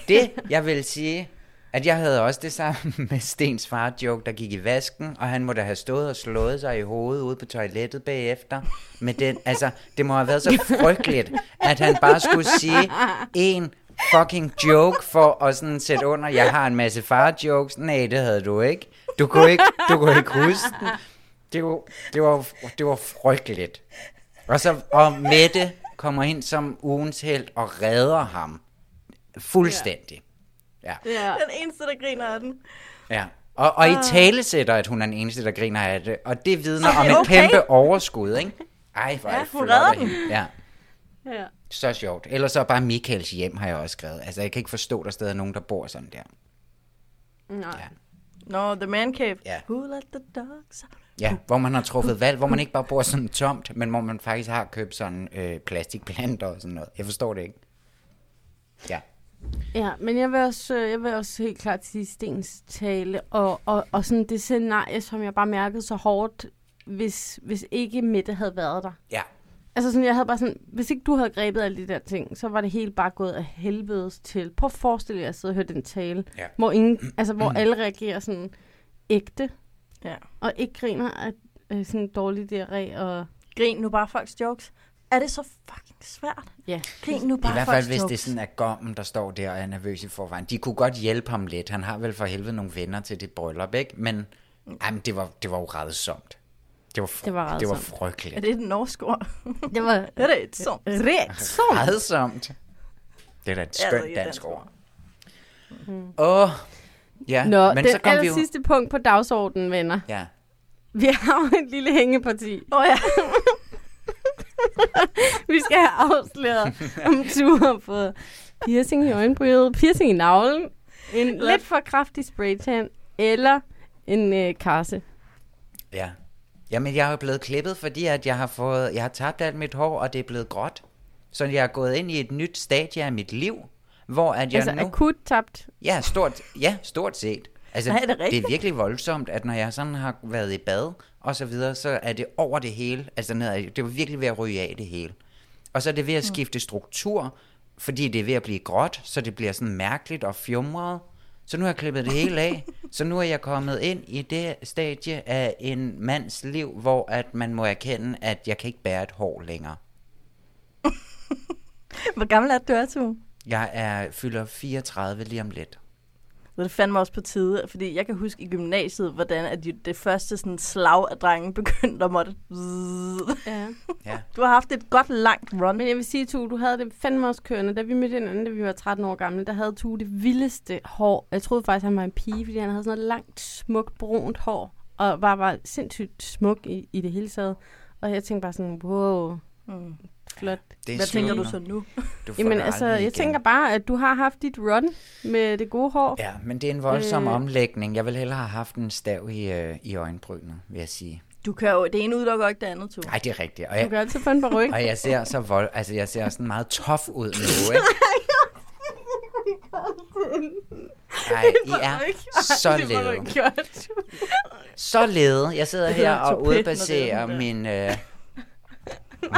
Speaker 7: det jeg vil sige, at jeg havde også det samme (laughs) med Stens far joke, der gik i vasken, og han må da have stået og slået sig i hovedet ude på toilettet bagefter. Med den, altså, det må have været så frygteligt, at han bare skulle sige en fucking joke for at sådan sætte under, jeg har en masse far jokes. Nej, det havde du ikke. Du kunne ikke, du kunne ikke huske den. Det var, det var, det var frygteligt. Og, så, og Mette kommer ind som ugens held og redder ham. Fuldstændig. Ja.
Speaker 1: (laughs) Ja.
Speaker 10: Den eneste, der griner af den.
Speaker 7: ja. Og, og i
Speaker 10: Ah.
Speaker 7: tale sætter, at hun er den eneste, der griner af det. Og det vidner om
Speaker 10: det
Speaker 7: et
Speaker 10: okay?
Speaker 7: kæmpe overskud, ikke? Ej, hvor ja,
Speaker 10: hun redder den.
Speaker 7: Ja.
Speaker 1: ja.
Speaker 7: Så sjovt. Ellers så er bare Michaels hjem, har jeg også skrevet. Altså, jeg kan ikke forstå, der stadig er nogen, der bor sådan der.
Speaker 1: Nej.
Speaker 10: No, the man cave.
Speaker 7: Ja.
Speaker 10: Who let the dogs out?
Speaker 7: Ja, hvor man har truffet valg, hvor man ikke bare bor sådan tomt, men hvor man faktisk har købt sådan øh, plastikplanter og sådan noget. Jeg forstår det ikke. Ja.
Speaker 1: Ja, men jeg vil også, øh, jeg vil også helt klart sige Stens tale, og, og, og sådan det scenarie, som jeg bare mærkede så hårdt, hvis, hvis ikke Mette havde været der.
Speaker 7: Ja.
Speaker 1: Altså sådan, jeg havde bare sådan, hvis ikke du havde grebet alle de der ting, så var det helt bare gået af helvedes til. Prøv at forestille jer at sidde og høre den tale,
Speaker 7: Ja.
Speaker 1: hvor, ingen, altså,
Speaker 7: (clears throat)
Speaker 1: hvor alle reagerer sådan ægte,
Speaker 10: Ja.
Speaker 1: og ikke griner af øh, sådan dårlig diarré, og
Speaker 10: Grin nu bare folks jokes. Er det så fucking svært?
Speaker 1: ja,
Speaker 10: Grin nu
Speaker 7: I
Speaker 10: bare
Speaker 7: hvert
Speaker 10: folks
Speaker 7: fald, hvis
Speaker 10: jokes.
Speaker 7: det sådan er gommen, der står der og er nervøs i forvejen. De kunne godt hjælpe ham lidt. Han har vel for helvede nogle venner til det bryllup, ikke? Men jamen, det, var, det var jo redsomt. Det var, fr-
Speaker 1: Det var
Speaker 7: det var
Speaker 1: rædsomt.
Speaker 10: Er
Speaker 7: frygteligt.
Speaker 10: det et norsk ord?
Speaker 1: det var
Speaker 10: (laughs) er det et sånt.
Speaker 1: reaktion.
Speaker 7: Redsomt. Det er da et
Speaker 10: Ja,
Speaker 7: Altså, skønt
Speaker 10: det er et dansk
Speaker 7: dansk ord. Åh, oh, ja.
Speaker 1: Nå,
Speaker 7: men
Speaker 1: den
Speaker 7: så kom vi
Speaker 1: aller
Speaker 7: jo...
Speaker 1: sidste punkt på dagsordenen, venner. (laughs)
Speaker 7: Ja.
Speaker 1: Vi har jo et lille hængeparti.
Speaker 10: Åh oh, ja. (laughs)
Speaker 1: Vi skal have
Speaker 7: (laughs)
Speaker 1: afsløret, om du har fået piercing i øjenbrynet, piercing i navlen, en lidt for kraftig spraytan, eller en øh, karse.
Speaker 7: Ja. Jamen, jeg er jo blevet klippet, fordi at jeg har, fået, jeg har tabt alt mit hår, og det er blevet gråt. Så jeg er gået ind i et nyt stadie af mit liv, hvor at jeg
Speaker 1: altså
Speaker 7: nu...
Speaker 1: akut tabt.
Speaker 7: Ja, stort, ja, stort set. Altså,
Speaker 10: Nej, er det
Speaker 7: det
Speaker 10: rigtigt?
Speaker 7: er virkelig voldsomt, at når jeg sådan har været i bad og så videre, så er det over det hele. Altså, ned ad- det var virkelig ved at ryge af det hele. Og så er det ved at
Speaker 1: Mm.
Speaker 7: skifte struktur, fordi det er ved at blive gråt, så det bliver sådan mærkeligt og fjumret. Så nu har jeg klippet det
Speaker 1: (laughs)
Speaker 7: hele af. Så nu er jeg kommet ind i det stadie af en mands liv, hvor at man må erkende, at jeg kan ikke bære et hår længere.
Speaker 10: Hvor gammel er det, du er, Tue?
Speaker 7: Jeg er fylder 34 lige om lidt.
Speaker 10: Så det fandme også på tide, fordi jeg kan huske i gymnasiet, hvordan at de- det første sådan slag af drenge begyndte at måtte.
Speaker 1: Ja.
Speaker 7: Ja.
Speaker 10: Du har haft et godt langt run.
Speaker 1: Men jeg vil sige, Tue, du havde det fandme også kørende. Da vi mødte hinanden, da vi var 13 år gamle, der havde Tue det vildeste hår. Jeg troede faktisk, han var en pige, fordi han havde sådan noget langt, smukt, brunt hår. Og var, var sindssygt smuk i, i det hele taget. Og jeg tænkte bare sådan, wow,
Speaker 10: Mm.
Speaker 1: flot.
Speaker 7: Det er
Speaker 10: Hvad tænker
Speaker 7: slut
Speaker 10: du
Speaker 7: nu.
Speaker 10: så nu?
Speaker 7: Du får
Speaker 1: Jamen
Speaker 7: det
Speaker 1: altså,
Speaker 7: aldrig
Speaker 1: jeg
Speaker 7: igen.
Speaker 1: tænker bare, at du har haft dit run med det gode hår.
Speaker 7: Ja, men det er en voldsom
Speaker 1: Øh.
Speaker 7: øh. omlægning. Jeg vil hellere have haft en stav i, øh, i øjenbrynet, vil jeg sige.
Speaker 10: Du kan jo, det ene udelukker ikke det andet, Tue.
Speaker 7: Nej, det er rigtigt. Og
Speaker 1: Du kan
Speaker 7: jeg,
Speaker 1: altid få en baryk.
Speaker 7: og jeg ser så vold, altså jeg ser sådan meget tof ud nu,
Speaker 10: (laughs)
Speaker 7: ikke? Nej, I er
Speaker 1: (laughs)
Speaker 7: så lede. Så lede. Jeg sidder her
Speaker 10: hedder
Speaker 7: og
Speaker 10: toupet, når det er
Speaker 7: udbaserer
Speaker 10: sådan der.
Speaker 7: min, øh,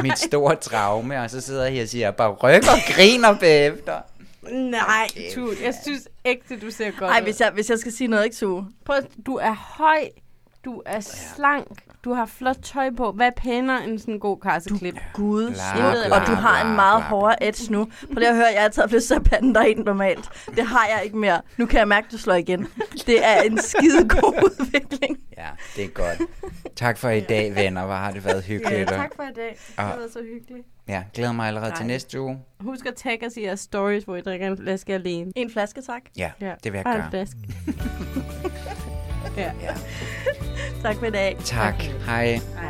Speaker 7: mit store traume, og så sidder jeg her og siger, bare ryk og griner bagefter.
Speaker 1: Nej, du, jeg synes ægte, du ser godt
Speaker 10: Nej,
Speaker 1: ud.
Speaker 10: hvis jeg, hvis jeg skal sige noget, ikke, Tue?
Speaker 1: Prøv, at- du er høj, du er slank, du har flot tøj på. Hvad er pænere end sådan en god karseklip?
Speaker 10: Gud,
Speaker 7: Bla,
Speaker 1: bla,
Speaker 10: og du har
Speaker 7: bla,
Speaker 10: en meget
Speaker 7: bla.
Speaker 10: hårdere edge nu. Prøv lige at høre, jeg har taget flere sabatten dig ind normalt. Det har jeg ikke mere. Nu kan jeg mærke, at du slår igen. Det er en skide god (laughs) udvikling.
Speaker 7: Ja, det er godt. Tak for i dag, venner. Hvor har det været
Speaker 1: Øh,
Speaker 7: hyggeligt. og-
Speaker 1: for i dag. Det
Speaker 7: har
Speaker 1: været så hyggeligt.
Speaker 7: Ja, glæder mig allerede til næste uge.
Speaker 1: Husk at tagge os i jeres stories, hvor I drikker en flaske alene.
Speaker 10: En flaske, tak.
Speaker 7: Ja,
Speaker 1: Ja,
Speaker 7: det vil jeg
Speaker 1: bare en
Speaker 7: gøre.
Speaker 1: flaske.
Speaker 10: Tak for i dag.
Speaker 7: Tak. Hej.
Speaker 1: Hej.